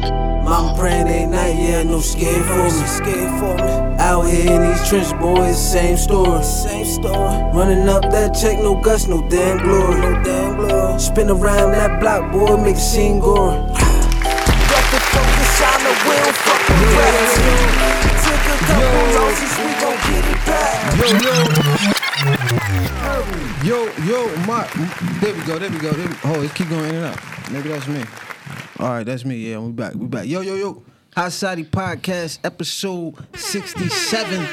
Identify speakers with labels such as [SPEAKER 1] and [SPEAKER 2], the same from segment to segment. [SPEAKER 1] I'm praying they not, yeah, no scared for me. Scared for me. Out here in these trench boys, same story. Same story. Running up that check, no guts, no damn glory. No damn glory. Spin around that block, boy, make it seem gory. Got the focus on the wheel, fucking rest. Took a couple losses, we gon' get it back.
[SPEAKER 2] Yo, yo. Yo, yo, my. There we go, there we go. There we, oh, it keep going in and out. Maybe that's me. All right, that's me. Yeah, we back. We back. Yo, yo, yo. Hot Soddy Podcast, episode 67.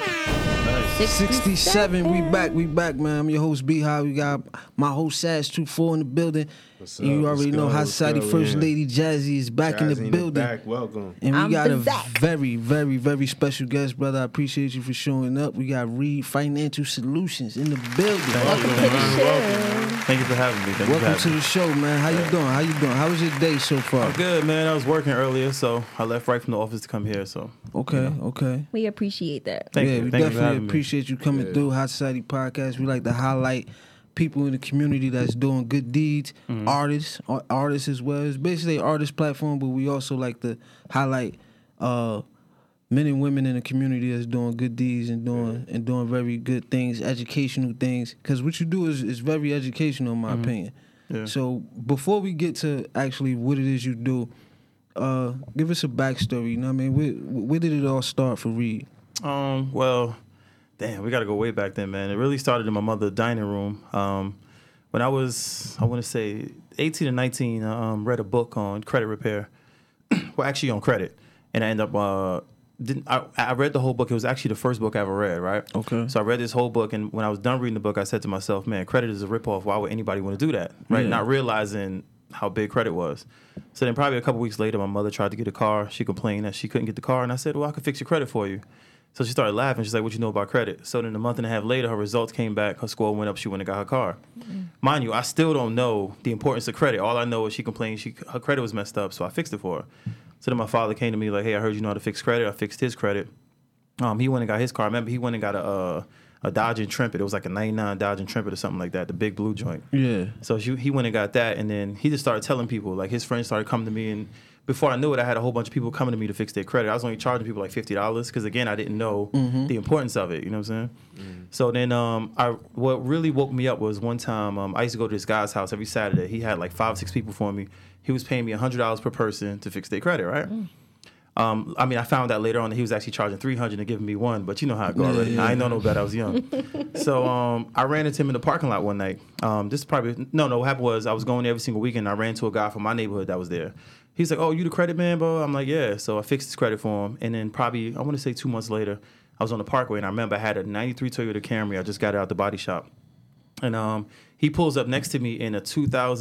[SPEAKER 2] 67. We back. We back, man. I'm your host, Beehive. We got my host, Sash 24 in the building.
[SPEAKER 3] What's up?
[SPEAKER 2] You
[SPEAKER 3] What's
[SPEAKER 2] already know
[SPEAKER 3] good?
[SPEAKER 2] Hot
[SPEAKER 3] What's
[SPEAKER 2] Soddy
[SPEAKER 3] good?
[SPEAKER 2] First
[SPEAKER 3] Yeah.
[SPEAKER 2] Lady Jazzy is back in
[SPEAKER 3] Guys
[SPEAKER 2] the
[SPEAKER 3] in
[SPEAKER 2] building.
[SPEAKER 3] back, welcome.
[SPEAKER 2] And we
[SPEAKER 4] I'm
[SPEAKER 2] got
[SPEAKER 4] the
[SPEAKER 2] a
[SPEAKER 4] Zach.
[SPEAKER 2] very, very, very special guest, brother. I appreciate you for showing up. We got Reed Financial Solutions in the building. Welcome,
[SPEAKER 4] Welcome to the show.
[SPEAKER 5] Thank you for having me. Thank you for
[SPEAKER 2] to
[SPEAKER 5] having me.
[SPEAKER 2] the show, man. How you doing? How you doing? How was your day so far?
[SPEAKER 5] I'm good, man. I was working earlier, so I left right from the office to come here. So
[SPEAKER 2] Okay, okay.
[SPEAKER 4] We appreciate that.
[SPEAKER 5] thank
[SPEAKER 2] yeah,
[SPEAKER 5] you.
[SPEAKER 2] we
[SPEAKER 5] Thank you for
[SPEAKER 2] definitely
[SPEAKER 5] having me.
[SPEAKER 2] appreciate you coming through Hot Society Podcast. We like to highlight people in the community that's doing good deeds,
[SPEAKER 5] Mm-hmm.
[SPEAKER 2] artists, ar- artists as well. It's basically an artist platform, but we also like to highlight uh, men and women in the community that's doing good deeds and doing and doing very good things, educational things. Because what you do is is very educational, in my opinion.
[SPEAKER 5] Mm-hmm. Yeah.
[SPEAKER 2] So before we get to actually what it is you do. Uh, give us a backstory. You know what I mean? Where, where did it all start for Reed?
[SPEAKER 5] Um, well, damn, we got to go way back then, man. It really started in my mother's dining room. Um, when I was, I want to say 18 to 19, I um, read a book on credit repair. well, actually on credit, and I end up uh, didn't I, I read the whole book. It was actually the first book I ever read, right?
[SPEAKER 2] Okay.
[SPEAKER 5] So I read this whole book, and when I was done reading the book, I said to myself, "Man, credit is a ripoff. Why would anybody want to do that?" Right? Not realizing how big credit was. So then, probably a couple weeks later, my mother tried to get a car. She complained that she couldn't get the car, and I said, "Well, I could fix your credit for you." So she started laughing. She's like, "What you know about credit?" So then, a month and a half later, her results came back. Her score went up. She went and got her car. Mind you, I still don't know the importance of credit. All I know is she complained she her credit was messed up, so I fixed it for her. So then my father came to me like, "Hey, I heard you know how to fix credit. I fixed his credit." Um, he went and got his car. I remember he went and got a uh, a Dodge Intrepid. It was like a '99 Dodge Intrepid or something like that, the big blue joint.
[SPEAKER 2] Yeah.
[SPEAKER 5] So she, he went and got that, and then he just started telling people. Like his friends started coming to me, and before I knew it, I had a whole bunch of people coming to me to fix their credit. I was only charging people like fifty dollars because again, I didn't know the importance of it. You know what I'm saying? So then, um, I what really woke me up was one time um, I used to go to this guy's house every Saturday. He had like five, six people for me. He was paying me hundred dollars per person to fix their credit, right? Um, I mean, I found out later on that he was actually charging three hundred and giving me one, but you know how it go already. I ain't know no better. I was young, so um, I ran into him in the parking lot one night. Um, this is probably no, no. What happened was I was going there every single weekend. I ran to a guy from my neighborhood that was there. He's like, "Oh, you the credit man, bro?" I'm like, "Yeah." So I fixed his credit for him, and then probably I want to say two months later, I was on the Parkway, and I remember I had a '93 Toyota Camry. I just got it out the body shop. And um, he pulls up next to me in a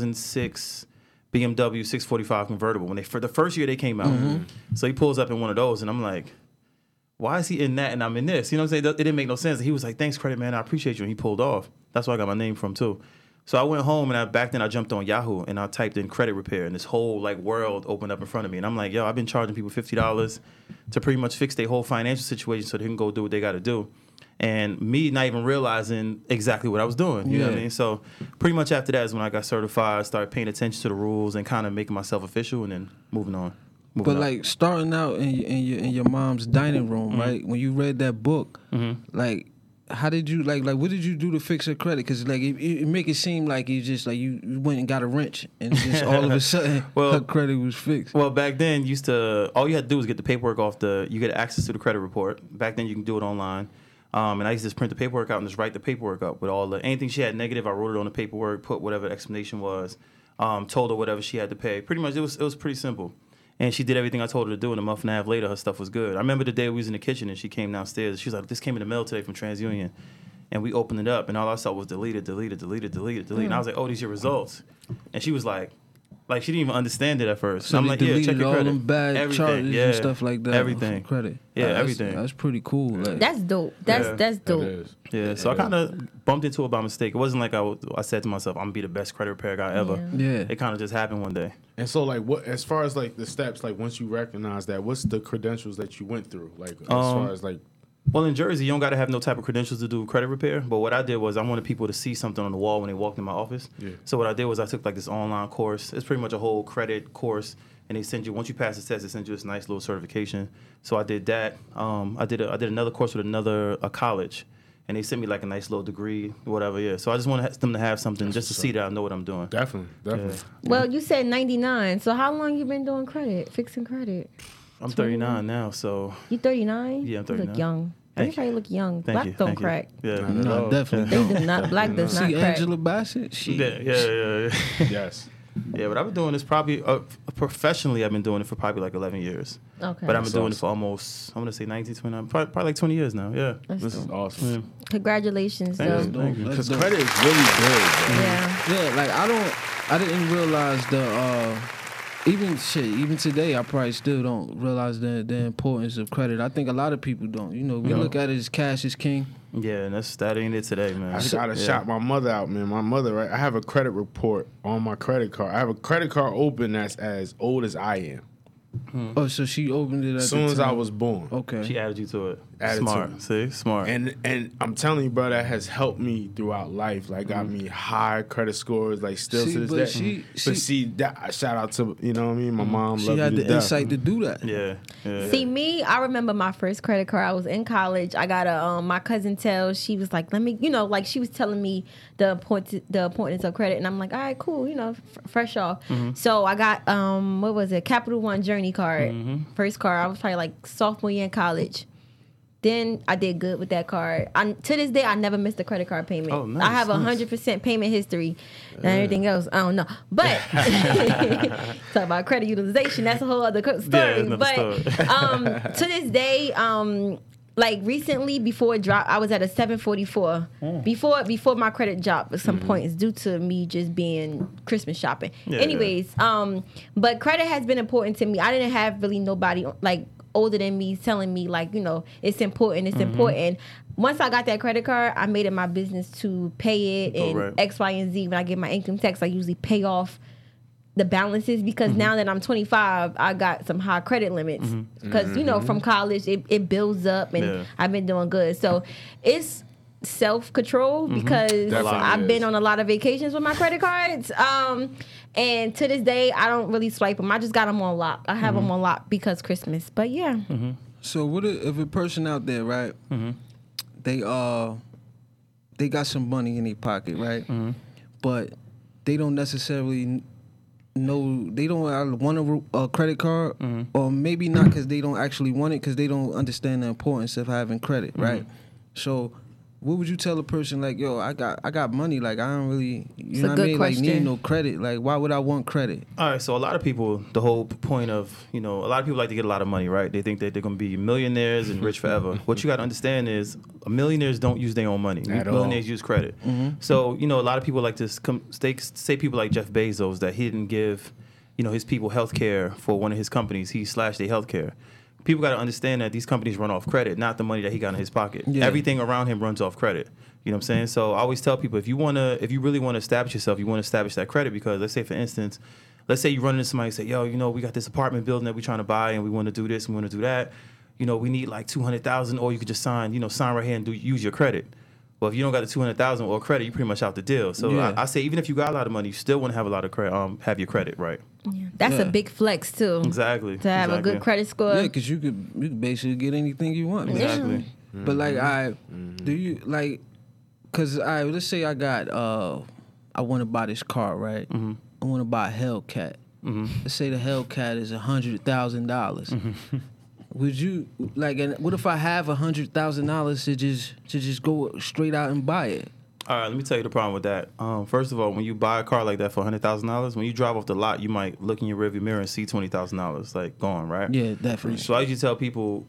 [SPEAKER 5] 2006 BMW 645 convertible. When they for the first year they came out, so he pulls up in one of those, and I'm like, why is he in that and I'm in this? You know what I'm saying? It didn't make no sense. He was like, thanks, credit man, I appreciate you, and he pulled off. That's where I got my name from too. So I went home and I back then I jumped on Yahoo and I typed in credit repair and this whole like world opened up in front of me and I'm like, yo, I've been charging people fifty dollars to pretty much fix their whole financial situation so they can go do what they got to do. And me not even realizing exactly what I was doing. You know what
[SPEAKER 2] Yeah.
[SPEAKER 5] I mean? So pretty much after that is when I got certified, started paying attention to the rules and kind of making myself official and then moving on. Mm-hmm. Moving
[SPEAKER 2] But
[SPEAKER 5] up.
[SPEAKER 2] like starting out in your, in your in your mom's dining room, right? When you read that book,
[SPEAKER 5] Mm-hmm.
[SPEAKER 2] like how did you like like what did you do to fix her credit? Because like it, it, it make it seem like you just like you, you went and got a wrench and just all of a sudden
[SPEAKER 5] Well-
[SPEAKER 2] her credit was fixed.
[SPEAKER 5] Well, back then, you used to all you had to do was get the paperwork off the. You get access to the credit report. Back then, you can do it online. Um, and I used to just print the paperwork out and just write the paperwork up with all the anything she had negative. I wrote it on the paperwork, put whatever the explanation was, um, told her whatever she had to pay. Pretty much, it was it was pretty simple. And she did everything I told her to do. And a month and a half later, her stuff was good. I remember the day we was in the kitchen and she came downstairs. She was like, "This came in the mail today from TransUnion." And we opened it up, and all I saw was deleted, deleted, deleted, deleted, deleted. And I was like, "Oh, these your results." And she was like, like she didn't even understand it at first.
[SPEAKER 2] So
[SPEAKER 5] I'm
[SPEAKER 2] they
[SPEAKER 5] like, yeah,
[SPEAKER 2] deleted
[SPEAKER 5] check your
[SPEAKER 2] all
[SPEAKER 5] credit.
[SPEAKER 2] them bad
[SPEAKER 5] Everything,
[SPEAKER 2] charges
[SPEAKER 5] yeah.
[SPEAKER 2] and stuff like that. for
[SPEAKER 5] Everything.
[SPEAKER 2] credit.
[SPEAKER 5] Yeah,
[SPEAKER 2] Like, that's-
[SPEAKER 5] everything.
[SPEAKER 2] That's pretty cool. Like,
[SPEAKER 4] That's dope. That's
[SPEAKER 5] Yeah.
[SPEAKER 4] that's
[SPEAKER 3] That
[SPEAKER 4] dope.
[SPEAKER 3] is.
[SPEAKER 5] yeah. So I kind of bumped into it by mistake. It wasn't like I, was- I said to myself, I'm gonna be the best credit repair guy ever.
[SPEAKER 2] Yeah. Yeah.
[SPEAKER 5] It kind of just happened one day.
[SPEAKER 3] And so, like, what as far as like the steps, like once you recognize that, what's the credentials that you went through? Like,
[SPEAKER 5] Um,
[SPEAKER 3] as far as like,
[SPEAKER 5] Well, in Jersey, you don't got to have no type of credentials to do credit repair. But what I did was I wanted people to see something on the wall when they walked in my office.
[SPEAKER 3] Yeah.
[SPEAKER 5] So what I did was I took like this online course. It's pretty much a whole credit course. and they send you once you pass the test, they send you this nice little certification. So I did that. Um, I did a, I did another course with another a college, and they sent me like a nice little degree, whatever. Yeah. So I just want them to have something just to see that I know what I'm doing.
[SPEAKER 3] Definitely, definitely.
[SPEAKER 4] Well, you said 99. So how long you been doing credit, fixing credit?
[SPEAKER 5] I'm 39 now, so
[SPEAKER 4] You 39?
[SPEAKER 5] Yeah,
[SPEAKER 4] You
[SPEAKER 5] I'm 39.
[SPEAKER 4] look young.
[SPEAKER 5] Thank
[SPEAKER 4] Everybody
[SPEAKER 5] you.
[SPEAKER 4] look young.
[SPEAKER 5] thank
[SPEAKER 4] black
[SPEAKER 5] you.
[SPEAKER 4] don't
[SPEAKER 5] thank you.
[SPEAKER 4] crack.
[SPEAKER 5] Yeah.
[SPEAKER 2] No,
[SPEAKER 3] No,
[SPEAKER 2] definitely
[SPEAKER 4] They
[SPEAKER 2] don't.
[SPEAKER 4] do not. Black does not
[SPEAKER 2] See
[SPEAKER 4] crack.
[SPEAKER 2] Angela Bassett? She,
[SPEAKER 5] Yeah, yeah, yeah, yeah.
[SPEAKER 3] Yes.
[SPEAKER 5] Yeah, but I've been doing this probably uh, professionally. I've been doing it for probably like 11 years.
[SPEAKER 4] Okay.
[SPEAKER 5] But I've been
[SPEAKER 3] That's
[SPEAKER 5] doing it for almost, I'm going to say 19, 29, probably, probably like 20 years now. Yeah.
[SPEAKER 4] That's
[SPEAKER 3] This is awesome.
[SPEAKER 4] Congratulations,
[SPEAKER 5] Thank you.
[SPEAKER 4] though.
[SPEAKER 5] Thank you.
[SPEAKER 2] That's
[SPEAKER 3] Because
[SPEAKER 2] dope.
[SPEAKER 3] credit is really good. Bro.
[SPEAKER 4] Yeah.
[SPEAKER 2] Yeah, like I don't, I didn't realize the, uh, even shit, even today, I probably still don't realize the the importance of credit. I think a lot of people don't. You know, we look at it as cash is king.
[SPEAKER 5] Yeah, and that's that ain't it today, man.
[SPEAKER 3] I gotta
[SPEAKER 5] yeah.
[SPEAKER 3] shout my mother out, man. My mother, right? I have a credit report on my credit card. I have a credit card open that's as old as I am.
[SPEAKER 2] Oh, so she opened it at
[SPEAKER 3] As Mm-hmm. soon
[SPEAKER 2] the
[SPEAKER 3] as I
[SPEAKER 2] time.
[SPEAKER 3] was born.
[SPEAKER 2] Okay.
[SPEAKER 5] She added you to it.
[SPEAKER 3] Added to
[SPEAKER 5] smart.
[SPEAKER 3] it.
[SPEAKER 5] See, smart.
[SPEAKER 3] And and I'm telling you, bro, that has helped me throughout life. Like got
[SPEAKER 5] Mm-hmm.
[SPEAKER 3] me high credit scores, like still
[SPEAKER 2] See,
[SPEAKER 3] to this
[SPEAKER 2] but
[SPEAKER 3] day.
[SPEAKER 2] she- she-
[SPEAKER 3] but see, that shout out to you know what I mean.
[SPEAKER 5] Mm-hmm.
[SPEAKER 3] My mom,
[SPEAKER 2] She
[SPEAKER 3] loved
[SPEAKER 2] had
[SPEAKER 3] me
[SPEAKER 2] the
[SPEAKER 3] to death.
[SPEAKER 2] insight to do that.
[SPEAKER 5] yeah, yeah.
[SPEAKER 4] See me, I remember my first credit card. I was in college. I got a um, my cousin tells she was like, let me, you know, like she was telling me the point the importance of credit, and I'm like, all right, cool, you know, f- fresh off.
[SPEAKER 5] Mm-hmm.
[SPEAKER 4] So I got um, what was it, Capital One Journey card,
[SPEAKER 5] Mm-hmm.
[SPEAKER 4] first card. I was probably like sophomore year in college. Then I did good with that card. I, to this day, I never missed a credit card payment.
[SPEAKER 5] Oh, nice,
[SPEAKER 4] I have a
[SPEAKER 5] nice.
[SPEAKER 4] hundred percent payment history, and everything else I don't know. But talk about credit utilization. That's a whole other co- story.
[SPEAKER 5] another
[SPEAKER 4] but
[SPEAKER 5] story.
[SPEAKER 4] um, to this day, um, like recently before it dropped, I was at a 744
[SPEAKER 5] Mm.
[SPEAKER 4] before before my credit dropped at some points due to me just being Christmas shopping.
[SPEAKER 5] Mm-hmm. Yeah,
[SPEAKER 4] Anyways, um, but credit has been important to me. I didn't have really nobody like older than me telling me like you know it's important, it's
[SPEAKER 5] Mm-hmm.
[SPEAKER 4] important. Once I got that credit card, I made it my business to pay it and
[SPEAKER 5] Alright.
[SPEAKER 4] X, Y, and Z. When I get my income tax, I usually pay off the balances because now that I'm 25, I got some high credit limits because you know from college it, it builds up and
[SPEAKER 5] Yeah.
[SPEAKER 4] I've been doing good. So it's self control because
[SPEAKER 3] Definitely
[SPEAKER 4] I've been
[SPEAKER 3] is.
[SPEAKER 4] on a lot of vacations with my credit cards. Um, and to this day, I don't really swipe them. I just got them on lock. I have them on lock because Christmas. But yeah,
[SPEAKER 2] So what if, if a person out there, right?
[SPEAKER 4] Mm-hmm.
[SPEAKER 2] They uh, they got some money in their pocket, right?
[SPEAKER 4] Mm-hmm.
[SPEAKER 2] But they don't necessarily kn- know they don't want a, ru- a credit card,
[SPEAKER 4] Mm-hmm.
[SPEAKER 2] or maybe not because they don't actually want it because they don't understand the importance of having credit,
[SPEAKER 4] Mm-hmm.
[SPEAKER 2] right? So. What would you tell a person like, yo, I got I got money, like I don't really you
[SPEAKER 4] a
[SPEAKER 2] know what I
[SPEAKER 4] good
[SPEAKER 2] mean? Like need
[SPEAKER 4] question.
[SPEAKER 2] no credit. Like why would I want credit?
[SPEAKER 5] All right, so a lot of people, the whole p- point of, you know, a lot of people like to get a lot of money, right? They think that they're going to be millionaires and rich forever. what you got to understand is millionaires don't use their own money.
[SPEAKER 3] At all. Mm-hmm.
[SPEAKER 5] millionaires use credit. So, you know, a lot of people like to s- com- say, say people like Jeff Bezos that he didn't give, you know, his people health care for one of his companies. He slashed their health care. People got to understand that these companies run off credit, not the money that he got in his pocket.
[SPEAKER 2] Yeah.
[SPEAKER 5] Everything everything around him runs off credit. You know what I'm saying? So I always tell people if you wanna, if you really want to establish yourself, you want to establish that credit because let's say for instance, let's say you run into somebody and say, yo, you know, we got this apartment building that we're trying to buy and we want to do this, and we want to do that. You know, we need like two hundred thousand, or you could just sign, you know, sign right here and do use your credit. Well, if you don't got the two hundred thousand or credit, you pretty much out the deal. So
[SPEAKER 2] Yeah.
[SPEAKER 5] I, I say even if you got a lot of money, you still want to have a lot of credit, um, have your credit right.
[SPEAKER 4] that's
[SPEAKER 2] Yeah.
[SPEAKER 4] a big flex too.
[SPEAKER 5] Exactly.
[SPEAKER 4] To have
[SPEAKER 5] exactly.
[SPEAKER 4] a good credit score.
[SPEAKER 2] Yeah, because you could you could basically get anything you want.
[SPEAKER 4] Yeah.
[SPEAKER 5] Exactly.
[SPEAKER 2] But like
[SPEAKER 5] Mm-hmm.
[SPEAKER 2] I do you like cause I let's say I got uh I wanna buy this car, right? I wanna buy a Hellcat. Let's say the Hellcat is a hundred thousand dollars. Would you like and what if I have a hundred thousand dollars to just to just go straight out and buy it?
[SPEAKER 5] All right, let me tell you the problem with that. Um, first of all, when you buy a car like that for hundred thousand dollars, when you drive off the lot, you might look in your rearview mirror and see twenty thousand dollars like gone, right?
[SPEAKER 2] Yeah, definitely.
[SPEAKER 5] So I usually tell people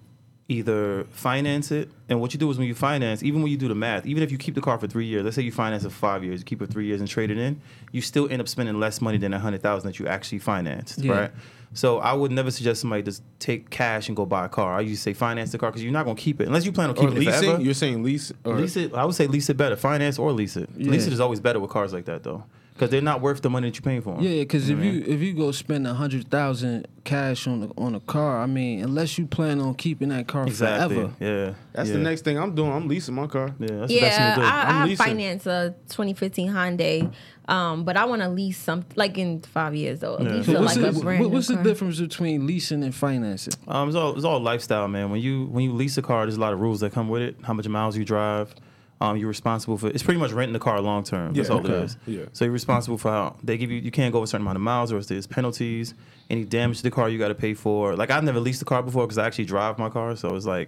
[SPEAKER 5] either finance it, and what you do is when you finance, even when you do the math, even if you keep the car for three years, let's say you finance it for five years, you keep it three years and trade it in, you still end up spending less money than a hundred thousand that you actually financed,
[SPEAKER 2] Yeah.
[SPEAKER 5] right? So I would never suggest somebody just take cash and go buy a car. I usually say finance the car because you're not gonna keep it unless you plan on
[SPEAKER 3] Or
[SPEAKER 5] keeping it
[SPEAKER 3] leasing?
[SPEAKER 5] forever.
[SPEAKER 3] You're saying lease? Or
[SPEAKER 5] Lease it. I would say lease it better. Finance or lease it. Lease it is always better with cars like that, though. because they're not worth the money that you're paying for. 'em.
[SPEAKER 2] Yeah, because
[SPEAKER 5] You know
[SPEAKER 2] if
[SPEAKER 5] what I mean?
[SPEAKER 2] you if you go spend a hundred thousand cash on a, on a car, I mean, unless you plan on keeping that car
[SPEAKER 5] exactly,
[SPEAKER 2] forever,
[SPEAKER 5] yeah,
[SPEAKER 3] That's
[SPEAKER 5] yeah.
[SPEAKER 3] the next thing I'm doing. I'm leasing my car.
[SPEAKER 5] Yeah, that's the best
[SPEAKER 4] yeah,
[SPEAKER 5] thing to do.
[SPEAKER 3] I'm
[SPEAKER 4] I, I
[SPEAKER 3] leasing.
[SPEAKER 4] finance a 2015 Hyundai, um, but I want to lease some like in five years though.
[SPEAKER 5] Yeah.
[SPEAKER 4] Lease
[SPEAKER 5] So
[SPEAKER 4] a,
[SPEAKER 2] what's,
[SPEAKER 4] like a
[SPEAKER 2] the,
[SPEAKER 4] brand
[SPEAKER 2] what-
[SPEAKER 4] new
[SPEAKER 2] what's the
[SPEAKER 4] car.
[SPEAKER 2] difference between leasing and financing?
[SPEAKER 5] Um, it's all it's all lifestyle, man. When you when you lease a car, there's a lot of rules that come with it. How much miles you drive, um, you're responsible for. It's pretty much renting the car long term. That's
[SPEAKER 3] Yeah,
[SPEAKER 5] all it
[SPEAKER 3] okay.
[SPEAKER 5] is.
[SPEAKER 3] Yeah.
[SPEAKER 5] So you're responsible for how they give you. You can't go a certain amount of miles, or else there's penalties. Any damage to the car, you got to pay for. Like I've never leased a car before because I actually drive my car, so it's like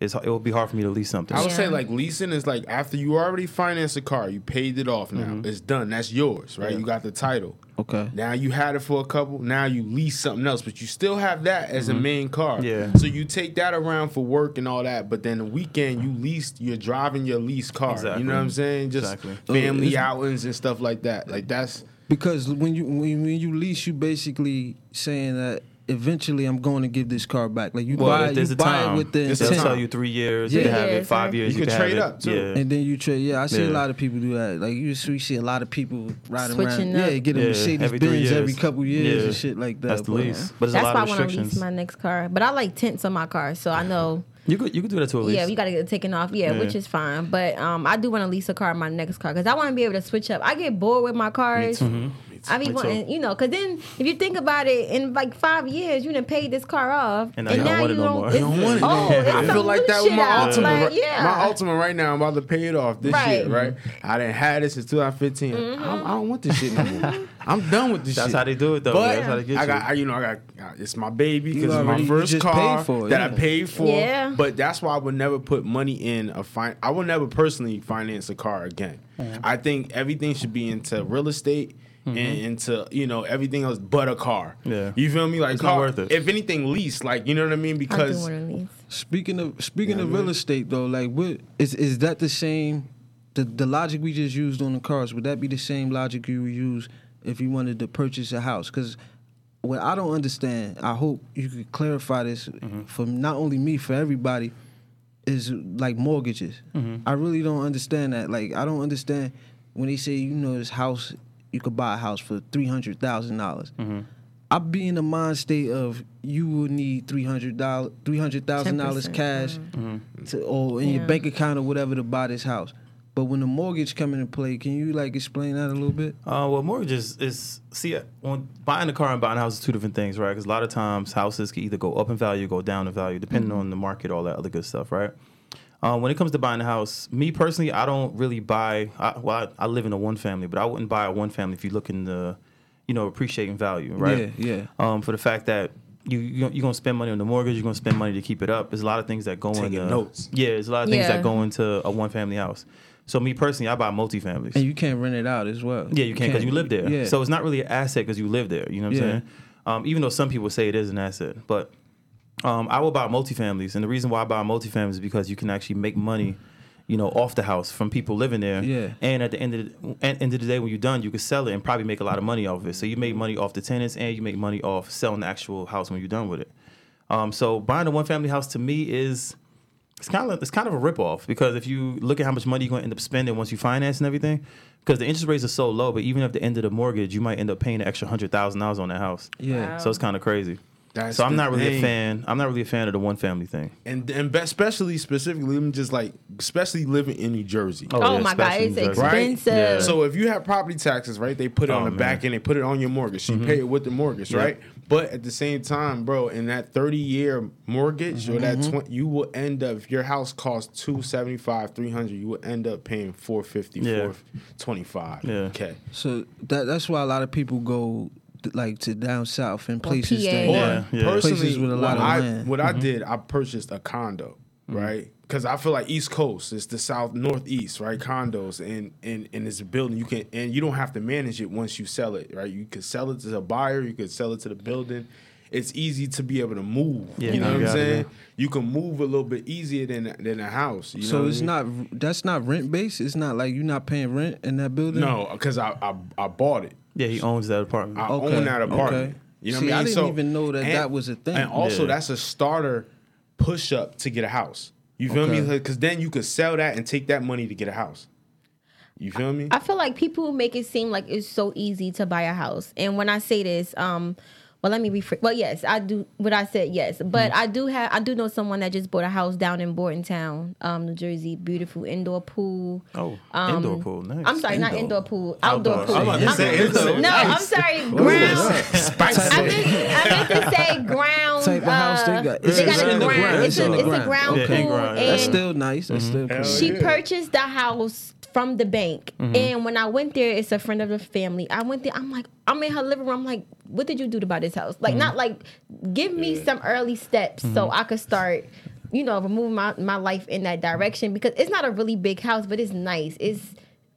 [SPEAKER 5] it's it would be hard for me to lease something.
[SPEAKER 3] I would say
[SPEAKER 4] Yeah.
[SPEAKER 3] like leasing is like after you already financed a car, you paid it off now.
[SPEAKER 5] Mm-hmm.
[SPEAKER 3] It's done. That's yours, right? You got the title.
[SPEAKER 2] Okay.
[SPEAKER 3] Now you had it for a couple. Now you lease something else, but you still have that as a main car.
[SPEAKER 5] Mm-hmm. Yeah.
[SPEAKER 3] So you take that around for work and all that, but then the weekend you leased, you're driving your leased car.
[SPEAKER 5] Exactly.
[SPEAKER 3] You know what I'm saying? Just
[SPEAKER 5] Exactly.
[SPEAKER 3] family
[SPEAKER 2] It's-
[SPEAKER 3] outings and stuff like that. Like that's
[SPEAKER 2] Because when you when, you- when you lease, you basically saying that eventually I'm going to give this car back. Like you
[SPEAKER 5] well,
[SPEAKER 2] buy,
[SPEAKER 5] if
[SPEAKER 2] you
[SPEAKER 5] there's a
[SPEAKER 2] buy
[SPEAKER 5] time,
[SPEAKER 2] it with the
[SPEAKER 3] It's a
[SPEAKER 5] they'll
[SPEAKER 3] time.
[SPEAKER 5] tell
[SPEAKER 2] intent,
[SPEAKER 5] you three years.
[SPEAKER 2] Yeah.
[SPEAKER 5] You can have it
[SPEAKER 4] Years,
[SPEAKER 5] five
[SPEAKER 4] right?
[SPEAKER 5] years.
[SPEAKER 3] You
[SPEAKER 5] You,
[SPEAKER 3] can
[SPEAKER 5] have
[SPEAKER 3] trade
[SPEAKER 5] it.
[SPEAKER 3] up, too.
[SPEAKER 5] Yeah.
[SPEAKER 2] and then you trade. Yeah, I see a
[SPEAKER 5] Yeah.
[SPEAKER 2] lot of people do that. Like you, see- we see a lot of people riding
[SPEAKER 4] Switching
[SPEAKER 2] around.
[SPEAKER 4] up.
[SPEAKER 2] Yeah, getting
[SPEAKER 5] Yeah,
[SPEAKER 2] Mercedes
[SPEAKER 5] every three
[SPEAKER 2] Benz
[SPEAKER 5] years.
[SPEAKER 2] every couple years
[SPEAKER 5] Yeah.
[SPEAKER 2] and shit like that.
[SPEAKER 5] that's the
[SPEAKER 2] but-
[SPEAKER 5] lease. But there's
[SPEAKER 4] That's
[SPEAKER 5] a lot
[SPEAKER 4] why I
[SPEAKER 5] of
[SPEAKER 4] want to lease
[SPEAKER 5] restrictions.
[SPEAKER 4] my next car, but I like tents on my car, so I know.
[SPEAKER 5] You could you could do that to a lease.
[SPEAKER 4] Yeah, you got to get it taken off. Yeah,
[SPEAKER 5] Yeah.
[SPEAKER 4] which is fine. But um, I do want to lease a car, my next car, because I want to be able to switch up. I get bored with my cars. I be
[SPEAKER 5] Me
[SPEAKER 4] wanting, you know, because then if you think about it, in like five years, you done paid this car off,
[SPEAKER 5] And now you don't want it no more. You don't
[SPEAKER 3] want it no
[SPEAKER 4] Oh,
[SPEAKER 3] more.
[SPEAKER 4] it's
[SPEAKER 3] I
[SPEAKER 4] some
[SPEAKER 3] feel like
[SPEAKER 4] new
[SPEAKER 3] that with
[SPEAKER 4] shit
[SPEAKER 3] my
[SPEAKER 4] out.
[SPEAKER 3] Ultima.
[SPEAKER 4] Like,
[SPEAKER 3] right-
[SPEAKER 4] yeah.
[SPEAKER 3] My Ultima right now, I'm about to pay it off this
[SPEAKER 4] Right.
[SPEAKER 3] year, right? I didn't had it since 2015. I, don't, I don't want this shit no more. I'm done with this
[SPEAKER 5] That's
[SPEAKER 3] shit.
[SPEAKER 5] how they do it though.
[SPEAKER 3] But
[SPEAKER 5] That's how they get
[SPEAKER 3] I
[SPEAKER 5] you.
[SPEAKER 3] got, I, you know, I got. It's my baby
[SPEAKER 2] You
[SPEAKER 3] because it's
[SPEAKER 2] already-
[SPEAKER 3] my
[SPEAKER 2] you
[SPEAKER 3] first
[SPEAKER 2] just
[SPEAKER 3] car
[SPEAKER 2] paid for it,
[SPEAKER 3] that I
[SPEAKER 2] yeah.
[SPEAKER 3] paid for.
[SPEAKER 4] Yeah.
[SPEAKER 3] But that's why I would never put money in a fine. I would never personally finance a car again. I think everything should be into real estate. And into you know everything else but a car.
[SPEAKER 5] Yeah.
[SPEAKER 3] you feel me? Like
[SPEAKER 5] not
[SPEAKER 3] car-
[SPEAKER 5] worth it.
[SPEAKER 3] If anything, lease. Like you know what I mean?
[SPEAKER 4] I do
[SPEAKER 3] Because
[SPEAKER 4] want to lease.
[SPEAKER 2] Speaking of speaking of real estate though, like what is is that the same the the logic we just used on the cars, would that be the same logic you would use if you wanted to purchase a house? Cause what I don't understand, I hope you could clarify this for not only me, for everybody, is like mortgages. I really don't understand that. Like I don't understand when they say, you know, this house you could buy a house for three hundred thousand dollars. I be in the mind state of you will need three hundred dollars, three hundred thousand dollars
[SPEAKER 4] 10%,
[SPEAKER 2] cash,
[SPEAKER 3] Mm-hmm.
[SPEAKER 2] to, or in your
[SPEAKER 4] Yeah.
[SPEAKER 2] bank account or whatever to buy this house. But when the mortgage come into play, can you like explain that a little bit?
[SPEAKER 5] Uh, well, mortgages is see, when buying a car and buying a house is two different things, right? Because a lot of times houses can either go up in value, or go down in value, depending
[SPEAKER 2] Mm-hmm.
[SPEAKER 5] on the market, all that other good stuff, right? Uh, when it comes to buying a house, me personally, I don't really buy. I, well, I, I live in a one family, but I wouldn't buy a one family if you look in the, you know, appreciating value, right?
[SPEAKER 2] Yeah, yeah.
[SPEAKER 5] Um, for the fact that you you you're gonna spend money on the mortgage, you're gonna spend money to keep it up. There's a lot of things that go in.
[SPEAKER 3] Taking
[SPEAKER 5] into
[SPEAKER 3] notes.
[SPEAKER 5] Yeah, there's a lot of things
[SPEAKER 4] Yeah.
[SPEAKER 5] that go into a one family house. So me personally, I buy multifamilies.
[SPEAKER 2] And you can't rent it out as well.
[SPEAKER 5] Yeah, you can't because you live there.
[SPEAKER 2] Yeah.
[SPEAKER 5] So it's not really an asset because you live there. You know what I'm
[SPEAKER 2] Yeah.
[SPEAKER 5] saying? Um, even though some people say it is an asset, but um, I will buy multifamilies, and the reason why I buy multifamilies is because you can actually make money, you know, off the house from people living there.
[SPEAKER 2] Yeah.
[SPEAKER 5] And at the end of the, at end of the day, when you're done, you can sell it and probably make a lot of money off of it. So you make money off the tenants, and you make money off selling the actual house when you're done with it. Um, so buying a one family house to me is it's kind of it's kind of a ripoff because if you look at how much money you're going to end up spending once you finance and everything, because the interest rates are so low. But even at the end of the mortgage, you might end up paying an extra hundred thousand dollars on that house.
[SPEAKER 2] Yeah.
[SPEAKER 5] So it's kind of crazy.
[SPEAKER 3] That's
[SPEAKER 5] so I'm
[SPEAKER 3] the
[SPEAKER 5] not really
[SPEAKER 3] thing.
[SPEAKER 5] a fan. I'm not really a fan of the one family thing.
[SPEAKER 3] and and be- especially specifically, I'm just like especially living in New Jersey.
[SPEAKER 4] Oh,
[SPEAKER 5] yeah,
[SPEAKER 4] my God,
[SPEAKER 5] especially in
[SPEAKER 4] it's
[SPEAKER 5] Jersey.
[SPEAKER 3] Right?
[SPEAKER 4] expensive.
[SPEAKER 5] Yeah.
[SPEAKER 3] So if you have property taxes, right? They put it
[SPEAKER 5] Oh,
[SPEAKER 3] on the
[SPEAKER 5] man. Mm-hmm.
[SPEAKER 3] back end. They put it on your mortgage. So you pay it with the mortgage,
[SPEAKER 5] Yeah.
[SPEAKER 3] right? But at the same time, bro, in that thirty year mortgage or that
[SPEAKER 5] Mm-hmm.
[SPEAKER 3] twenty, you will end up if your house costs two seventy five, three hundred, you will end up paying four fifty,
[SPEAKER 5] Yeah.
[SPEAKER 3] four twenty five.
[SPEAKER 5] Yeah.
[SPEAKER 3] Okay.
[SPEAKER 2] So that that's why a lot of people go like to down south and places
[SPEAKER 4] PA.
[SPEAKER 2] that
[SPEAKER 3] Or
[SPEAKER 5] Yeah, yeah. Mm-hmm.
[SPEAKER 3] personally,
[SPEAKER 2] Places with a lot
[SPEAKER 3] what,
[SPEAKER 2] of
[SPEAKER 3] I,
[SPEAKER 2] land.
[SPEAKER 3] what I did, I purchased a condo, right? Because I feel like East Coast is the South Northeast, right? Condos and and and it's a building you can and you don't have to manage it once you sell it, right? You could sell it to a buyer, you could sell it to the building. It's easy to be able to move.
[SPEAKER 5] Yeah,
[SPEAKER 3] you know
[SPEAKER 5] you
[SPEAKER 3] what I'm
[SPEAKER 5] got it,
[SPEAKER 3] saying?
[SPEAKER 5] yeah.
[SPEAKER 3] You can move a little bit easier than than a house. You know
[SPEAKER 2] So
[SPEAKER 3] what I
[SPEAKER 2] it's
[SPEAKER 3] mean?
[SPEAKER 2] not that's not rent based. It's not like you're not paying rent in that building.
[SPEAKER 3] no, because I, I I bought it.
[SPEAKER 5] Yeah, he owns that apartment.
[SPEAKER 3] I
[SPEAKER 2] Okay,
[SPEAKER 3] own that apartment.
[SPEAKER 2] okay.
[SPEAKER 3] You know
[SPEAKER 2] See,
[SPEAKER 3] what I mean?
[SPEAKER 2] I didn't even know that that was a thing.
[SPEAKER 3] And also,
[SPEAKER 5] Yeah.
[SPEAKER 3] that's a starter push up to get a house. You feel me?
[SPEAKER 2] Okay.
[SPEAKER 3] Because then you could sell that and take that money to get a house. You feel me?
[SPEAKER 4] I feel like people make it seem like it's so easy to buy a house. And when I say this, um, well, let me be. Well, yes, I do. What I said, yes,
[SPEAKER 5] Mm.
[SPEAKER 4] but I do have. I do know someone that just bought a house down in Bordentown, um, New Jersey. Beautiful indoor pool.
[SPEAKER 5] Oh,
[SPEAKER 4] Um,
[SPEAKER 5] indoor pool. Nice.
[SPEAKER 4] I'm sorry, not indoor pool, outdoor,
[SPEAKER 5] Outdoor.
[SPEAKER 4] pool.
[SPEAKER 5] I'm about to
[SPEAKER 4] I'm-
[SPEAKER 5] say indoor.
[SPEAKER 4] No, I'm
[SPEAKER 5] Nice.
[SPEAKER 4] sorry, ground. I meant, I meant to say ground.
[SPEAKER 2] Type of house they
[SPEAKER 4] uh,
[SPEAKER 2] got.
[SPEAKER 4] They got
[SPEAKER 5] It's
[SPEAKER 4] it in the
[SPEAKER 5] in the
[SPEAKER 4] ground.
[SPEAKER 5] ground.
[SPEAKER 4] It's, a, it's
[SPEAKER 5] It's in
[SPEAKER 4] a
[SPEAKER 5] the
[SPEAKER 4] ground
[SPEAKER 5] ground.
[SPEAKER 4] pool.
[SPEAKER 5] Yeah, in ground.
[SPEAKER 4] And
[SPEAKER 5] That's
[SPEAKER 2] That's still nice. That's still
[SPEAKER 5] Mm-hmm.
[SPEAKER 2] cool.
[SPEAKER 3] Hell
[SPEAKER 4] she
[SPEAKER 3] yeah.
[SPEAKER 4] purchased the house from the bank. And when I went there, it's a friend of the family. I went there, I'm like, I'm in her living room. I'm like, what did you do to buy this house? Like, not like, give me some early steps so I could start, you know, remove my, my life in that direction because it's not a really big house, but it's nice. It's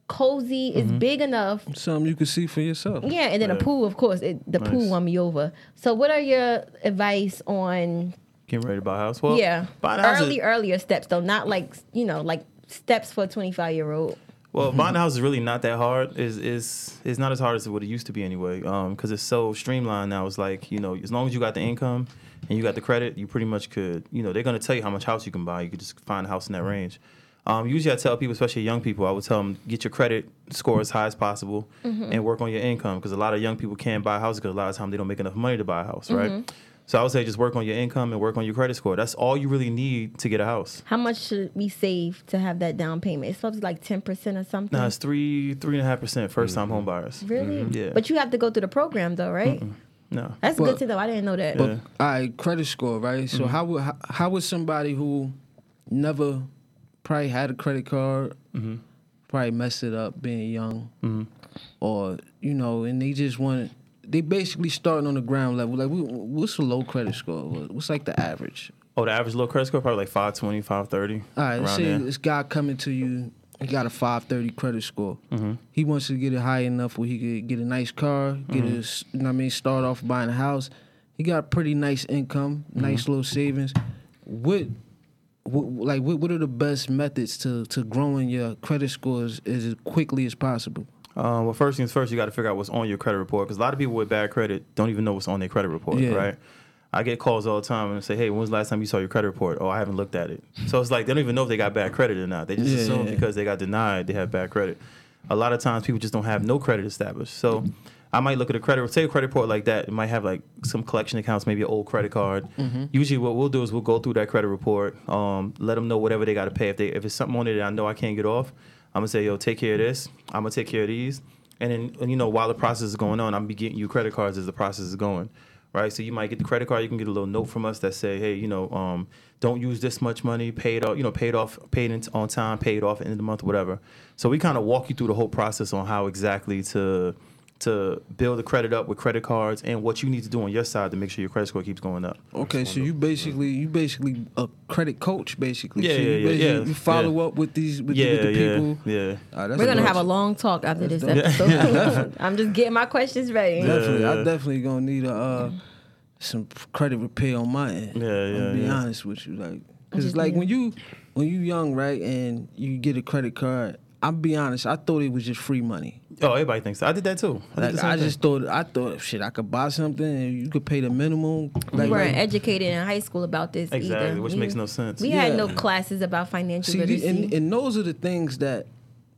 [SPEAKER 4] cozy, it's big enough.
[SPEAKER 2] Something you can see for yourself.
[SPEAKER 4] Yeah, and then a pool, of course. It, the pool
[SPEAKER 5] Nice.
[SPEAKER 4] won me over. So, what are your advice on
[SPEAKER 5] Getting ready to buy a house. Well,
[SPEAKER 4] yeah
[SPEAKER 5] buying a house is-
[SPEAKER 4] early earlier steps though? Not like you know like steps for a twenty five year old.
[SPEAKER 5] Well, buying a house is really not that hard. Is is it's not as hard as what it used to be anyway. Um, because it's so streamlined now. It's like you know, as long as you got the income and you got the credit, you pretty much could. You know, they're gonna tell you how much house you can buy. You could just find a house in that range. Um, usually I tell people, especially young people, I would tell them get your credit score as high as possible and work on your income because a lot of young people can't buy a house because a lot of time they don't make enough money to buy a house, right? So I would say just work on your income and work on your credit score. That's all you really need to get a house.
[SPEAKER 4] How much should we save to have that down payment? It's supposed to be like ten percent or something.
[SPEAKER 5] Now it's three three and a half percent first time home buyers.
[SPEAKER 4] really?
[SPEAKER 5] Yeah.
[SPEAKER 4] But you have to go through the program though, right?
[SPEAKER 5] No.
[SPEAKER 4] That's
[SPEAKER 2] Well,
[SPEAKER 4] good to know. I didn't know that.
[SPEAKER 5] Yeah.
[SPEAKER 2] All right, credit score, right? So how would how, how would somebody who never probably had a credit card probably messed it up being young, or you know, and they just want they basically starting on the ground level. Like, wh- wh- what's a low credit score? What- What's like the average?
[SPEAKER 5] Oh, the average low credit score probably like 520, 530.
[SPEAKER 2] All right, let's
[SPEAKER 5] around
[SPEAKER 2] say
[SPEAKER 5] there.
[SPEAKER 2] this guy coming to you, he got a 530 credit score.
[SPEAKER 5] Mm-hmm.
[SPEAKER 2] He wants to get it high enough where he could get a nice car, get
[SPEAKER 5] Mm-hmm.
[SPEAKER 2] his, you know what I mean, start off buying a house. He got a pretty nice income,
[SPEAKER 5] Mm-hmm.
[SPEAKER 2] nice little savings. What, what like, what, what are the best methods to, to growing your credit scores as, as quickly as possible?
[SPEAKER 5] Uh, well, first things first, you got to figure out what's on your credit report because a lot of people with bad credit don't even know what's on their credit report,
[SPEAKER 2] Yeah.
[SPEAKER 5] right? I get calls all the time and say, "Hey, when was the last time you saw your credit report?" Oh, I haven't looked at it. So it's like they don't even know if they got bad credit or not. They just
[SPEAKER 2] Yeah,
[SPEAKER 5] assume
[SPEAKER 2] yeah.
[SPEAKER 5] because they got denied they have bad credit. A lot of times people just don't have no credit established. So I might look at a credit, say a credit report like that. It might have like some collection accounts, maybe an old credit card.
[SPEAKER 2] Mm-hmm.
[SPEAKER 5] Usually, what we'll do is we'll go through that credit report, um, let them know whatever they got to pay. If they if it's something on it that I know I can't get off, I'm gonna say, yo, take care of this. I'm gonna take care of these. And then and, you know while the process is going on, I'm gonna be getting you credit cards as the process is going. Right, so you might get the credit card. You can get a little note from us that say, "Hey, you know, um, don't use this much money. Pay it off. You know, paid off, paid in on time, paid off at the end of the month, whatever." So we kind of walk you through the whole process on how exactly to to build the credit up with credit cards and what you need to do on your side to make sure your credit score keeps going up.
[SPEAKER 2] Okay, so you basically you basically a credit coach basically.
[SPEAKER 5] Yeah,
[SPEAKER 2] so you
[SPEAKER 5] yeah, yeah,
[SPEAKER 2] basically-
[SPEAKER 5] yeah,
[SPEAKER 2] You follow up with these with, the,
[SPEAKER 5] Yeah,
[SPEAKER 2] with the
[SPEAKER 5] yeah,
[SPEAKER 2] people.
[SPEAKER 5] yeah.
[SPEAKER 2] All right, that's
[SPEAKER 4] We're gonna
[SPEAKER 2] dope.
[SPEAKER 4] have a long talk after this episode. I'm just getting my questions ready.
[SPEAKER 2] Definitely, I
[SPEAKER 5] yeah.
[SPEAKER 2] definitely gonna need a uh, some p- credit repair on my end.
[SPEAKER 5] Yeah,
[SPEAKER 2] I'm
[SPEAKER 5] yeah,
[SPEAKER 2] gonna be
[SPEAKER 5] yeah.
[SPEAKER 2] honest with you, like, cause it's like when you when you young, right, and you get a credit card. I'll be honest, I thought it was just free money.
[SPEAKER 5] Oh, everybody thinks that. I did that too. I, did the
[SPEAKER 2] Like
[SPEAKER 5] same
[SPEAKER 2] I
[SPEAKER 5] thing.
[SPEAKER 2] just thought, I thought, shit, I could buy something and you could pay the minimum.
[SPEAKER 4] We
[SPEAKER 2] Like,
[SPEAKER 4] weren't
[SPEAKER 2] like,
[SPEAKER 4] educated in high school about this
[SPEAKER 5] Exactly,
[SPEAKER 4] either.
[SPEAKER 5] which
[SPEAKER 4] We-
[SPEAKER 5] makes no sense.
[SPEAKER 4] We had
[SPEAKER 2] Yeah.
[SPEAKER 4] no classes about financial
[SPEAKER 2] see, the-
[SPEAKER 4] literacy.
[SPEAKER 2] and, and those are the things that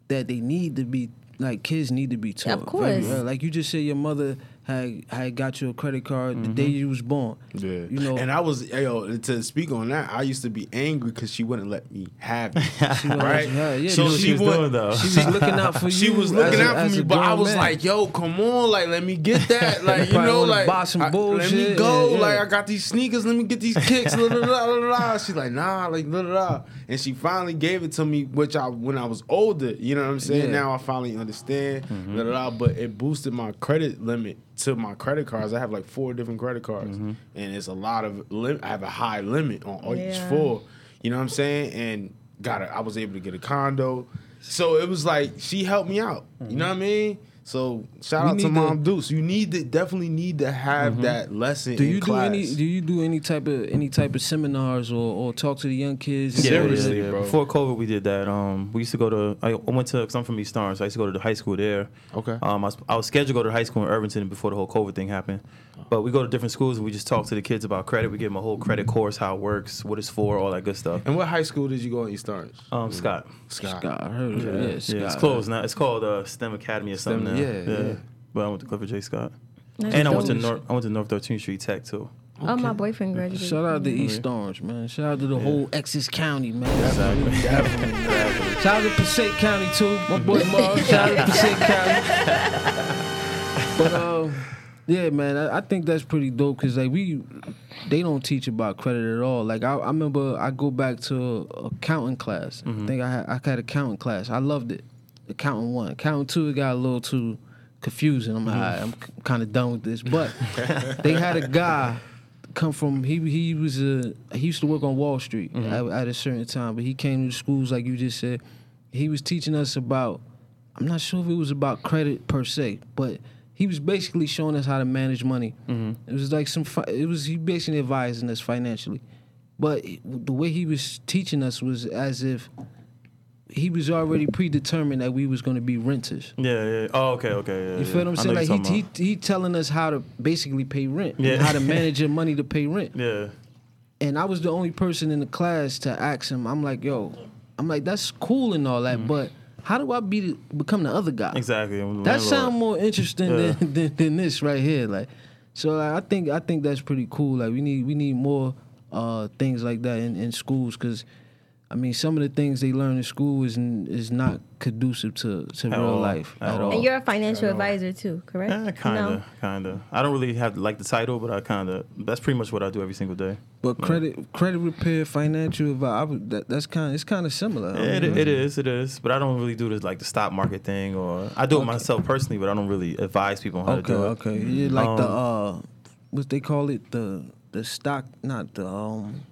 [SPEAKER 2] that they need to be like kids need to be taught.
[SPEAKER 4] Of course.
[SPEAKER 2] Like, uh, like you just said, your mother had had got you a credit card
[SPEAKER 5] Mm-hmm.
[SPEAKER 2] the day you was born.
[SPEAKER 3] Yeah.
[SPEAKER 2] you know,
[SPEAKER 3] and I was yo to speak on that. I used to be angry because she wouldn't let me have it.
[SPEAKER 2] you know,
[SPEAKER 3] right?
[SPEAKER 2] yeah, yeah,
[SPEAKER 3] So
[SPEAKER 2] you-
[SPEAKER 5] what
[SPEAKER 3] she
[SPEAKER 5] she was
[SPEAKER 3] would-
[SPEAKER 5] doing though.
[SPEAKER 2] She was looking out for you.
[SPEAKER 3] she
[SPEAKER 2] as
[SPEAKER 3] was looking
[SPEAKER 2] a-
[SPEAKER 3] out
[SPEAKER 2] as
[SPEAKER 3] for me,
[SPEAKER 2] a
[SPEAKER 3] but I
[SPEAKER 2] grown
[SPEAKER 3] was
[SPEAKER 2] man.
[SPEAKER 3] like, "Yo, come on, like let me get that, like you
[SPEAKER 2] probably
[SPEAKER 3] know,
[SPEAKER 2] wanna
[SPEAKER 3] like
[SPEAKER 2] buy some
[SPEAKER 3] I- let me
[SPEAKER 2] bullshit,
[SPEAKER 3] go,
[SPEAKER 2] yeah,
[SPEAKER 3] like
[SPEAKER 2] yeah.
[SPEAKER 3] I got these sneakers, let me get these kicks." la, la, la, la, la. She's like, "Nah, like la, la, la," and she finally gave it to me, which I when I was older, you know what I'm saying.
[SPEAKER 2] Yeah. Mm-hmm.
[SPEAKER 3] Now I finally understand, la, la, la, but it boosted my credit limit to my credit cards. I have like four different credit cards,
[SPEAKER 2] Mm-hmm.
[SPEAKER 3] and it's a lot of lim- I have a high limit on all each
[SPEAKER 4] Yeah.
[SPEAKER 3] four. Oh, You know what I'm saying? And got a, I was able to get a condo. So it was like she helped me out. You know what I mean? So shout
[SPEAKER 2] We
[SPEAKER 3] out to
[SPEAKER 2] need to- Mm-hmm.
[SPEAKER 3] Mom Deuce. You need to definitely need to have that lesson
[SPEAKER 2] Do
[SPEAKER 3] in
[SPEAKER 2] you
[SPEAKER 3] class.
[SPEAKER 2] do any? Do you do any type of any type of seminars or, or talk to the young kids?
[SPEAKER 5] Yeah,
[SPEAKER 3] Seriously,
[SPEAKER 5] yeah, yeah.
[SPEAKER 3] bro.
[SPEAKER 5] Before COVID, we did that. Um, we used to go to. I I went to because I'm from East Orange, so I used to go to the high school there.
[SPEAKER 3] Okay.
[SPEAKER 2] Uh, Uh-huh.
[SPEAKER 5] Um, I was, I was scheduled to go to the high school in Irvington before the whole COVID thing happened,
[SPEAKER 2] Uh-huh.
[SPEAKER 5] but we go to different schools and we just talk to the kids about credit. We give them a whole credit course, how it works, what it's for, all that good stuff.
[SPEAKER 3] and what high school did you go in East Orange?
[SPEAKER 5] Um, Scott.
[SPEAKER 3] Scott.
[SPEAKER 2] Scott, I heard. Yeah, yeah, Scott.
[SPEAKER 5] Yeah, it's closed now. It's called uh, STEM Academy or something now.
[SPEAKER 3] yeah, yeah.
[SPEAKER 5] But I went to Clifford J. Scott,
[SPEAKER 4] That's
[SPEAKER 5] and I went to
[SPEAKER 4] dope.
[SPEAKER 5] North. I went to North 13th Street Tech too.
[SPEAKER 4] Oh, my boyfriend graduated.
[SPEAKER 2] Shout out to
[SPEAKER 3] Mm-hmm.
[SPEAKER 2] E. East Orange, man. Shout out to the whole Essex County, man. Shout out to Passaic County too. My boy Mark. Shout out to Passaic County. But um, yeah, man, I, I think that's pretty dope because like we, they don't teach about credit at all. Like I, I remember I go back to accounting class. I think I had, I had accounting class. I loved it. Accounting one, accounting two, it got a little too confusing. I'm like, "All right, I'm kind of done with this. But they had a guy come from he he was a he used to work on Wall Street at, at a certain time, but he came to the schools like you just said. He was teaching us about I'm not sure if it was about credit per se, but he was basically showing us how to manage money.
[SPEAKER 5] Mm-hmm.
[SPEAKER 2] It was like some fi- it was he basically advising us financially, but the way he was teaching us was as if he was already predetermined that we was going to be renters.
[SPEAKER 5] Yeah, yeah. Oh, okay, okay. Yeah,
[SPEAKER 2] You feel
[SPEAKER 5] yeah.
[SPEAKER 2] what I'm saying?
[SPEAKER 5] I know you're
[SPEAKER 2] Like
[SPEAKER 5] talking
[SPEAKER 2] he,
[SPEAKER 5] about.
[SPEAKER 2] he he telling us how to basically pay rent, and
[SPEAKER 5] Yeah.
[SPEAKER 2] how to manage your money to pay rent.
[SPEAKER 5] Yeah.
[SPEAKER 2] And I was the only person in the class to ask him. I'm like, yo, I'm like, that's cool and all that, but how do I be the, become the other guy?
[SPEAKER 5] Mm-hmm. Exactly. I'm a
[SPEAKER 2] That
[SPEAKER 5] landlord.
[SPEAKER 2] sound more interesting than, than than this right here. Like, so like, I think I think that's pretty cool. Like, we need we need more uh, things like that in, in schools because. I mean, some of the things they learn in school is n- is not conducive to, to
[SPEAKER 5] At
[SPEAKER 2] real
[SPEAKER 5] all.
[SPEAKER 2] life
[SPEAKER 5] At
[SPEAKER 2] at
[SPEAKER 5] all.
[SPEAKER 2] all.
[SPEAKER 4] And you're a financial
[SPEAKER 3] I know.
[SPEAKER 4] advisor too, correct?
[SPEAKER 5] Eh, kinda,
[SPEAKER 4] No.
[SPEAKER 5] kinda. I don't really have to like the title, but I kinda. That's pretty much what I do every single day.
[SPEAKER 2] But
[SPEAKER 5] Yeah.
[SPEAKER 2] credit, credit repair, financial advice, I would, that, that's kind. It's kind of similar. I
[SPEAKER 5] Yeah, it,
[SPEAKER 2] mean,
[SPEAKER 5] it is, it is. But I don't really do this like the stock market thing, or I do it myself personally, but I don't really advise people on how
[SPEAKER 2] Okay,
[SPEAKER 5] to do it. Um,
[SPEAKER 2] okay. You like the uh, what they call it the the stock, not the um,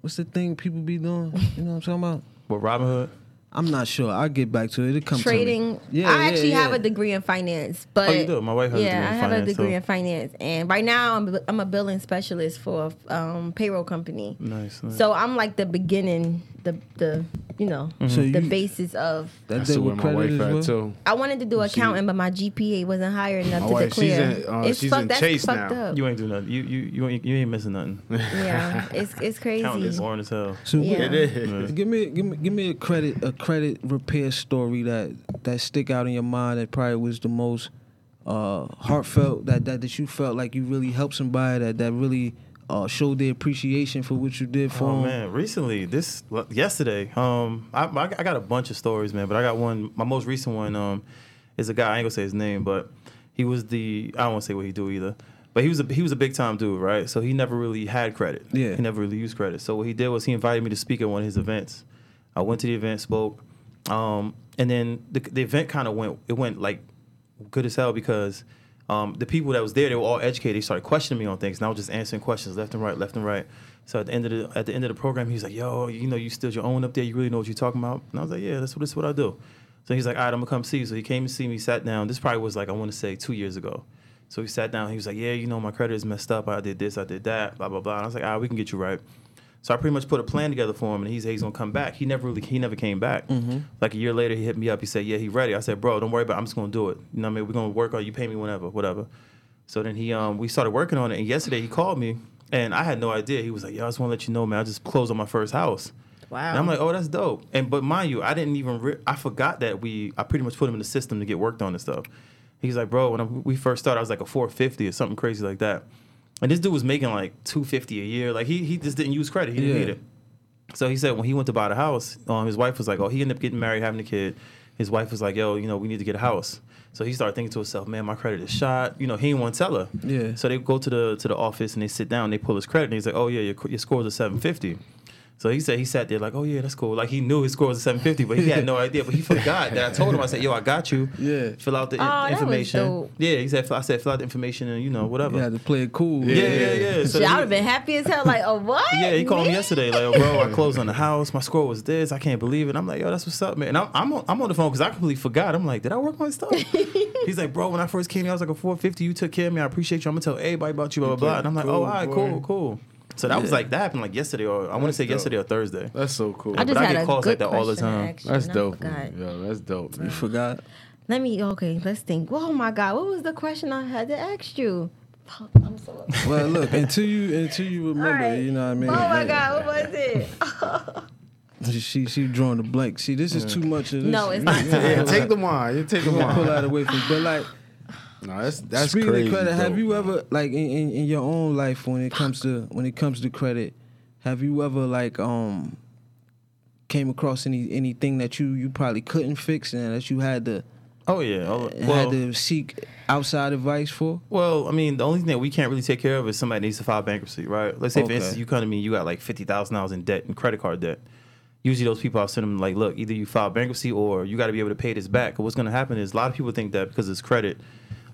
[SPEAKER 2] what's the thing people be doing? You know what I'm talking about?
[SPEAKER 5] But Robinhood,
[SPEAKER 2] I'm not sure. I'll get back to it. It comes
[SPEAKER 4] Trading. I actually have a degree in finance, but
[SPEAKER 5] Oh, you do? My wife has a
[SPEAKER 4] yeah,
[SPEAKER 5] degree in
[SPEAKER 4] I have
[SPEAKER 5] finance,
[SPEAKER 4] a degree
[SPEAKER 5] too.
[SPEAKER 4] in finance, and right now I'm I'm a billing specialist for a um, payroll company.
[SPEAKER 5] nice. nice.
[SPEAKER 4] So I'm like the beginning, the the you know
[SPEAKER 5] Mm-hmm.
[SPEAKER 2] So
[SPEAKER 4] the
[SPEAKER 2] you-
[SPEAKER 4] basis of.
[SPEAKER 2] That
[SPEAKER 3] That's
[SPEAKER 2] they
[SPEAKER 3] the
[SPEAKER 2] were
[SPEAKER 3] way my wife
[SPEAKER 2] credit
[SPEAKER 3] at
[SPEAKER 2] as well.
[SPEAKER 3] too.
[SPEAKER 4] I wanted to do accounting, but my GPA wasn't high enough
[SPEAKER 3] My
[SPEAKER 4] to
[SPEAKER 3] wife, she's
[SPEAKER 4] declare.
[SPEAKER 3] in, uh,
[SPEAKER 4] it's
[SPEAKER 3] she's
[SPEAKER 4] fucked,
[SPEAKER 3] in
[SPEAKER 4] that's
[SPEAKER 3] Chase
[SPEAKER 4] fucked
[SPEAKER 3] now.
[SPEAKER 4] up.
[SPEAKER 5] you ain't do nothing. You you you ain't, you ain't missing nothing.
[SPEAKER 4] yeah, it's it's
[SPEAKER 5] Counting is
[SPEAKER 4] crazy.
[SPEAKER 5] boring as hell.
[SPEAKER 2] So
[SPEAKER 4] Yeah.
[SPEAKER 2] yeah.
[SPEAKER 3] It is.
[SPEAKER 2] give me give me give me a credit a credit repair story that that stick out in your mind that probably was the most uh, heartfelt that, that that you felt like you really helped somebody that that really uh, showed their appreciation for what you did for
[SPEAKER 5] Oh
[SPEAKER 2] 'em.
[SPEAKER 5] man, recently this l- yesterday, um, I, I I got a bunch of stories, man, but I got one. My most recent one, um, is a guy. I ain't gonna say his name, but he was the I don't want to say what he do either. But he was a he was a big time dude, right? So he never really had credit.
[SPEAKER 2] Yeah.
[SPEAKER 5] he never really used credit. So what he did was he invited me to speak at one of his events. I went to the event, spoke, um, and then the, the event kind of went it went like good as hell because. Um, the people that was there, they were all educated. They started questioning me on things, and I was just answering questions left and right, left and right. So at the end of the at the end of the program, he's like, "Yo, you know, you still your own up there. You really know what you're talking about." And I was like, "Yeah, that's what that's what I do." So he's like, "All right, I'm gonna come see you." So he came to see me, sat down. This probably was like I want to say two years ago. So he sat down. He was like, "Yeah, you know, my credit is messed up. I did this, I did that, blah blah blah." And I was like, "All right, we can get you right." So I pretty much put a plan together for him, and he's he's gonna come back. He never really he never came back. Like a year later, he hit me up. He said, "Yeah, he ready." I said, "Bro, don't worry about. it. I'm just gonna do it. You know, what I mean, we're gonna work on. You pay me whenever, whatever." So then he um we started working on it, and yesterday he called me, and I had no idea. He was like, "Yo, I just want to let you know, man. I just closed on my first house."
[SPEAKER 4] Wow.
[SPEAKER 5] And I'm like, "Oh, that's dope." And but mind you, I didn't even re- I forgot that we I pretty much put him in the system to get worked on and stuff. He's like, "Bro, when I, we first started, I was like a 450 or something crazy like that." And this dude was making like 250 a year. Like he he just didn't use credit. He didn't
[SPEAKER 2] Yeah.
[SPEAKER 5] need it. So he said when he went to buy the house, um, his wife was like, "Oh, he ended up getting married, having a kid." His wife was like, "Yo, you know, we need to get a house." So he started thinking to himself, "Man, my credit is shot." You know, he didn't want to tell her.
[SPEAKER 2] Yeah.
[SPEAKER 5] So they go to the to the office and they sit down. They pull his credit and he's like, "Oh yeah, your, your scores are 750." So he said he sat there like, oh yeah, that's cool. Like he knew his score was a 750, but he had no idea. But he forgot that I told him. I said, yo, I got you.
[SPEAKER 2] Yeah.
[SPEAKER 5] Fill out the
[SPEAKER 4] Oh, that was
[SPEAKER 5] information.
[SPEAKER 4] dope.
[SPEAKER 5] Yeah. He said, I said, fill out the information and you know whatever.
[SPEAKER 2] You had to play it cool.
[SPEAKER 5] Yeah, yeah, yeah. So
[SPEAKER 4] Shit, I
[SPEAKER 5] he-
[SPEAKER 4] would have been happy as hell. Like, oh what?
[SPEAKER 5] yeah, he called me
[SPEAKER 4] Me?
[SPEAKER 5] yesterday, like, "Yo, bro, I closed on the house. My score was this. I can't believe it. I'm like, yo, that's what's up, man. And I'm, I'm, on, I'm on the phone because I completely forgot. I'm like, did I work my stuff? He's like, bro, when I first came here, I was like a 450. You took care of me. I appreciate you. I'm going to tell everybody about you, blah, blah, blah. And I'm like,
[SPEAKER 3] Cool,
[SPEAKER 5] oh, all right,
[SPEAKER 3] boy.
[SPEAKER 5] cool, cool. So that was like, that happened like yesterday, or I want to
[SPEAKER 3] That's
[SPEAKER 5] say
[SPEAKER 3] dope.
[SPEAKER 5] yesterday or Thursday.
[SPEAKER 3] That's so cool.
[SPEAKER 4] I
[SPEAKER 5] But
[SPEAKER 4] just
[SPEAKER 5] I
[SPEAKER 4] had
[SPEAKER 5] get
[SPEAKER 4] a
[SPEAKER 5] calls
[SPEAKER 4] good
[SPEAKER 5] like that all the
[SPEAKER 4] question,
[SPEAKER 5] time.
[SPEAKER 4] actually,
[SPEAKER 3] that's
[SPEAKER 4] and I
[SPEAKER 3] dope.
[SPEAKER 4] forgot.
[SPEAKER 3] Yo, that's dope.
[SPEAKER 2] You forgot.
[SPEAKER 4] Let me. Okay, let's think. Oh my God, what was the question I had to ask you? Fuck, I'm so. upset.
[SPEAKER 2] Well, look, until you until you
[SPEAKER 4] All
[SPEAKER 2] remember,
[SPEAKER 4] right.
[SPEAKER 2] you know what I mean.
[SPEAKER 4] Oh my God, what was it?
[SPEAKER 2] She she drawing the blank. See, this is too much of this.
[SPEAKER 4] No, it's not.
[SPEAKER 3] Yeah, take the wine. You take the
[SPEAKER 2] We're gonna pull
[SPEAKER 3] wine.
[SPEAKER 2] out away from. But like,
[SPEAKER 3] No, that's that's
[SPEAKER 2] speaking
[SPEAKER 3] crazy.
[SPEAKER 2] of credit, have
[SPEAKER 3] dope,
[SPEAKER 2] you
[SPEAKER 3] man.
[SPEAKER 2] ever like in, in, in your own life when it comes to when it comes to credit, have you ever like um came across any anything that you you probably couldn't fix and that you had to
[SPEAKER 5] Oh, yeah. all-
[SPEAKER 2] had
[SPEAKER 5] well,
[SPEAKER 2] to seek outside advice for?
[SPEAKER 5] Well, I mean, the only thing that we can't really take care of is somebody needs to file bankruptcy, right? Let's say, for
[SPEAKER 2] Okay.
[SPEAKER 5] instance, you come to me, you got like fifty thousand dollars in debt and credit card debt. Usually, those people I'll send them like, look, either you file bankruptcy or you got to be able to pay this back. 'Cause What's going to happen is a lot of people think that because it's credit.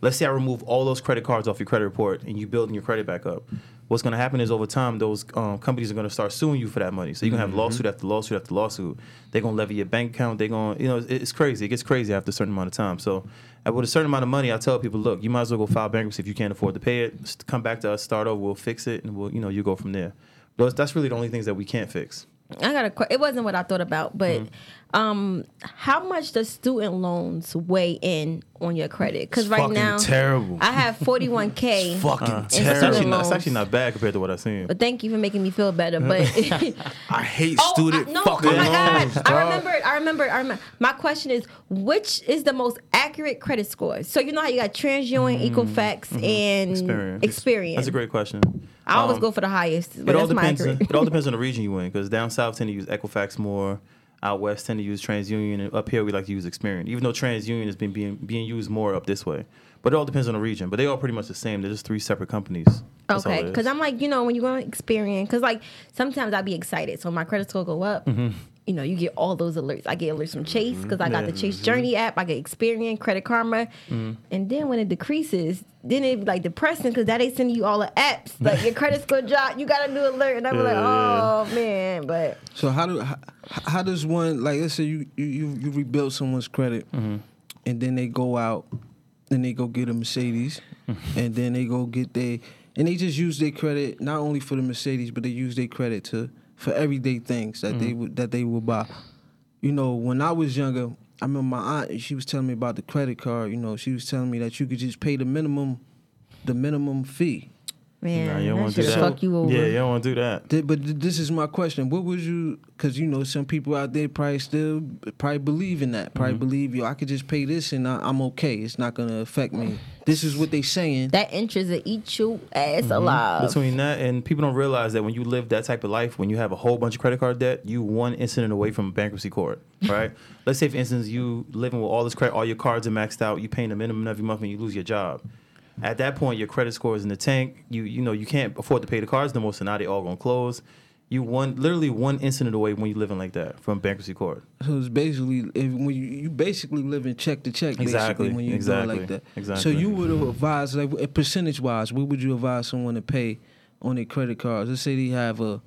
[SPEAKER 5] Let's say I remove all those credit cards off your credit report and you building your credit back up. What's going to happen is over time, those um, companies are going to start suing you for that money. So you're going to have lawsuit after lawsuit after lawsuit. They're going to levy your bank account. They're going, to you know, it- it's crazy. It gets crazy after a certain amount of time. So and with a certain amount of money, I tell people, look, you might as well go file bankruptcy if you can't afford to pay it. S- Come back to us, start over, we'll fix it, and we'll, you know, you go from there. Those, that's really the only things that we can't fix.
[SPEAKER 4] I got a question. It wasn't what I thought about, but
[SPEAKER 3] Mm-hmm.
[SPEAKER 4] um, how much does student loans weigh in on your credit? Because right
[SPEAKER 3] fucking
[SPEAKER 4] now,
[SPEAKER 3] terrible.
[SPEAKER 4] I have forty one k.
[SPEAKER 3] fucking
[SPEAKER 5] That's
[SPEAKER 3] terrible?
[SPEAKER 5] actually, not, that's actually not bad compared to what I've seen.
[SPEAKER 4] But thank you for making me feel better. But
[SPEAKER 3] I hate
[SPEAKER 4] Oh,
[SPEAKER 3] student
[SPEAKER 4] I, no,
[SPEAKER 3] fucking
[SPEAKER 4] oh my
[SPEAKER 3] loans,
[SPEAKER 4] God. I
[SPEAKER 3] dog.
[SPEAKER 4] remember. it, I remember. it, I remember. My question is, which is the most accurate credit score? So you know how you got TransUnion,
[SPEAKER 3] Mm-hmm.
[SPEAKER 4] Equifax, and
[SPEAKER 5] Experian.
[SPEAKER 4] Experian.
[SPEAKER 5] That's a great question.
[SPEAKER 4] I always
[SPEAKER 5] Um,
[SPEAKER 4] go for the highest, but
[SPEAKER 5] it all
[SPEAKER 4] that's my
[SPEAKER 5] depends.
[SPEAKER 4] accurate.
[SPEAKER 5] it all depends on the region you in. Because down south tend to use Equifax more. Out west tend to use TransUnion, and up here we like to use Experian. Even though TransUnion has been being being used more up this way, but it all depends on the region. But they all pretty much the same. They're just three separate companies. That's all
[SPEAKER 4] Okay,
[SPEAKER 5] it is.
[SPEAKER 4] because I'm like, you know, when you go on Experian, because like sometimes I'd be excited, so my credit score go up.
[SPEAKER 5] Mm-hmm.
[SPEAKER 4] You know, you get all those alerts. I get alerts from Chase because I got the
[SPEAKER 5] mm-hmm.
[SPEAKER 4] Chase Journey app. I get Experian, Credit Karma, and then when it decreases, then it be like depressing because that ain't sending you all the apps. Like your credit score drop, you got a new alert, and I'm
[SPEAKER 5] Yeah,
[SPEAKER 4] like,
[SPEAKER 5] yeah.
[SPEAKER 4] oh man. But
[SPEAKER 2] So how do how, how does one like let's say you you you, you rebuild someone's credit, and then they go out, and they go get a Mercedes, and then they go get their and they just use their credit not only for the Mercedes but they use their credit to for everyday things that they would that they would buy. You know, when I was younger, I remember my aunt she was telling me about the credit card. You know, she was telling me that you could just pay the minimum, the minimum fee.
[SPEAKER 5] Nah,
[SPEAKER 4] man,
[SPEAKER 5] you don't
[SPEAKER 4] that
[SPEAKER 5] want to
[SPEAKER 4] should
[SPEAKER 5] do that.
[SPEAKER 4] fuck you over.
[SPEAKER 5] Yeah, you don't want to do that.
[SPEAKER 2] Th- But th- this is my question. What would you? Because you know, some people out there probably still probably believe in that.
[SPEAKER 5] Mm-hmm.
[SPEAKER 2] Probably believe yo, I could just pay this and I, I'm okay. It's not gonna affect me. This is what they saying.
[SPEAKER 4] That interest will eat you ass alive.
[SPEAKER 5] Mm-hmm. Between that and people don't realize that when you live that type of life, when you have a whole bunch of credit card debt, you one incident away from bankruptcy court, right? Let's say, for instance, you living with all this credit, all your cards are maxed out, you paying the minimum every month, and you lose your job. At that point, your credit score is in the tank. You you know you can't afford to pay the cards no more, so now they all gonna close. You one literally one incident away when you living like that from bankruptcy court.
[SPEAKER 2] So it's basically if, when you, you basically living check to check.
[SPEAKER 5] Exactly,
[SPEAKER 2] Basically, when you
[SPEAKER 5] exactly,
[SPEAKER 2] go like that. So
[SPEAKER 5] exactly.
[SPEAKER 2] you would advise like percentage wise, what would you advise someone to pay on their credit cards? Let's say they have a,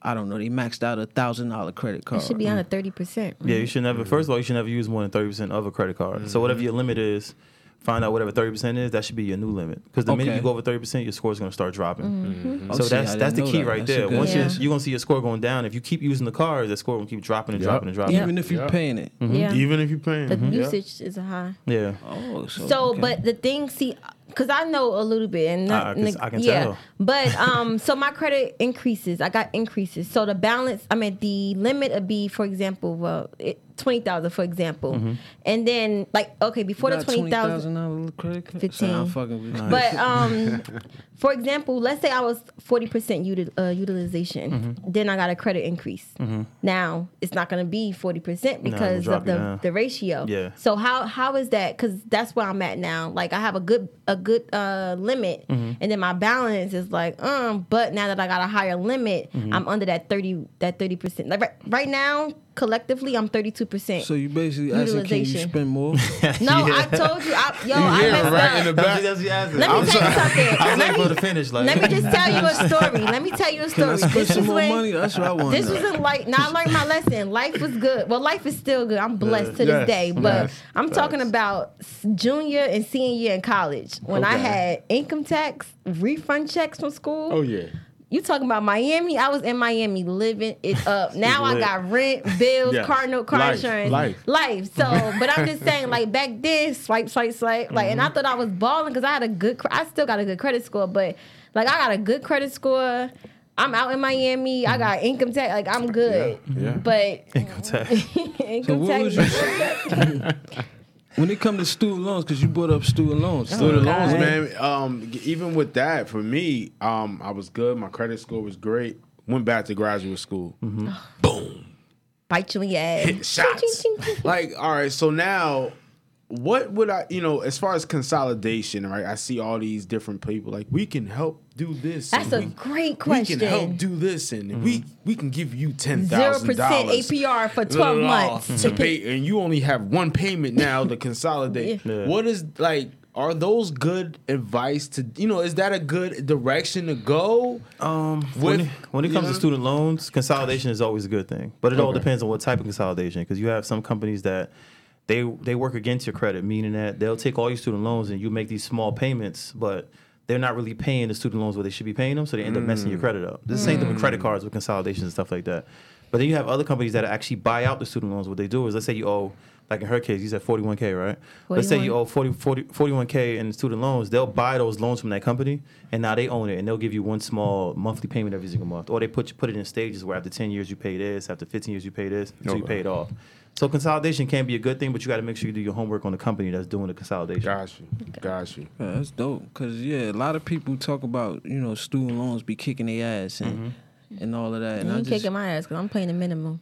[SPEAKER 2] I don't know, they maxed out a thousand dollar credit card.
[SPEAKER 4] It should be under thirty percent.
[SPEAKER 5] Yeah, you should
[SPEAKER 3] Mm-hmm.
[SPEAKER 5] never. First of all, you should never use more than thirty percent of a credit card. So whatever your limit is, find out whatever thirty percent is. That should be your new limit. Because the minute
[SPEAKER 2] Okay.
[SPEAKER 5] you go over thirty percent, your score is going to start dropping.
[SPEAKER 4] Mm-hmm.
[SPEAKER 3] Mm-hmm.
[SPEAKER 2] Oh,
[SPEAKER 5] So
[SPEAKER 2] see, I
[SPEAKER 5] that's
[SPEAKER 2] didn't
[SPEAKER 5] that's the
[SPEAKER 2] know
[SPEAKER 5] key
[SPEAKER 2] that.
[SPEAKER 5] right
[SPEAKER 2] That's a
[SPEAKER 5] there.
[SPEAKER 2] good-
[SPEAKER 5] Once
[SPEAKER 4] Yeah.
[SPEAKER 5] you're, you're going to see your score going down. If you keep using the card, that score going to keep dropping and
[SPEAKER 3] Yep.
[SPEAKER 5] dropping and dropping.
[SPEAKER 4] Yeah.
[SPEAKER 2] even if you're
[SPEAKER 3] Yeah.
[SPEAKER 2] paying it.
[SPEAKER 5] Mm. Mm-hmm.
[SPEAKER 4] Yeah,
[SPEAKER 3] Even if you're paying,
[SPEAKER 4] the
[SPEAKER 3] Mhm. Yeah.
[SPEAKER 4] usage is high.
[SPEAKER 5] Yeah.
[SPEAKER 2] Oh, so,
[SPEAKER 4] Mm-hmm. So,
[SPEAKER 2] okay.
[SPEAKER 4] but the thing, see, because I know a little bit, and
[SPEAKER 5] Ah,
[SPEAKER 4] not,
[SPEAKER 5] 'cause I can
[SPEAKER 4] yeah,
[SPEAKER 5] tell.
[SPEAKER 4] but um, so my credit increases. I got increases. So the balance, I mean, the limit would be, for example, well, it, twenty thousand, for example,
[SPEAKER 5] Mm-hmm.
[SPEAKER 4] and then like okay before the
[SPEAKER 2] Got
[SPEAKER 4] twenty thousand,
[SPEAKER 2] $20,000 credit card?
[SPEAKER 4] 15.
[SPEAKER 2] Nah, I'm fucking with you.
[SPEAKER 4] But um, for example, let's say I was forty percent util- uh, utilization,
[SPEAKER 5] Mm-hmm.
[SPEAKER 4] then I got a credit increase. Now it's not going to be forty percent
[SPEAKER 5] it'll
[SPEAKER 4] because
[SPEAKER 5] drop
[SPEAKER 4] of
[SPEAKER 5] you down.
[SPEAKER 4] the, the ratio.
[SPEAKER 5] Yeah.
[SPEAKER 4] So how how is that? Because that's where I'm at now. Like I have a good a good uh, limit,
[SPEAKER 5] Mm-hmm.
[SPEAKER 4] and then my balance is like um. But now that I got a higher limit,
[SPEAKER 5] Mm-hmm.
[SPEAKER 4] I'm under that thirty that thirty percent. Like right, right now, collectively, I'm thirty two percent.
[SPEAKER 2] So you basically asking, can you
[SPEAKER 4] Utilization.
[SPEAKER 2] spend more?
[SPEAKER 4] No, I told you, I, yo, I
[SPEAKER 3] Yeah,
[SPEAKER 4] messed
[SPEAKER 3] right
[SPEAKER 4] up.
[SPEAKER 3] in the
[SPEAKER 5] That's
[SPEAKER 3] back.
[SPEAKER 5] that's what you asking.
[SPEAKER 4] Let me
[SPEAKER 5] I'm
[SPEAKER 4] tell you something.
[SPEAKER 5] I was
[SPEAKER 4] Let
[SPEAKER 5] like
[SPEAKER 4] me-
[SPEAKER 5] for the finish. Like,
[SPEAKER 4] Let me just tell you a story. Let me tell you a
[SPEAKER 2] Can I
[SPEAKER 4] story.
[SPEAKER 2] spend
[SPEAKER 4] This
[SPEAKER 2] some
[SPEAKER 4] is
[SPEAKER 2] more
[SPEAKER 4] when-
[SPEAKER 2] money? That's what I want.
[SPEAKER 4] This was in like now I learned my lesson. Life was good. Well, life is still good. I'm blessed to
[SPEAKER 3] Yes,
[SPEAKER 4] this day. But
[SPEAKER 3] yes,
[SPEAKER 4] I'm talking about s- junior and senior year in college when I
[SPEAKER 5] Okay.
[SPEAKER 4] had income tax refund checks from school.
[SPEAKER 3] Oh yeah.
[SPEAKER 4] You talking about Miami? I was in Miami living it up. Now I
[SPEAKER 5] lit.
[SPEAKER 4] got rent, bills,
[SPEAKER 3] Yeah.
[SPEAKER 4] car note, car
[SPEAKER 3] Life,
[SPEAKER 4] insurance,
[SPEAKER 3] life.
[SPEAKER 4] So, but I'm just saying, like back then, swipe, swipe, swipe. Like,
[SPEAKER 3] Mm-hmm.
[SPEAKER 4] and I thought I was balling because I had a good. cre- I still got a good credit score, but like I got a good credit score. I'm out in Miami. I got income tax. Like I'm good.
[SPEAKER 3] Mm-hmm.
[SPEAKER 4] Mm-hmm.
[SPEAKER 3] Yeah.
[SPEAKER 4] But
[SPEAKER 5] Income tax.
[SPEAKER 4] income
[SPEAKER 2] what
[SPEAKER 4] tax.
[SPEAKER 2] was when it comes to student loans, because you brought up student loans.
[SPEAKER 3] Student
[SPEAKER 4] God.
[SPEAKER 3] loans, man. Um, g- even with that, for me, um, I was good. My credit score was great. Went back to graduate school.
[SPEAKER 4] bite you in your ass.
[SPEAKER 3] Shots.
[SPEAKER 4] Ching, ching, ching, ching.
[SPEAKER 3] like, all right. So now, what would I? You know, as far as consolidation, right? I see all these different people. Like, we can help do this.
[SPEAKER 4] That's a
[SPEAKER 3] and we-
[SPEAKER 4] great
[SPEAKER 3] We can help
[SPEAKER 4] question.
[SPEAKER 3] do this, and we we can give you ten
[SPEAKER 4] Zero
[SPEAKER 3] thousand
[SPEAKER 4] percent
[SPEAKER 3] dollars.
[SPEAKER 4] APR for twelve months.
[SPEAKER 3] to pay, and you only have one payment now to consolidate.
[SPEAKER 5] Yeah.
[SPEAKER 3] What is like? Are those good advice to you know? Is that a good direction to go?
[SPEAKER 5] Um,
[SPEAKER 3] With-
[SPEAKER 5] when, it- when it
[SPEAKER 3] you
[SPEAKER 5] comes
[SPEAKER 3] know?
[SPEAKER 5] to student loans, consolidation is always a good thing, but it all
[SPEAKER 3] Okay.
[SPEAKER 5] depends on what type of consolidation. Because you have some companies that they they work against your credit, meaning that they'll take all your student loans and you make these small payments, but they're not really paying the student loans where they should be paying them, so they end up messing
[SPEAKER 3] Mm.
[SPEAKER 5] your credit up. The same thing with credit cards with consolidations and stuff like that. But then you have other companies that actually buy out the student loans. What they do is, let's say you owe, like in her case, you said 41K, right? Let's say you
[SPEAKER 4] 41.
[SPEAKER 5] owe 40, 40, 41K in student loans. They'll buy those loans from that company and now they own it and they'll give you one small monthly payment every single month. Or they put put it in stages where after 10 years you pay this, after 15 years you pay this, until you
[SPEAKER 3] Okay.
[SPEAKER 5] pay it off. So consolidation can be a good thing, but you got to make sure you do your homework on the company that's doing the consolidation.
[SPEAKER 3] Got you, got you.
[SPEAKER 2] Yeah, that's dope. Cause yeah, a lot of people talk about you know student loans be kicking their ass and and all of that. And
[SPEAKER 4] Mm-hmm. You
[SPEAKER 2] I
[SPEAKER 4] ain't
[SPEAKER 2] just
[SPEAKER 4] kicking my ass because I'm paying the minimum.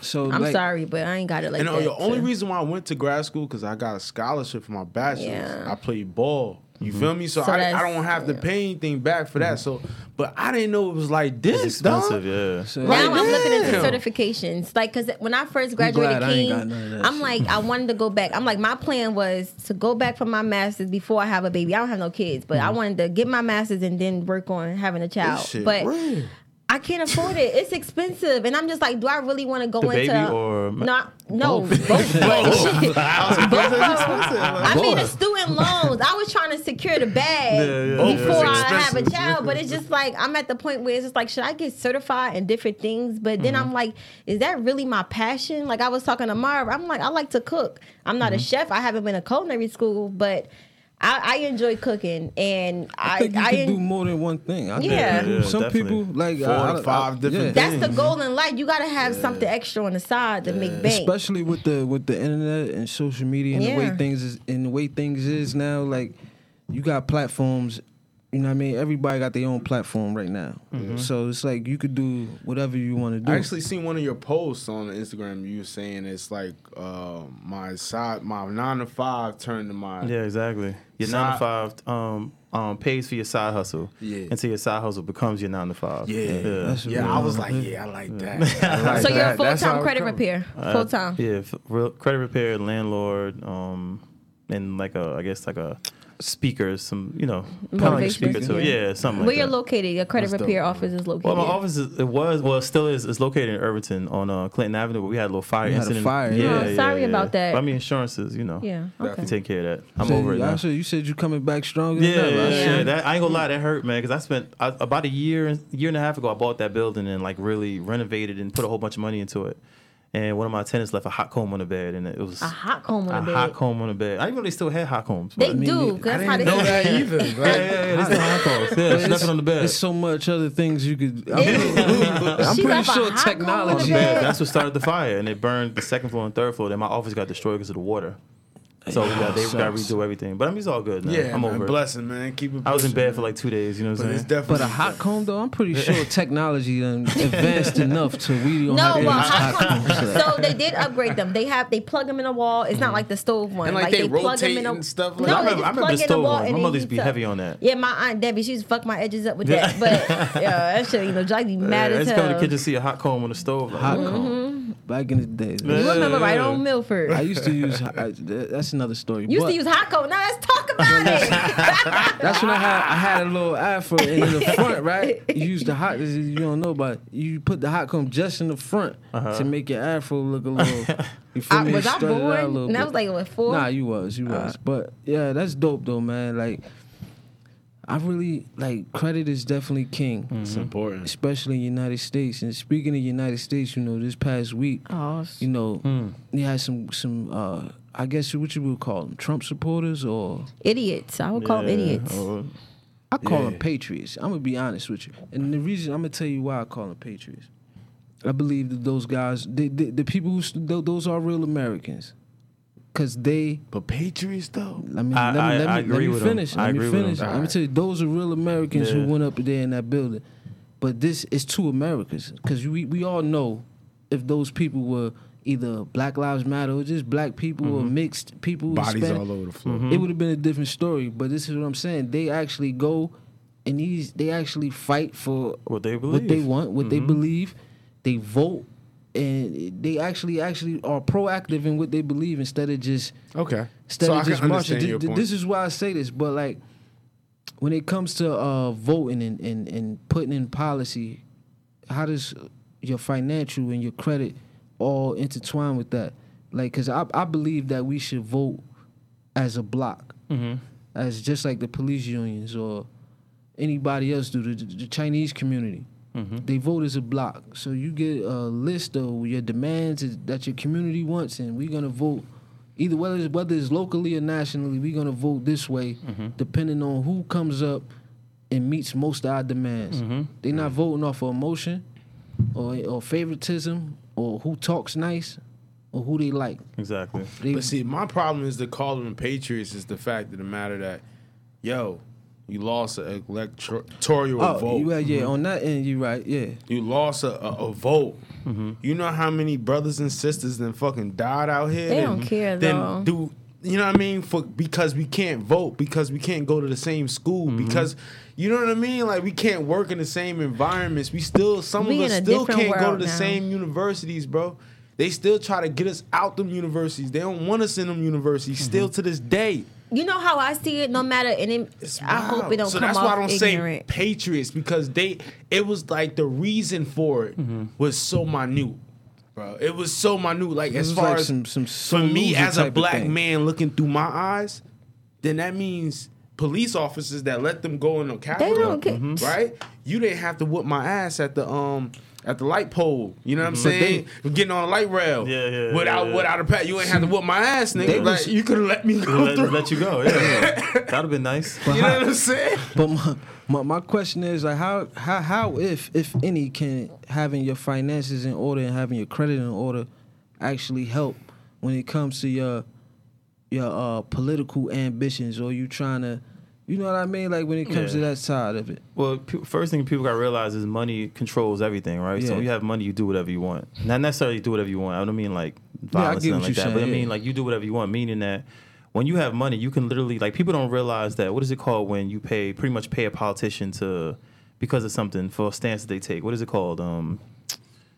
[SPEAKER 2] so
[SPEAKER 4] I'm
[SPEAKER 2] like,
[SPEAKER 4] sorry, but I ain't got it like
[SPEAKER 3] And uh,
[SPEAKER 4] that.
[SPEAKER 3] the only
[SPEAKER 4] so.
[SPEAKER 3] reason why I went to grad school because I got a scholarship for my bachelor's.
[SPEAKER 4] Yeah.
[SPEAKER 3] I played ball. You
[SPEAKER 5] Mm-hmm.
[SPEAKER 3] feel me? So,
[SPEAKER 4] So
[SPEAKER 3] I, I
[SPEAKER 4] that's-
[SPEAKER 3] don't have to
[SPEAKER 4] yeah.
[SPEAKER 3] pay anything back for that. So, but I didn't know it was like this.
[SPEAKER 5] It's
[SPEAKER 3] dog.
[SPEAKER 5] expensive, yeah.
[SPEAKER 2] So,
[SPEAKER 4] Now I'm looking into
[SPEAKER 3] Damn.
[SPEAKER 4] certifications, like because when I first
[SPEAKER 2] glad
[SPEAKER 4] graduated,
[SPEAKER 2] I ain't got
[SPEAKER 4] King,
[SPEAKER 2] none of that
[SPEAKER 4] I'm
[SPEAKER 2] shit.
[SPEAKER 4] like I wanted to go back. I'm like my plan was to go back for my masters before I have a baby. I don't have no kids, but I wanted to get my masters and then work on having a
[SPEAKER 3] This
[SPEAKER 4] child.
[SPEAKER 3] shit
[SPEAKER 4] But
[SPEAKER 3] real.
[SPEAKER 4] I can't afford it. It's expensive, and I'm just like, do I really want to go
[SPEAKER 5] The
[SPEAKER 4] into
[SPEAKER 5] baby or ma-
[SPEAKER 4] no, no, both. but shit. I mean, the student loans. I was trying to secure the bag
[SPEAKER 5] Yeah, yeah,
[SPEAKER 3] yeah.
[SPEAKER 4] before I
[SPEAKER 3] Both is
[SPEAKER 4] have a
[SPEAKER 3] expensive.
[SPEAKER 4] child, but it's just like I'm at the point where it's just like, should I get certified in different things? But then I'm like, is that really my passion? Like I was talking to Marv, I'm like, I like to cook. I'm not a chef. I haven't been to culinary school, but I, I enjoy cooking, and
[SPEAKER 2] I
[SPEAKER 4] I,
[SPEAKER 2] think you
[SPEAKER 4] I,
[SPEAKER 2] can
[SPEAKER 4] en-
[SPEAKER 2] do more than one thing. I think
[SPEAKER 4] Yeah.
[SPEAKER 2] people-
[SPEAKER 5] Yeah,
[SPEAKER 2] some
[SPEAKER 5] definitely.
[SPEAKER 2] people like
[SPEAKER 3] Four
[SPEAKER 2] I-
[SPEAKER 3] to
[SPEAKER 2] I-
[SPEAKER 3] five
[SPEAKER 2] I-
[SPEAKER 3] different
[SPEAKER 2] yeah.
[SPEAKER 4] that's the goal in life. You gotta have something extra on the side to make bank.
[SPEAKER 2] especially with the with the internet and social media and the way
[SPEAKER 4] Yeah.
[SPEAKER 2] things is and the way things is now like you got platforms you know what I mean everybody got their own platform right now
[SPEAKER 5] Mm-hmm.
[SPEAKER 2] so it's like you could do whatever you want to do
[SPEAKER 3] I actually seen one of your posts on Instagram. You were saying it's like uh, my side, my nine to five turned to my
[SPEAKER 5] Yeah, exactly. Your nine to
[SPEAKER 3] Side-
[SPEAKER 5] five um, um, pays for your side hustle.
[SPEAKER 3] Yeah.
[SPEAKER 5] Until your side hustle becomes your nine to five.
[SPEAKER 3] Yeah.
[SPEAKER 2] That's
[SPEAKER 3] Yeah, I was like, yeah, I like that. I like
[SPEAKER 4] so you're a
[SPEAKER 3] that.
[SPEAKER 4] full
[SPEAKER 3] That's how
[SPEAKER 4] time
[SPEAKER 3] it
[SPEAKER 4] credit
[SPEAKER 3] come.
[SPEAKER 4] repair, full time.
[SPEAKER 5] Yeah, f- real, credit repair, landlord, um, and like a, I guess like a speaker, some you know, kinda like a
[SPEAKER 4] Motivational
[SPEAKER 5] speaker. So
[SPEAKER 4] speaker.
[SPEAKER 5] yeah, something.
[SPEAKER 4] Where
[SPEAKER 5] like
[SPEAKER 4] you're
[SPEAKER 5] that.
[SPEAKER 4] located, your credit
[SPEAKER 3] That's dope,
[SPEAKER 4] repair
[SPEAKER 3] man.
[SPEAKER 4] office is located.
[SPEAKER 5] Well, my office is, it was well, it still is. It's located in Irvington on uh, Clinton Avenue, but we had a little fire
[SPEAKER 2] You had a
[SPEAKER 5] incident.
[SPEAKER 2] fire,
[SPEAKER 5] Yeah,
[SPEAKER 2] yeah.
[SPEAKER 4] Oh, sorry about that.
[SPEAKER 5] But I mean, insurance is you know.
[SPEAKER 4] Yeah, okay.
[SPEAKER 5] We take care of that. I'm
[SPEAKER 2] So
[SPEAKER 5] over it
[SPEAKER 2] you,
[SPEAKER 5] now.
[SPEAKER 2] I said- you said you coming back stronger
[SPEAKER 5] Yeah,
[SPEAKER 2] than
[SPEAKER 5] yeah,
[SPEAKER 2] ever. I
[SPEAKER 5] yeah.
[SPEAKER 2] said,
[SPEAKER 5] That, I ain't gonna lie, that hurt, man. Because I spent I, about a year, year and a half ago, I bought that building and like really renovated and put a whole bunch of money into it. and one of my tenants left a hot comb on the bed, and it was
[SPEAKER 4] A hot comb on
[SPEAKER 5] a
[SPEAKER 4] the bed.
[SPEAKER 5] hot comb on the bed. I didn't know they still had hot combs.
[SPEAKER 4] They
[SPEAKER 5] but-
[SPEAKER 4] do. 'cause That's how they.
[SPEAKER 3] either.
[SPEAKER 5] yeah, yeah, yeah, they still had hot combs. Yeah,
[SPEAKER 2] But
[SPEAKER 5] she left it on the bed.
[SPEAKER 2] There's so much other things you could. I'm, I'm
[SPEAKER 4] She
[SPEAKER 2] pretty
[SPEAKER 4] left a
[SPEAKER 2] sure
[SPEAKER 4] hot comb on the
[SPEAKER 2] technology.
[SPEAKER 4] bed.
[SPEAKER 5] Yeah, that's what started the fire, and it burned the second floor and third floor. Then my office got destroyed because of the water. So we got, they got to
[SPEAKER 2] Sucks.
[SPEAKER 5] redo everything. But I mean, it's all good. Now.
[SPEAKER 3] Oh, Yeah,
[SPEAKER 5] I'm
[SPEAKER 3] man,
[SPEAKER 5] over. it.
[SPEAKER 3] Blessing, man. Keep it.
[SPEAKER 5] I was in
[SPEAKER 3] pushing,
[SPEAKER 5] bed for
[SPEAKER 3] man.
[SPEAKER 5] like two days. You know what
[SPEAKER 3] But
[SPEAKER 5] I'm
[SPEAKER 3] it's
[SPEAKER 5] saying?
[SPEAKER 3] definitely.
[SPEAKER 2] But a hot comb, though, I'm pretty sure technology done advanced enough to we don't
[SPEAKER 4] No,
[SPEAKER 2] have to
[SPEAKER 4] well,
[SPEAKER 2] use
[SPEAKER 4] hot
[SPEAKER 2] hot
[SPEAKER 4] combs.
[SPEAKER 2] combs.
[SPEAKER 4] So they did upgrade them. They have they plug them in a wall. It's not like the stove one.
[SPEAKER 3] Mm-hmm. And, like, they
[SPEAKER 4] plug them in
[SPEAKER 3] rotate
[SPEAKER 4] a,
[SPEAKER 3] and stuff
[SPEAKER 4] No,
[SPEAKER 3] like that.
[SPEAKER 5] I
[SPEAKER 4] they
[SPEAKER 5] remember-
[SPEAKER 4] just
[SPEAKER 5] I remember
[SPEAKER 4] plug in
[SPEAKER 5] the
[SPEAKER 4] a
[SPEAKER 5] stove
[SPEAKER 4] wall
[SPEAKER 5] one.
[SPEAKER 4] and
[SPEAKER 5] My
[SPEAKER 4] it
[SPEAKER 5] mother used
[SPEAKER 4] heats
[SPEAKER 5] to be
[SPEAKER 4] up.
[SPEAKER 5] heavy on that.
[SPEAKER 4] Yeah, my aunt Debbie, she used to fuck my edges up with that. But yeah, that shit, you know, drives me mad
[SPEAKER 5] Yeah,
[SPEAKER 4] as
[SPEAKER 5] Let's go in the
[SPEAKER 4] hell.
[SPEAKER 5] kitchen see a hot comb on the stove. Like, mm-hmm.
[SPEAKER 2] Hot comb. Back in the day,
[SPEAKER 5] Yeah.
[SPEAKER 4] You remember right
[SPEAKER 5] Yeah.
[SPEAKER 4] on Milford?
[SPEAKER 2] I used to use. I, that's another story.
[SPEAKER 4] You used
[SPEAKER 2] but
[SPEAKER 4] to use hot coat. Now let's talk about it.
[SPEAKER 2] That's when I had I had a little afro and in the front, right? You use the hot. You don't know, but you put the hot comb just in the front to make your afro look a little. You feel
[SPEAKER 4] I-
[SPEAKER 2] me?
[SPEAKER 4] was I
[SPEAKER 2] Strut it out a
[SPEAKER 4] born? Uh.
[SPEAKER 2] little
[SPEAKER 4] And I
[SPEAKER 2] bit.
[SPEAKER 4] was like, what, four?
[SPEAKER 2] Nah, you was, you was. But yeah, that's dope though, man. Like, I really like credit is definitely king.
[SPEAKER 3] It's important.
[SPEAKER 2] especially in the United States. And speaking of United States, you know, this past week,
[SPEAKER 4] Oh,
[SPEAKER 2] you know, you had some some uh I guess what you would call them Trump supporters or
[SPEAKER 4] idiots. I would call them idiots.
[SPEAKER 5] or-
[SPEAKER 2] I call them
[SPEAKER 3] Yeah.
[SPEAKER 2] patriots. I'm gonna be honest with you, and the reason I'm gonna tell you why I call them patriots. I believe that those guys, the the, the people who st- tho- those are real Americans, cause they
[SPEAKER 3] But Patriots though.
[SPEAKER 2] let me,
[SPEAKER 5] I-
[SPEAKER 2] let me,
[SPEAKER 5] I-
[SPEAKER 2] let me,
[SPEAKER 5] I
[SPEAKER 2] let me
[SPEAKER 5] agree with 'em.
[SPEAKER 2] finish.
[SPEAKER 5] I
[SPEAKER 2] Let me
[SPEAKER 5] agree with 'em.
[SPEAKER 2] finish. Let me
[SPEAKER 3] Alright.
[SPEAKER 2] tell you, those are real Americans
[SPEAKER 5] Yeah.
[SPEAKER 2] who went up there in that building. But this is two Americas because we, we all know if those people were either Black Lives Matter or just black people or
[SPEAKER 5] Mm-hmm.
[SPEAKER 2] mixed people,
[SPEAKER 3] Bodies
[SPEAKER 2] Hispanic,
[SPEAKER 3] all over the floor.
[SPEAKER 2] It would have been a different story. But this is what I'm saying. They actually go and these they actually fight for
[SPEAKER 5] What they
[SPEAKER 2] what they
[SPEAKER 5] believe. Mm-hmm.
[SPEAKER 2] want, what they believe. They vote. And they actually actually are proactive in what they believe instead of just
[SPEAKER 3] Okay.
[SPEAKER 2] instead
[SPEAKER 3] so
[SPEAKER 2] of
[SPEAKER 3] I
[SPEAKER 2] just
[SPEAKER 3] can
[SPEAKER 2] marching.
[SPEAKER 3] understand
[SPEAKER 2] Th-
[SPEAKER 3] your
[SPEAKER 2] th-
[SPEAKER 3] point.
[SPEAKER 2] This is why I say this, but like when it comes to uh, voting and, and, and putting in policy, how does your financial and your credit all intertwine with that? Like, because I, I believe that we should vote as a block, as just like the police unions or anybody else do, the, the Chinese community. They vote as a block. So you get a list of your demands is- that your community wants, and we're going to vote either whether it's, whether it's locally or nationally, we're going to vote this way depending on who comes up and meets most of our demands. They're not voting off of emotion or, or favoritism or who talks nice or who they like.
[SPEAKER 5] Exactly.
[SPEAKER 2] They,
[SPEAKER 3] But see, my problem is the calling them Patriots is the fact of the matter that, yo, you lost an electoral
[SPEAKER 2] oh,
[SPEAKER 3] vote.
[SPEAKER 2] yeah, yeah, on that end, you're right, yeah.
[SPEAKER 3] You lost a, a, a vote. You know how many brothers and sisters then fucking died out here.
[SPEAKER 4] They
[SPEAKER 3] Then-
[SPEAKER 4] don't care,
[SPEAKER 3] then
[SPEAKER 4] though.
[SPEAKER 3] Do you know what I mean? For because we can't vote, because we can't go to the same school, because you know what I mean. Like we can't work in the same environments. We still some
[SPEAKER 4] We
[SPEAKER 3] of us
[SPEAKER 4] in a
[SPEAKER 3] still
[SPEAKER 4] different
[SPEAKER 3] can't go to
[SPEAKER 4] world
[SPEAKER 3] the
[SPEAKER 4] now.
[SPEAKER 3] same universities, bro. They still try to get us out them universities. They don't want us in them universities still to this day.
[SPEAKER 4] You know how I see it. No matter, and it,
[SPEAKER 3] It's
[SPEAKER 4] I hope
[SPEAKER 3] wild.
[SPEAKER 4] it don't
[SPEAKER 3] so
[SPEAKER 4] come
[SPEAKER 3] that's
[SPEAKER 4] off
[SPEAKER 3] why I don't say
[SPEAKER 4] ignorant.
[SPEAKER 3] Patriots because they it was like the reason for it
[SPEAKER 5] Mm-hmm.
[SPEAKER 3] was so minute, bro. It was so minute. Like as
[SPEAKER 2] was
[SPEAKER 3] far
[SPEAKER 2] like
[SPEAKER 3] as
[SPEAKER 2] some- some
[SPEAKER 3] for me
[SPEAKER 2] Soul
[SPEAKER 3] as
[SPEAKER 2] type
[SPEAKER 3] a
[SPEAKER 2] of
[SPEAKER 3] black
[SPEAKER 2] thing.
[SPEAKER 3] man looking through my eyes, then that means police officers that let them go in the Capitol,
[SPEAKER 4] don't care.
[SPEAKER 5] Mm-hmm.
[SPEAKER 3] right? You didn't have to whoop my ass at the um. At the light pole, you know what I'm saying? Getting on a light rail.
[SPEAKER 5] Mm-hmm. Yeah, yeah, yeah,
[SPEAKER 3] Without
[SPEAKER 5] yeah.
[SPEAKER 3] without a pat, you ain't have to whoop my ass, nigga.
[SPEAKER 2] They
[SPEAKER 3] like
[SPEAKER 2] was-
[SPEAKER 3] you could have let me go
[SPEAKER 5] Let,
[SPEAKER 3] through.
[SPEAKER 5] let you go. Yeah, yeah. that'd have been nice.
[SPEAKER 3] you know what I'm saying?
[SPEAKER 2] But my, my my question is like how how how if if any can having your finances in order and having your credit in order actually help when it comes to your your uh, political ambitions or you trying to you know what I mean like when it comes to
[SPEAKER 5] Yeah.
[SPEAKER 2] that side of it.
[SPEAKER 5] Well, pe- first thing people got to realize is money controls everything, right? So
[SPEAKER 2] Yeah.
[SPEAKER 5] you have money, you do whatever you want. Not necessarily do whatever you want. I don't mean like violence
[SPEAKER 2] get
[SPEAKER 5] and
[SPEAKER 2] what
[SPEAKER 5] like that,
[SPEAKER 2] you're
[SPEAKER 5] but I
[SPEAKER 2] saying, yeah.
[SPEAKER 5] mean like you do whatever you want, meaning that when you have money, you can literally like people don't realize that what is it called when you pay pretty much pay a politician to because of something for a stance that they take. What is it called? Um,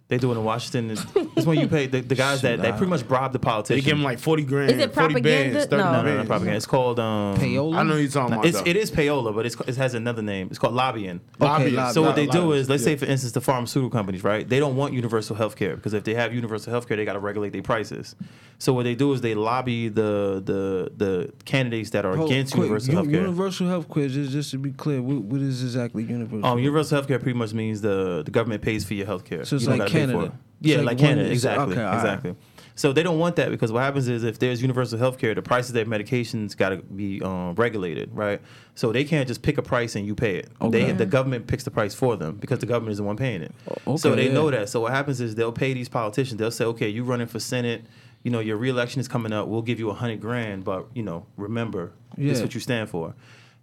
[SPEAKER 5] they do it in Washington. It's- It's when you pay the, the guys that, that pretty much bribe the
[SPEAKER 3] They
[SPEAKER 5] politician.
[SPEAKER 3] give him like forty grand.
[SPEAKER 4] Is it
[SPEAKER 3] 40 Bands,
[SPEAKER 4] propaganda?
[SPEAKER 3] 30
[SPEAKER 4] No.
[SPEAKER 5] no, no, no,
[SPEAKER 3] bands.
[SPEAKER 5] propaganda. It's called um,
[SPEAKER 2] Payola.
[SPEAKER 3] I know you're talking about.
[SPEAKER 5] It's,
[SPEAKER 3] though.
[SPEAKER 5] it is payola, but it's, it has another name. It's called lobbying.
[SPEAKER 3] Lobbying.
[SPEAKER 2] lobby.
[SPEAKER 5] So what they
[SPEAKER 3] Lobby.
[SPEAKER 5] do is, let's
[SPEAKER 3] Yeah.
[SPEAKER 5] say for instance, the pharmaceutical companies, right? They don't want universal health care because if they have universal health care, they got to regulate their prices. So what they do is they lobby the the the candidates that are
[SPEAKER 2] Hold-
[SPEAKER 5] against
[SPEAKER 2] quick,
[SPEAKER 5] universal
[SPEAKER 2] u-
[SPEAKER 5] health care.
[SPEAKER 2] Universal health care, just, just to be clear, what, what is exactly universal?
[SPEAKER 5] Um, universal health care pretty much means the, the government pays for your health care.
[SPEAKER 2] So it's
[SPEAKER 5] You don't
[SPEAKER 2] like
[SPEAKER 5] gotta pay for
[SPEAKER 2] Canada.
[SPEAKER 5] it.
[SPEAKER 2] It's
[SPEAKER 5] Yeah,
[SPEAKER 2] like
[SPEAKER 5] like,
[SPEAKER 2] one
[SPEAKER 5] Canada,
[SPEAKER 2] is-
[SPEAKER 5] exactly,
[SPEAKER 2] okay, all right.
[SPEAKER 5] exactly. So they don't want that because what happens is if there's universal health care, the prices of their medications got to be um, regulated, right? So they can't just pick a price and you pay it. They, the government picks the price for them because the government is the one paying it.
[SPEAKER 2] O-
[SPEAKER 5] so
[SPEAKER 2] okay,
[SPEAKER 5] they know
[SPEAKER 2] yeah.
[SPEAKER 5] that. So what happens is they'll pay these politicians. They'll say, okay, you running for senate. You know your reelection is coming up. We'll give you a hundred grand, but you know remember this is
[SPEAKER 2] Yeah.
[SPEAKER 5] what you stand for.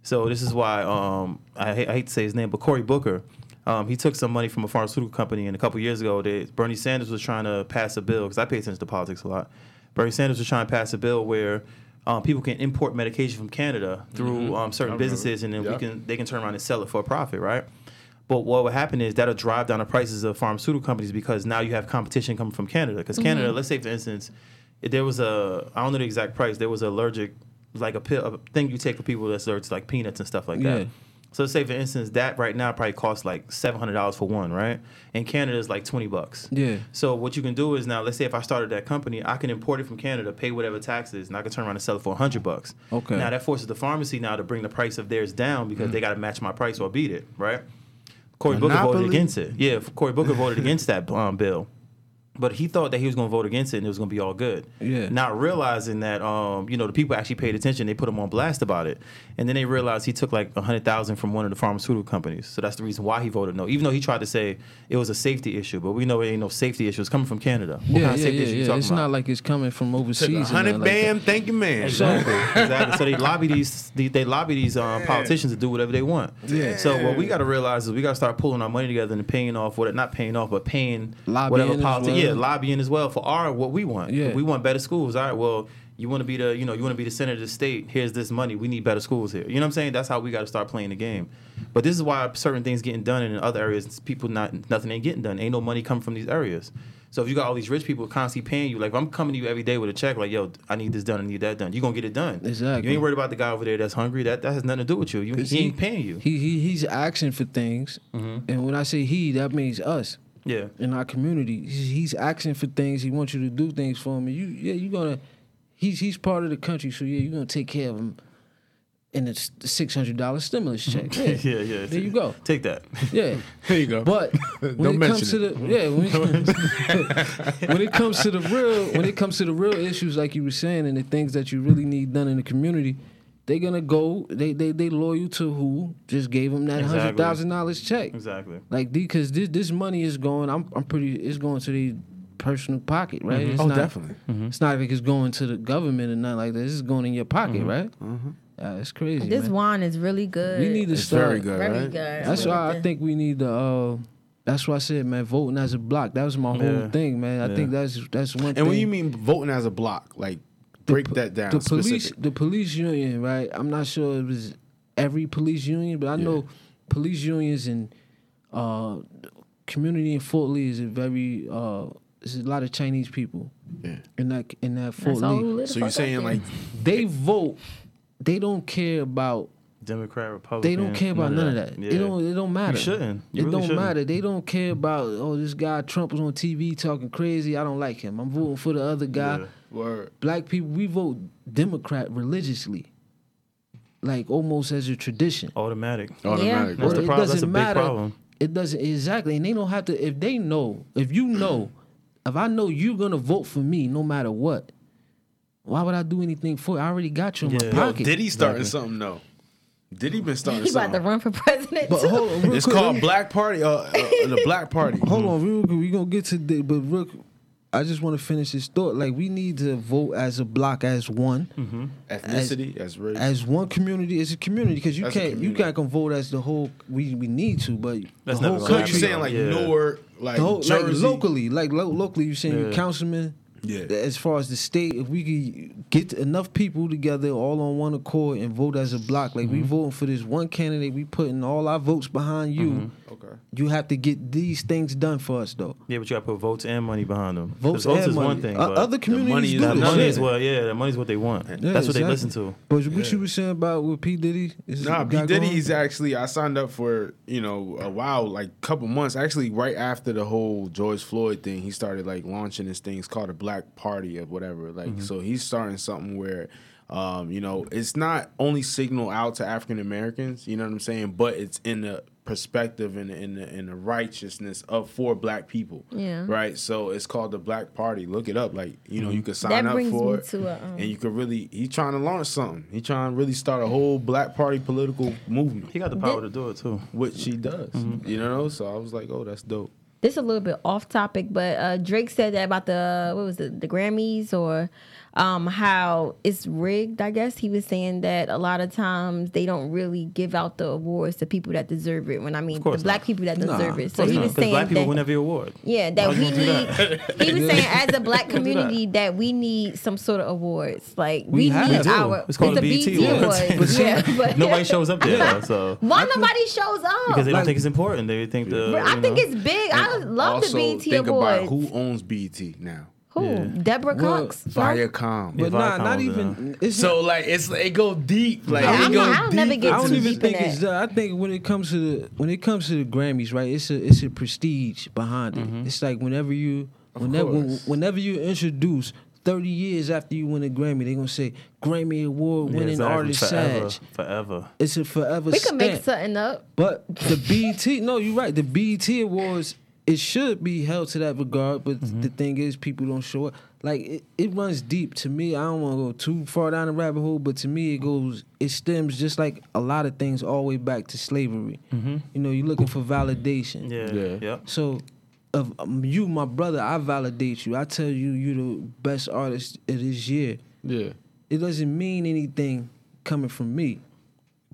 [SPEAKER 5] So this is why um, I, hate, I hate to say his name, but Cory Booker, um, he took some money from a pharmaceutical company, and a couple years ago, they, Bernie Sanders was trying to pass a bill because I pay attention to politics a lot. Bernie Sanders was trying to pass a bill where um, people can import medication from Canada through um, certain
[SPEAKER 3] Mm-hmm. remember.
[SPEAKER 5] businesses, and then
[SPEAKER 3] Yeah.
[SPEAKER 5] we can they can turn around and sell it for a profit, right? But what would happen is that'll drive down the prices of pharmaceutical companies because now you have competition coming from Canada. Because
[SPEAKER 2] Mm-hmm.
[SPEAKER 5] Canada, let's say for instance, if there was a I don't know the exact price, there was an allergic like a pill a thing you take for people that's allergic to like peanuts and stuff like
[SPEAKER 2] Yeah.
[SPEAKER 5] that. So say for instance that right now probably costs like seven hundred dollars for one, right? And Canada is like twenty bucks.
[SPEAKER 2] Yeah.
[SPEAKER 5] So what you can do is now, let's say if I started that company, I can import it from Canada, pay whatever taxes, and I can turn around and sell it for hundred bucks.
[SPEAKER 2] Okay. Mm.
[SPEAKER 5] Now that forces the pharmacy now to bring the price of theirs down because they got to match my price or beat it, right? Cory Booker voted
[SPEAKER 3] Monopoly?
[SPEAKER 5] against it. Yeah, Cory Booker voted against that um, bill, but he thought that he was going to vote against it and it was going to be all good.
[SPEAKER 2] Yeah.
[SPEAKER 5] Not realizing that, um, you know, the people actually paid attention. They put him on blast about it, and then they realized he took like a hundred thousand from one of the pharmaceutical companies. So that's the reason why he voted no. Even though he tried to say it was a safety issue, but we know it ain't no safety issue. It's coming from Canada. What
[SPEAKER 2] yeah,
[SPEAKER 5] kind of
[SPEAKER 2] yeah,
[SPEAKER 5] safety
[SPEAKER 2] yeah,
[SPEAKER 5] issue you
[SPEAKER 2] yeah.
[SPEAKER 5] talking
[SPEAKER 2] It's
[SPEAKER 5] about?
[SPEAKER 2] not like it's coming from overseas.
[SPEAKER 3] Took a
[SPEAKER 2] or
[SPEAKER 3] hundred
[SPEAKER 2] nothing like that.
[SPEAKER 3] bam, thank you, man.
[SPEAKER 5] Exactly. exactly. So they lobby these they, they lobby these um, politicians to do whatever they want.
[SPEAKER 3] Yeah.
[SPEAKER 5] So what we got to realize is we got to start pulling our money together and paying off what not paying off but paying
[SPEAKER 2] Lobbying
[SPEAKER 5] whatever
[SPEAKER 2] as
[SPEAKER 5] politics.
[SPEAKER 2] well.
[SPEAKER 5] Yeah, lobbying as well for our what we want.
[SPEAKER 2] Yeah.
[SPEAKER 5] If we want better schools. All right. Well, you want to be the you know you want to be the center of the state. Here's this money. We need better schools here. You know what I'm saying? That's how we got to start playing the game. But this is why certain things getting done and in other areas people not nothing ain't getting done. Ain't no money coming from these areas. So if you got all these rich people constantly paying you, like if I'm coming to you every day with a check, like yo, I need this done, I need that done. You gonna get it done.
[SPEAKER 2] Exactly.
[SPEAKER 5] You ain't worried about the guy over there that's hungry. That that has nothing to do with you. You
[SPEAKER 2] 'Cause
[SPEAKER 5] he, ain't paying you. Mm-hmm.
[SPEAKER 2] He, he he's asking for things, and when I say he, that means us
[SPEAKER 5] yeah.
[SPEAKER 2] in our community. He's, he's asking for things. He wants you to do things for him. And you yeah, you gonna. He's he's part of the country, so yeah, you're gonna take care of him. And it's six hundred dollar stimulus check. Yeah.
[SPEAKER 5] Yeah, yeah.
[SPEAKER 2] There you go.
[SPEAKER 5] Take that.
[SPEAKER 2] Yeah.
[SPEAKER 3] There you go.
[SPEAKER 2] But when
[SPEAKER 3] Don't
[SPEAKER 2] it comes
[SPEAKER 3] mention
[SPEAKER 2] to
[SPEAKER 3] it.
[SPEAKER 2] the yeah, when it, when it comes to the real when it comes to the real issues like you were saying and the things that you really need done in the community, they're gonna go they they they loyal to who just gave them that
[SPEAKER 5] Exactly.
[SPEAKER 2] hundred thousand dollars check.
[SPEAKER 5] exactly.
[SPEAKER 2] Like because this this money is going I'm I'm pretty it's going to the personal pocket, right? It's
[SPEAKER 3] Oh,
[SPEAKER 2] not,
[SPEAKER 3] definitely.
[SPEAKER 2] It's not like it's going to the government or nothing like that. This is going in your pocket, right? Uh, it's crazy.
[SPEAKER 4] This
[SPEAKER 2] man.
[SPEAKER 4] wine is really good.
[SPEAKER 2] we need to
[SPEAKER 3] Mm-hmm. It's
[SPEAKER 2] start
[SPEAKER 3] very good,
[SPEAKER 4] very
[SPEAKER 3] right?
[SPEAKER 4] good.
[SPEAKER 2] that's why I think we need to. Uh, that's why I said, man, voting as a block. That was my whole
[SPEAKER 5] Yeah.
[SPEAKER 2] thing, man. I
[SPEAKER 5] Yeah.
[SPEAKER 2] think that's that's one. thing.
[SPEAKER 3] And when you mean voting as a block, like break
[SPEAKER 2] po-
[SPEAKER 3] that down.
[SPEAKER 2] the police,
[SPEAKER 3] specific.
[SPEAKER 2] the police union, right? I'm not sure it was every police union, but I know police unions and uh, community in Fort Lee is a very uh, there's a lot of Chinese people
[SPEAKER 3] Yeah.
[SPEAKER 2] in that in that Fort
[SPEAKER 4] That's all who
[SPEAKER 2] Lee.
[SPEAKER 4] live
[SPEAKER 3] So
[SPEAKER 4] the
[SPEAKER 3] you're
[SPEAKER 4] fuck out
[SPEAKER 3] saying
[SPEAKER 4] there.
[SPEAKER 3] like
[SPEAKER 2] They vote. They don't care about
[SPEAKER 5] Democrat, Republican.
[SPEAKER 2] They don't care about none of that. It don't. It don't matter.
[SPEAKER 5] shouldn't. You
[SPEAKER 2] it
[SPEAKER 5] really
[SPEAKER 2] don't
[SPEAKER 5] shouldn't.
[SPEAKER 2] matter. They don't care about. Oh, this guy Trump was on TV talking crazy. I don't like him. I'm voting for the other guy.
[SPEAKER 5] Yeah.
[SPEAKER 3] word.
[SPEAKER 2] Black people, we vote Democrat religiously, like almost as a tradition.
[SPEAKER 5] Automatic.
[SPEAKER 2] Oh,
[SPEAKER 3] Automatic.
[SPEAKER 5] Oh, That's
[SPEAKER 2] Or
[SPEAKER 5] the
[SPEAKER 2] it
[SPEAKER 5] problem. That's
[SPEAKER 2] doesn't
[SPEAKER 5] a big
[SPEAKER 2] matter.
[SPEAKER 5] problem.
[SPEAKER 2] It doesn't exactly, and they don't have to. If they know, if you know, if I know you're gonna vote for me no matter what, why would I do anything for you? I already got you in
[SPEAKER 5] Yeah.
[SPEAKER 2] my
[SPEAKER 5] Yo,
[SPEAKER 3] Yo,
[SPEAKER 2] pocket.
[SPEAKER 3] Diddy starting something though. Diddy been starting
[SPEAKER 4] he about to
[SPEAKER 3] something.
[SPEAKER 4] run for president.
[SPEAKER 2] but
[SPEAKER 4] too.
[SPEAKER 2] hold on, real
[SPEAKER 3] It's
[SPEAKER 2] quick, let
[SPEAKER 3] called
[SPEAKER 2] me-
[SPEAKER 3] Black Party. Uh, uh, the Black Party.
[SPEAKER 5] Mm-hmm.
[SPEAKER 2] Hold on, real quick. We gonna get to the but real. quick, I just want to finish this thought. Like we need to vote as a block, as one,
[SPEAKER 5] Mm-hmm.
[SPEAKER 3] Ethnicity. That's race.
[SPEAKER 2] as one community. It's a community because you
[SPEAKER 3] As a
[SPEAKER 2] can't you
[SPEAKER 3] community.
[SPEAKER 2] can't gonna vote as the whole. We we need to, but
[SPEAKER 5] That's
[SPEAKER 2] the
[SPEAKER 5] never
[SPEAKER 2] whole
[SPEAKER 5] gonna
[SPEAKER 3] so
[SPEAKER 5] happen.
[SPEAKER 2] country,
[SPEAKER 3] you saying like
[SPEAKER 5] Yeah.
[SPEAKER 3] Newark, like
[SPEAKER 2] the whole like
[SPEAKER 3] Jersey.
[SPEAKER 2] locally, like lo- locally, you saying your
[SPEAKER 5] Yeah.
[SPEAKER 2] councilman.
[SPEAKER 3] Yeah.
[SPEAKER 2] As far as the state, if we could get enough people together, all on one accord, and vote as a block, like we
[SPEAKER 5] Mm-hmm.
[SPEAKER 2] voting for this one candidate, we putting all our votes behind you.
[SPEAKER 5] Mm-hmm.
[SPEAKER 3] Okay.
[SPEAKER 2] You have to get these things done for us, though.
[SPEAKER 5] Yeah, but you got to put votes and money behind them. 'Cause
[SPEAKER 2] Votes,
[SPEAKER 5] votes
[SPEAKER 2] and
[SPEAKER 5] is
[SPEAKER 2] money.
[SPEAKER 5] one thing.
[SPEAKER 2] O-
[SPEAKER 5] but
[SPEAKER 2] other communities
[SPEAKER 3] money is
[SPEAKER 2] do
[SPEAKER 5] that
[SPEAKER 3] not
[SPEAKER 2] this.
[SPEAKER 5] money
[SPEAKER 2] yeah.
[SPEAKER 5] is what. Yeah, that money's what they want.
[SPEAKER 2] Yeah,
[SPEAKER 5] That's what they
[SPEAKER 2] exactly.
[SPEAKER 5] listen to.
[SPEAKER 2] But what you were saying about what P Diddy? Is
[SPEAKER 3] Nah, B
[SPEAKER 2] got
[SPEAKER 3] Diddy
[SPEAKER 2] going?
[SPEAKER 3] is actually. I signed up for you know a while, like couple months. Actually, right after the whole George Floyd thing, he started like launching his things called the Black black party or whatever. Like
[SPEAKER 4] Mm-hmm.
[SPEAKER 3] so he's starting something where um, you know, it's not only signal out to African Americans, you know what I'm saying, but it's in the perspective and in the in the righteousness of for black people.
[SPEAKER 4] Yeah. Mm-hmm.
[SPEAKER 3] Right. So it's called the Black Party. Look it up. Like, you know, you could sign
[SPEAKER 4] That
[SPEAKER 3] up
[SPEAKER 4] brings
[SPEAKER 3] for
[SPEAKER 4] me
[SPEAKER 3] it.
[SPEAKER 4] to a, um,
[SPEAKER 3] and you could really he trying to launch something. He trying to really start a whole black party political movement.
[SPEAKER 5] He got the power to do it too.
[SPEAKER 3] Which she does. You know? So I was like, Oh, that's dope.
[SPEAKER 4] This a little bit off topic, but uh, Drake said that about the what was it, the Grammys or um, how it's rigged. I guess he was saying that a lot of times they don't really give out the awards to people that deserve it. When I mean the
[SPEAKER 5] course
[SPEAKER 4] black
[SPEAKER 5] not.
[SPEAKER 4] people that deserve it, so he was
[SPEAKER 5] Because
[SPEAKER 4] saying
[SPEAKER 5] black people
[SPEAKER 4] that,
[SPEAKER 5] win every award.
[SPEAKER 4] yeah, that
[SPEAKER 5] was
[SPEAKER 4] we
[SPEAKER 5] gonna do
[SPEAKER 4] need. He was saying as a black
[SPEAKER 5] Don't do that.
[SPEAKER 4] community that we need some sort of awards. Like we,
[SPEAKER 5] We have.
[SPEAKER 4] need
[SPEAKER 5] We do.
[SPEAKER 4] our
[SPEAKER 5] It's called
[SPEAKER 4] a
[SPEAKER 5] the BET
[SPEAKER 4] BET
[SPEAKER 5] Awards.
[SPEAKER 4] awards. yeah, but
[SPEAKER 5] Nobody shows up there, so
[SPEAKER 4] Why nobody shows up?
[SPEAKER 5] because they don't
[SPEAKER 2] Like-
[SPEAKER 5] think it's important. They think the.
[SPEAKER 4] I
[SPEAKER 5] you
[SPEAKER 4] think
[SPEAKER 5] know.
[SPEAKER 4] it's big. I love
[SPEAKER 3] also
[SPEAKER 4] the BT
[SPEAKER 3] think
[SPEAKER 4] awards.
[SPEAKER 3] about who owns BT now.
[SPEAKER 4] Who?
[SPEAKER 5] Yeah.
[SPEAKER 4] Deborah
[SPEAKER 2] Well,
[SPEAKER 4] Cox.
[SPEAKER 3] Viacom.
[SPEAKER 2] But nah,
[SPEAKER 5] Viacom
[SPEAKER 2] not
[SPEAKER 5] was,
[SPEAKER 2] even. It's
[SPEAKER 3] So like it's it go deep. Like
[SPEAKER 4] Yeah,
[SPEAKER 3] it
[SPEAKER 4] I'm
[SPEAKER 3] go
[SPEAKER 4] not- I don't
[SPEAKER 3] deep.
[SPEAKER 4] never get
[SPEAKER 2] I don't
[SPEAKER 4] too
[SPEAKER 2] even
[SPEAKER 4] deep
[SPEAKER 2] think
[SPEAKER 4] in
[SPEAKER 2] it's
[SPEAKER 4] that.
[SPEAKER 2] that. I think when it comes to the when it comes to the Grammys, right? It's a it's a prestige behind it.
[SPEAKER 4] Mm-hmm.
[SPEAKER 2] It's like whenever you whenever
[SPEAKER 3] course.
[SPEAKER 2] whenever you introduce. 30 years after you win a Grammy, they're gonna say Grammy Award
[SPEAKER 5] Yeah,
[SPEAKER 2] winning
[SPEAKER 5] exactly.
[SPEAKER 2] artist
[SPEAKER 5] forever,
[SPEAKER 2] Sag.
[SPEAKER 5] forever.
[SPEAKER 2] It's a forever
[SPEAKER 4] We could make
[SPEAKER 2] stamp.
[SPEAKER 4] something up.
[SPEAKER 2] But the BT, no, you're right. The BT awards, it should be held to that regard. But the thing is, people don't show up. Like it, it runs deep. To me, I don't want to go too far down the rabbit hole, but to me, it goes, it stems just like a lot of things all the way back to slavery. You know, you're looking for validation.
[SPEAKER 5] Yeah,
[SPEAKER 3] Yeah.
[SPEAKER 5] yeah.
[SPEAKER 2] So, of um, you, my brother, I validate you. I tell you, you're the best artist of this year
[SPEAKER 3] Yeah.
[SPEAKER 2] it doesn't mean anything coming from me.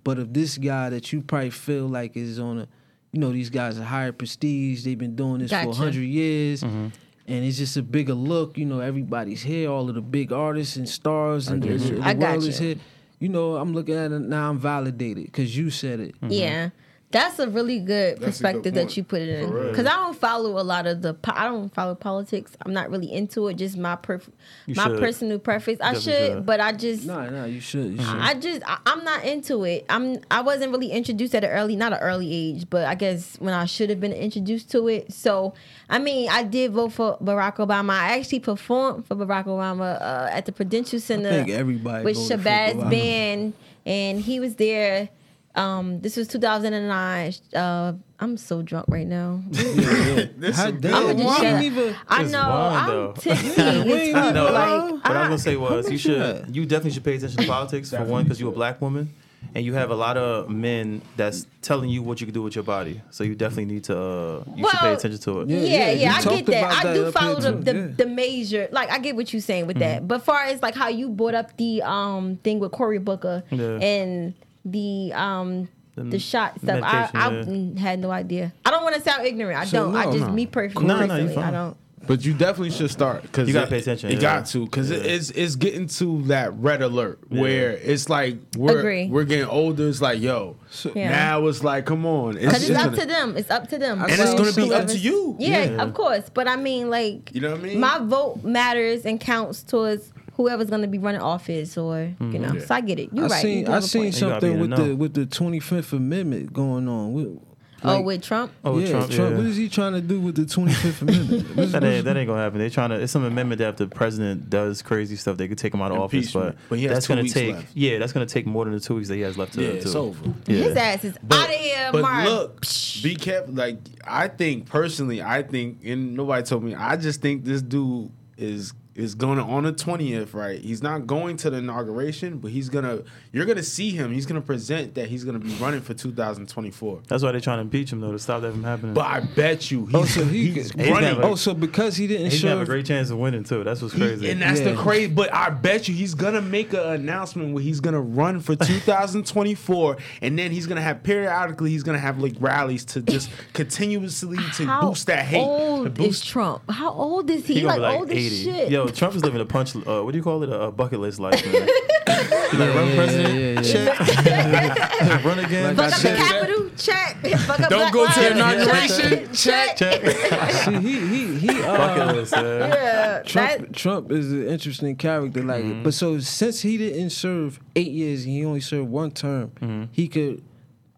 [SPEAKER 2] But if this guy that you probably feel like is on a, you know, these guys are higher prestige, they've been doing this for
[SPEAKER 4] Gotcha.
[SPEAKER 2] 100 years, and it's just a bigger look. You know, everybody's here, all of the big artists and stars, and the,
[SPEAKER 3] get you.
[SPEAKER 2] the
[SPEAKER 4] I
[SPEAKER 2] world
[SPEAKER 4] got
[SPEAKER 2] is
[SPEAKER 4] you.
[SPEAKER 2] here. You know, I'm looking at it now, I'm validated because you said it.
[SPEAKER 5] Mm-hmm.
[SPEAKER 4] Yeah. That's a really good
[SPEAKER 3] That's a good point.
[SPEAKER 4] perspective that you put it in.
[SPEAKER 3] For real.
[SPEAKER 4] Because I don't follow a lot of the, po- I don't follow politics. I'm not really into it. Just my perf-
[SPEAKER 5] You
[SPEAKER 4] my
[SPEAKER 5] should.
[SPEAKER 4] personal preference. I
[SPEAKER 5] Definitely
[SPEAKER 4] should,
[SPEAKER 5] should.
[SPEAKER 4] but I just,
[SPEAKER 2] Nah, nah, you should. You should.
[SPEAKER 4] Mm-hmm. I just, I, I'm not into it. I'm, I wasn't really introduced at an early, not an early age, but I guess when I should have been introduced to it. So, I mean, I did vote for Barack Obama. I actually performed for Barack Obama uh, at the Prudential Center.
[SPEAKER 2] think everybody
[SPEAKER 4] with
[SPEAKER 2] voted for
[SPEAKER 4] Shabazz
[SPEAKER 2] Obama.
[SPEAKER 4] Band, and he was there. Um, this was 2009. Uh, I'm so drunk right now.
[SPEAKER 2] How dare you?
[SPEAKER 4] I'ma
[SPEAKER 2] Why
[SPEAKER 4] just shut
[SPEAKER 2] didn't
[SPEAKER 4] up.
[SPEAKER 2] even-
[SPEAKER 4] I
[SPEAKER 5] It's
[SPEAKER 4] know.
[SPEAKER 5] wine, though.
[SPEAKER 4] I'm tipsy. It's
[SPEAKER 2] even
[SPEAKER 5] No,
[SPEAKER 4] like,
[SPEAKER 5] what I was gonna say was
[SPEAKER 2] How
[SPEAKER 5] you
[SPEAKER 2] much
[SPEAKER 5] should
[SPEAKER 2] that?
[SPEAKER 5] you definitely should pay attention to politics for one because you're a black woman and you have a lot of men that's telling you what you can do with your body. So you definitely need to uh, you should pay
[SPEAKER 4] Well,
[SPEAKER 5] attention to it.
[SPEAKER 4] Yeah,
[SPEAKER 2] yeah,
[SPEAKER 4] yeah,
[SPEAKER 2] you
[SPEAKER 4] I
[SPEAKER 2] talked
[SPEAKER 4] get that.
[SPEAKER 2] about
[SPEAKER 4] I
[SPEAKER 2] that
[SPEAKER 4] do
[SPEAKER 2] up
[SPEAKER 4] follow
[SPEAKER 2] here
[SPEAKER 4] the,
[SPEAKER 2] too, Mm-hmm.
[SPEAKER 4] the,
[SPEAKER 2] yeah.
[SPEAKER 4] the major. Like, I get what you're saying with that. But far as like how you brought up the um thing with Cory Booker
[SPEAKER 5] Yeah.
[SPEAKER 4] and the um the,
[SPEAKER 5] The
[SPEAKER 4] shot stuff, I, I mm,
[SPEAKER 5] medication,
[SPEAKER 4] had no idea. I don't want to sound ignorant. I
[SPEAKER 2] So,
[SPEAKER 4] don't. I
[SPEAKER 2] no,
[SPEAKER 4] just
[SPEAKER 2] no.
[SPEAKER 4] me per-
[SPEAKER 5] No, no,
[SPEAKER 4] personally.
[SPEAKER 5] you're
[SPEAKER 4] I
[SPEAKER 5] fine.
[SPEAKER 4] don't.
[SPEAKER 3] But you definitely should start because
[SPEAKER 5] You gotta pay attention,
[SPEAKER 3] You
[SPEAKER 5] yeah.
[SPEAKER 3] got to because
[SPEAKER 5] Yeah.
[SPEAKER 3] it's it's getting to that red alert where it's like we're
[SPEAKER 4] Agree.
[SPEAKER 3] we're getting older. It's like yo,
[SPEAKER 4] Yeah.
[SPEAKER 3] now it's like come on,
[SPEAKER 4] Because it's up
[SPEAKER 3] gonna-
[SPEAKER 4] to them. It's up to them.
[SPEAKER 2] And
[SPEAKER 3] and it's
[SPEAKER 2] Well,
[SPEAKER 3] gonna be
[SPEAKER 2] so
[SPEAKER 3] up to you.
[SPEAKER 4] Yeah,
[SPEAKER 5] Yeah.
[SPEAKER 4] of course. But I mean, like,
[SPEAKER 3] You know what I mean?
[SPEAKER 4] My vote matters and counts towards whoever's going to be running office, or
[SPEAKER 2] Mm-hmm.
[SPEAKER 4] you know.
[SPEAKER 3] Yeah.
[SPEAKER 4] So I get it. You're
[SPEAKER 2] I
[SPEAKER 4] right. You
[SPEAKER 2] seen
[SPEAKER 4] do
[SPEAKER 2] I
[SPEAKER 4] have a
[SPEAKER 2] seen
[SPEAKER 4] point.
[SPEAKER 5] You gotta be
[SPEAKER 2] something
[SPEAKER 5] in
[SPEAKER 2] with
[SPEAKER 5] the
[SPEAKER 2] the
[SPEAKER 5] know.
[SPEAKER 2] with the 25th Amendment going on. With,
[SPEAKER 4] oh, with Trump.
[SPEAKER 5] Oh, with
[SPEAKER 2] yeah,
[SPEAKER 5] Trump, yeah.
[SPEAKER 2] What is he trying to do with the 25th Amendment? What's-
[SPEAKER 5] That ain't, that ain't gonna happen. They trying to. It's some amendment that if the president does crazy stuff, they could take him out of office. But,
[SPEAKER 3] Impeachment. But he has
[SPEAKER 5] that's
[SPEAKER 3] two
[SPEAKER 5] gonna
[SPEAKER 3] weeks
[SPEAKER 5] take.
[SPEAKER 3] left.
[SPEAKER 5] Yeah, that's gonna take more than the two weeks that he has left to.
[SPEAKER 3] Yeah,
[SPEAKER 5] to-
[SPEAKER 3] it's over.
[SPEAKER 5] Yeah.
[SPEAKER 4] His ass is out of here,
[SPEAKER 3] but
[SPEAKER 4] Mark.
[SPEAKER 3] look, be careful. Like I think personally, I think, and nobody told me. I just think this dude is is going to on the twentieth. Right, he's not going to the inauguration, but he's gonna. You're gonna see him. He's gonna present that he's gonna be running for 2024.
[SPEAKER 5] That's why they're trying to impeach him though to stop that from happening.
[SPEAKER 3] But I bet you, he's,
[SPEAKER 2] Oh, so he
[SPEAKER 3] he's
[SPEAKER 2] could-
[SPEAKER 3] running.
[SPEAKER 5] never-
[SPEAKER 2] oh, so because he didn't
[SPEAKER 5] He's gonna
[SPEAKER 2] show
[SPEAKER 5] have a great chance of winning too. That's what's crazy.
[SPEAKER 3] and that's
[SPEAKER 2] Yeah.
[SPEAKER 3] the crazy. But I bet you he's gonna make an announcement where he's gonna run for 2024, and then he's gonna have periodically he's gonna have like rallies to just continuously to
[SPEAKER 4] How
[SPEAKER 3] boost that hate, to
[SPEAKER 4] old is
[SPEAKER 3] boost
[SPEAKER 4] Trump? How old is he?
[SPEAKER 5] He
[SPEAKER 4] He like,
[SPEAKER 5] gonna
[SPEAKER 4] old
[SPEAKER 5] be like
[SPEAKER 4] as shit.
[SPEAKER 5] eighty. Yo, Trump is living a punch. Uh, what do you call it? A, a bucket list life. Man. He like, run
[SPEAKER 2] yeah,
[SPEAKER 5] president, check. run
[SPEAKER 2] Like
[SPEAKER 5] again,
[SPEAKER 4] Fuck
[SPEAKER 2] I
[SPEAKER 4] up the
[SPEAKER 2] said-
[SPEAKER 5] check.
[SPEAKER 4] Capitol, check. Fuck up
[SPEAKER 3] Don't
[SPEAKER 4] Black
[SPEAKER 3] go to the
[SPEAKER 4] Lives Matter,
[SPEAKER 3] inauguration.
[SPEAKER 4] check.
[SPEAKER 5] Check.
[SPEAKER 2] See, he he he. Uh,
[SPEAKER 5] Bucket list. man.
[SPEAKER 4] Yeah,
[SPEAKER 2] Trump
[SPEAKER 4] that-
[SPEAKER 2] Trump is an interesting character. Like,
[SPEAKER 5] Mm-hmm.
[SPEAKER 2] but so since he didn't serve eight years, he only served one term. He could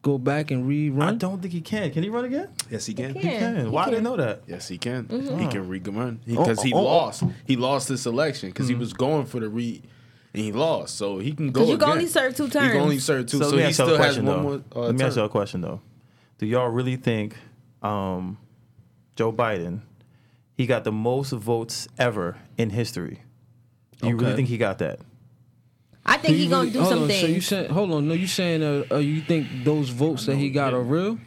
[SPEAKER 2] go back and rerun?
[SPEAKER 5] Mm-hmm. I don't think he can. Can he run again?
[SPEAKER 3] Yes, he can.
[SPEAKER 4] He
[SPEAKER 5] He
[SPEAKER 4] can. Mm-hmm.
[SPEAKER 5] can. Why
[SPEAKER 4] He
[SPEAKER 5] did I
[SPEAKER 4] can.
[SPEAKER 5] know that?
[SPEAKER 3] Yes, he can. He can re-run because he
[SPEAKER 5] oh, oh.
[SPEAKER 3] lost. He lost this election because he was going for the re, and he lost. So he can go.
[SPEAKER 4] Mm-hmm. Because you can
[SPEAKER 3] again.
[SPEAKER 4] only serve two
[SPEAKER 3] He can only
[SPEAKER 4] terms.
[SPEAKER 3] serve two.
[SPEAKER 5] let
[SPEAKER 3] So,
[SPEAKER 5] me
[SPEAKER 3] he
[SPEAKER 5] ask y'all a
[SPEAKER 3] still has
[SPEAKER 5] question,
[SPEAKER 3] one
[SPEAKER 5] though.
[SPEAKER 3] more. Uh,
[SPEAKER 5] Let me ask
[SPEAKER 3] term.
[SPEAKER 5] y'all a question though. Do y'all really think um, Joe Biden he got the most votes ever in history? Do you really
[SPEAKER 2] Okay.
[SPEAKER 5] think he got that?
[SPEAKER 4] I think he
[SPEAKER 2] you
[SPEAKER 4] gonna
[SPEAKER 2] really-
[SPEAKER 4] do
[SPEAKER 2] hold
[SPEAKER 4] some
[SPEAKER 2] on, So you
[SPEAKER 4] things.
[SPEAKER 2] saying, hold on, no, you saying uh, uh, you think those votes that he got are real?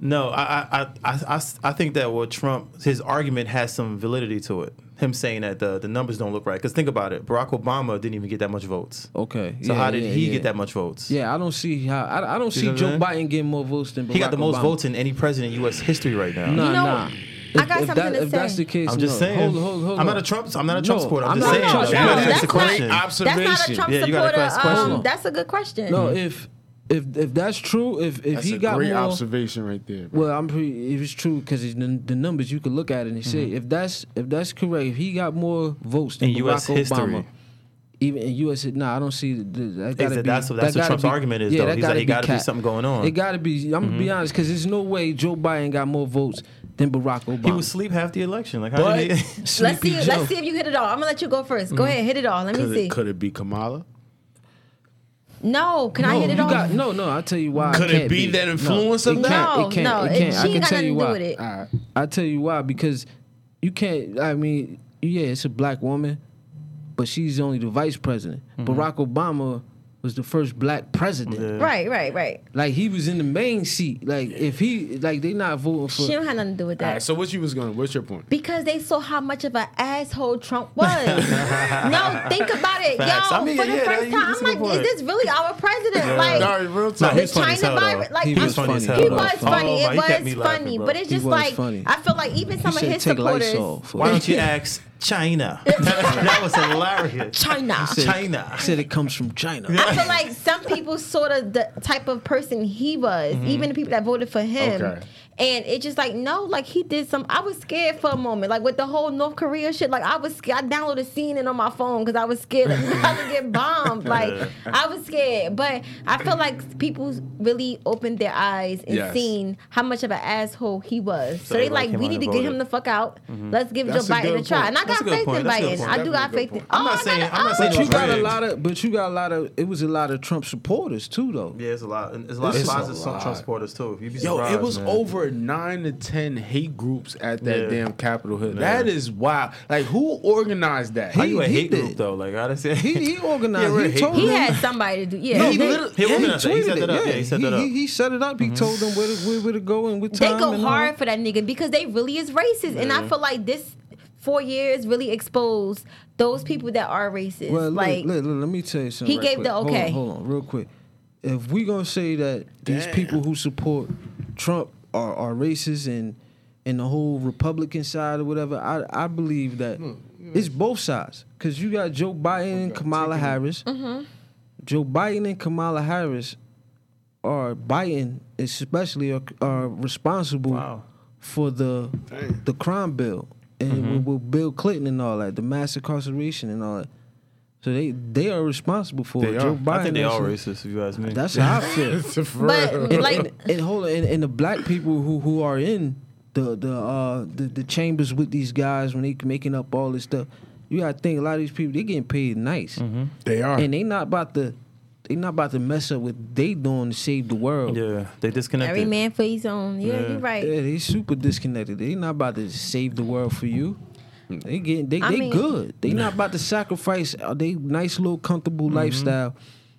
[SPEAKER 5] No, I I, I, I, I- I think that what Trump his argument has some validity to it. Him saying that the the numbers don't look right. Because think about it, Barack Obama didn't even get that much votes.
[SPEAKER 2] Okay.
[SPEAKER 5] So
[SPEAKER 2] yeah,
[SPEAKER 5] how did
[SPEAKER 2] yeah,
[SPEAKER 5] he
[SPEAKER 2] yeah.
[SPEAKER 5] get that much votes?
[SPEAKER 2] Yeah, I don't see how I, I don't see
[SPEAKER 5] know what
[SPEAKER 2] Joe
[SPEAKER 5] I'm
[SPEAKER 2] Biden getting more votes than Barack
[SPEAKER 5] He got the most
[SPEAKER 2] Obama.
[SPEAKER 5] votes in any president in U.S. history right now.
[SPEAKER 2] Nah,
[SPEAKER 4] You know,
[SPEAKER 2] nah.
[SPEAKER 4] I got something
[SPEAKER 2] that,
[SPEAKER 4] to
[SPEAKER 2] if that's
[SPEAKER 4] say.
[SPEAKER 2] the case,
[SPEAKER 5] I'm just
[SPEAKER 2] no.
[SPEAKER 5] saying.
[SPEAKER 2] Hold, hold, hold
[SPEAKER 5] I'm
[SPEAKER 2] on.
[SPEAKER 5] not a Trump. I'm not a Trump
[SPEAKER 2] No,
[SPEAKER 5] supporter. I'm,
[SPEAKER 2] I'm
[SPEAKER 5] just
[SPEAKER 2] not a
[SPEAKER 5] saying.
[SPEAKER 2] Trump
[SPEAKER 5] though. You
[SPEAKER 2] supporter.
[SPEAKER 5] gotta ask
[SPEAKER 4] That's
[SPEAKER 5] the
[SPEAKER 4] not-
[SPEAKER 5] question.
[SPEAKER 3] That's
[SPEAKER 4] That's not a
[SPEAKER 3] observation.
[SPEAKER 4] Trump
[SPEAKER 5] Yeah, you gotta
[SPEAKER 4] supporter.
[SPEAKER 5] ask questions.
[SPEAKER 4] Um, that's a good question.
[SPEAKER 2] No, if if if that's true, if if
[SPEAKER 3] That's
[SPEAKER 2] he
[SPEAKER 3] a
[SPEAKER 2] got
[SPEAKER 3] great
[SPEAKER 2] more,
[SPEAKER 3] observation right there. bro.
[SPEAKER 2] well, I'm pretty. If it's true, because the, the numbers you could look at it and say if that's if that's correct, if he got more votes than
[SPEAKER 5] Mm-hmm. In
[SPEAKER 2] Barack
[SPEAKER 5] US history.
[SPEAKER 2] Obama, even in U.S. Nah, I don't see the- the- that. Gotta
[SPEAKER 5] that-
[SPEAKER 2] be,
[SPEAKER 5] that's what- that's
[SPEAKER 2] that
[SPEAKER 5] what
[SPEAKER 2] gotta
[SPEAKER 5] Trump's
[SPEAKER 2] be-
[SPEAKER 5] argument is,
[SPEAKER 2] Yeah,
[SPEAKER 5] though.
[SPEAKER 2] that
[SPEAKER 5] He's like,
[SPEAKER 2] gotta
[SPEAKER 5] it gotta be
[SPEAKER 2] cap.
[SPEAKER 5] something going on. Mm-hmm.
[SPEAKER 2] It gotta be. I'm gonna be honest, because there's no way Joe Biden got more votes than Barack Obama.
[SPEAKER 5] he would sleep half the election. Like, how did he?
[SPEAKER 4] let's
[SPEAKER 2] Sleepy
[SPEAKER 4] see.
[SPEAKER 2] Joe.
[SPEAKER 4] Let's see if you hit it all. I'm gonna let you go first. Go ahead, hit it all. Let me
[SPEAKER 3] Could
[SPEAKER 4] see.
[SPEAKER 3] it, could it be Kamala?
[SPEAKER 4] No, can I
[SPEAKER 2] No,
[SPEAKER 4] hit
[SPEAKER 2] you
[SPEAKER 4] it all?
[SPEAKER 2] got no, no. I'll tell you why.
[SPEAKER 3] Could it
[SPEAKER 2] can't
[SPEAKER 3] be that influence of
[SPEAKER 2] it
[SPEAKER 3] that?
[SPEAKER 2] can't,
[SPEAKER 4] no,
[SPEAKER 2] it can't,
[SPEAKER 4] no,
[SPEAKER 2] it can't. I
[SPEAKER 4] she
[SPEAKER 2] can
[SPEAKER 4] ain't got
[SPEAKER 2] tell
[SPEAKER 4] nothing
[SPEAKER 2] you
[SPEAKER 4] to
[SPEAKER 2] why.
[SPEAKER 4] do with it.
[SPEAKER 3] All right.
[SPEAKER 2] I tell you why because you can't. I mean, yeah, it's a black woman, but she's only the vice president.
[SPEAKER 5] Mm-hmm.
[SPEAKER 2] Barack Obama was the first black president.
[SPEAKER 4] Right, right, right.
[SPEAKER 2] Like he was in the main seat. Like if he, like they not voting
[SPEAKER 4] She
[SPEAKER 2] for.
[SPEAKER 4] don't have nothing to do with
[SPEAKER 3] All
[SPEAKER 4] that.
[SPEAKER 3] right. So what you was gonna? What's your point?
[SPEAKER 4] Because they saw how much of an asshole Trump was. no, think about it,
[SPEAKER 5] Facts.
[SPEAKER 4] yo.
[SPEAKER 5] I mean,
[SPEAKER 4] for
[SPEAKER 5] yeah,
[SPEAKER 4] the first
[SPEAKER 5] that-
[SPEAKER 4] time,
[SPEAKER 5] that's a
[SPEAKER 4] I'm
[SPEAKER 5] good
[SPEAKER 4] like,
[SPEAKER 5] point.
[SPEAKER 4] is this really our president? Like,
[SPEAKER 3] Nah, real
[SPEAKER 5] Nah,
[SPEAKER 3] talk.
[SPEAKER 5] he
[SPEAKER 4] the
[SPEAKER 5] was funny as hell,
[SPEAKER 4] China virus,
[SPEAKER 5] though.
[SPEAKER 4] like
[SPEAKER 5] He
[SPEAKER 4] I'm-
[SPEAKER 5] was funny as hell,
[SPEAKER 4] he
[SPEAKER 5] though.
[SPEAKER 4] was
[SPEAKER 5] Oh,
[SPEAKER 4] funny.
[SPEAKER 5] my,
[SPEAKER 4] It
[SPEAKER 5] he kept
[SPEAKER 4] was
[SPEAKER 5] me laughing,
[SPEAKER 4] funny,
[SPEAKER 5] bro.
[SPEAKER 4] but it's
[SPEAKER 2] He
[SPEAKER 4] just
[SPEAKER 2] was
[SPEAKER 4] like
[SPEAKER 2] funny.
[SPEAKER 4] I feel like even some
[SPEAKER 2] said,
[SPEAKER 4] of his
[SPEAKER 2] "Take lights
[SPEAKER 4] supporters,
[SPEAKER 2] off."
[SPEAKER 5] Why don't you ask China? that was hilarious.
[SPEAKER 4] China.
[SPEAKER 5] China.
[SPEAKER 2] Said it comes from China.
[SPEAKER 4] I feel like some people sort of the type of person he was,
[SPEAKER 5] Mm-hmm.
[SPEAKER 4] even the people that voted for him.
[SPEAKER 3] Okay.
[SPEAKER 4] And it's just like no, like he did some. I was scared for a moment, like with the whole North Korea shit. Like I was, scared. I downloaded CNN on my phone because I was scared of I would get bombed. Like I was scared, but I feel like people really opened their eyes and
[SPEAKER 3] Yes.
[SPEAKER 4] seen how much of an asshole he was. So,
[SPEAKER 5] So
[SPEAKER 4] they
[SPEAKER 5] they
[SPEAKER 4] like,
[SPEAKER 5] came
[SPEAKER 4] we
[SPEAKER 5] out
[SPEAKER 4] need to
[SPEAKER 5] and
[SPEAKER 4] get
[SPEAKER 5] voted. Mm-hmm.
[SPEAKER 4] him the fuck out. Let's give
[SPEAKER 3] That's
[SPEAKER 4] Joe
[SPEAKER 3] a
[SPEAKER 4] Biden a
[SPEAKER 3] good
[SPEAKER 4] try.
[SPEAKER 3] point.
[SPEAKER 4] And I
[SPEAKER 5] That's
[SPEAKER 4] got
[SPEAKER 5] a good
[SPEAKER 4] faith
[SPEAKER 5] point.
[SPEAKER 4] in
[SPEAKER 5] That's a good
[SPEAKER 4] Biden.
[SPEAKER 5] point.
[SPEAKER 4] I
[SPEAKER 3] Definitely
[SPEAKER 4] do
[SPEAKER 3] a
[SPEAKER 4] got
[SPEAKER 3] good
[SPEAKER 4] faith. In,
[SPEAKER 3] point.
[SPEAKER 5] I'm not
[SPEAKER 4] Oh, I
[SPEAKER 5] saying-
[SPEAKER 4] gotta-
[SPEAKER 5] I'm not
[SPEAKER 4] oh,
[SPEAKER 5] saying
[SPEAKER 2] But you got a
[SPEAKER 5] Right.
[SPEAKER 2] lot of, but you got a lot of. It was a lot of Trump supporters too, though.
[SPEAKER 5] Yeah, it's a lot. And There's a lot
[SPEAKER 2] It's
[SPEAKER 5] of
[SPEAKER 2] a
[SPEAKER 5] spies and
[SPEAKER 3] lot.
[SPEAKER 5] Trump supporters too. You'd be
[SPEAKER 3] Yo,
[SPEAKER 5] surprised,
[SPEAKER 3] it was
[SPEAKER 5] man.
[SPEAKER 3] over nine to ten hate groups at that
[SPEAKER 5] Yeah.
[SPEAKER 3] damn Capitol Hill. That is wild. Like who organized that?
[SPEAKER 5] How you a
[SPEAKER 2] He- he
[SPEAKER 5] hate group
[SPEAKER 2] did.
[SPEAKER 5] though? Like I just said,
[SPEAKER 2] He he organized.
[SPEAKER 5] Yeah, we're
[SPEAKER 2] he
[SPEAKER 5] hate
[SPEAKER 2] told
[SPEAKER 4] He
[SPEAKER 2] them-
[SPEAKER 4] had somebody to do. Yeah,
[SPEAKER 2] No,
[SPEAKER 4] they,
[SPEAKER 2] they-
[SPEAKER 5] literally- he opened it up. He
[SPEAKER 2] tweeted
[SPEAKER 5] set that up. Yeah, he set that up. Mm-hmm.
[SPEAKER 2] He, he set it up. He told them where to, where, where to go and what
[SPEAKER 4] they
[SPEAKER 2] time.
[SPEAKER 4] go
[SPEAKER 2] and all.
[SPEAKER 4] hard for that nigga because they really is racist, and I feel like this four years really exposed those people that are racist.
[SPEAKER 2] Well, look,
[SPEAKER 4] like
[SPEAKER 2] look, look, let me tell you something.
[SPEAKER 4] He
[SPEAKER 2] right
[SPEAKER 4] gave
[SPEAKER 2] quick.
[SPEAKER 4] the
[SPEAKER 2] Hold on,
[SPEAKER 4] okay.
[SPEAKER 2] Hold on, real quick. If we gonna say that these
[SPEAKER 3] Damn.
[SPEAKER 2] people who support Trump are, are racist and and the whole Republican side or whatever, I I believe that it's both sides because you got Joe Biden and Kamala Harris.
[SPEAKER 4] Mm-hmm.
[SPEAKER 2] Joe Biden and Kamala Harris are Biden especially are, are responsible
[SPEAKER 5] Wow.
[SPEAKER 2] for the
[SPEAKER 3] Dang.
[SPEAKER 2] the crime bill and
[SPEAKER 5] Mm-hmm.
[SPEAKER 2] with, with Bill Clinton and all that, the mass incarceration and all that. So they they are responsible for
[SPEAKER 3] They
[SPEAKER 2] it. Joe
[SPEAKER 3] are.
[SPEAKER 2] Biden.
[SPEAKER 5] I think they all
[SPEAKER 2] is-
[SPEAKER 5] racist. If you ask me,
[SPEAKER 2] That's how I feel.
[SPEAKER 3] For
[SPEAKER 4] but
[SPEAKER 3] real.
[SPEAKER 2] and,
[SPEAKER 4] like
[SPEAKER 2] and, and hold on, and, and the black people who who are in the the uh the, the chambers with these guys when they making up all this stuff, you gotta think a lot of these people they getting paid nice,
[SPEAKER 5] Mm-hmm.
[SPEAKER 3] they are.
[SPEAKER 2] and they not about to they not about to mess up with they doing to save the world.
[SPEAKER 5] yeah, they disconnected.
[SPEAKER 4] every man for his own. Yeah,
[SPEAKER 5] Yeah.
[SPEAKER 4] you're right.
[SPEAKER 2] Yeah, they super disconnected. They not about to save the world for you. They get they,
[SPEAKER 4] I
[SPEAKER 2] they
[SPEAKER 4] mean-
[SPEAKER 2] good. They not about to sacrifice uh, they nice little comfortable lifestyle
[SPEAKER 5] Mm-hmm.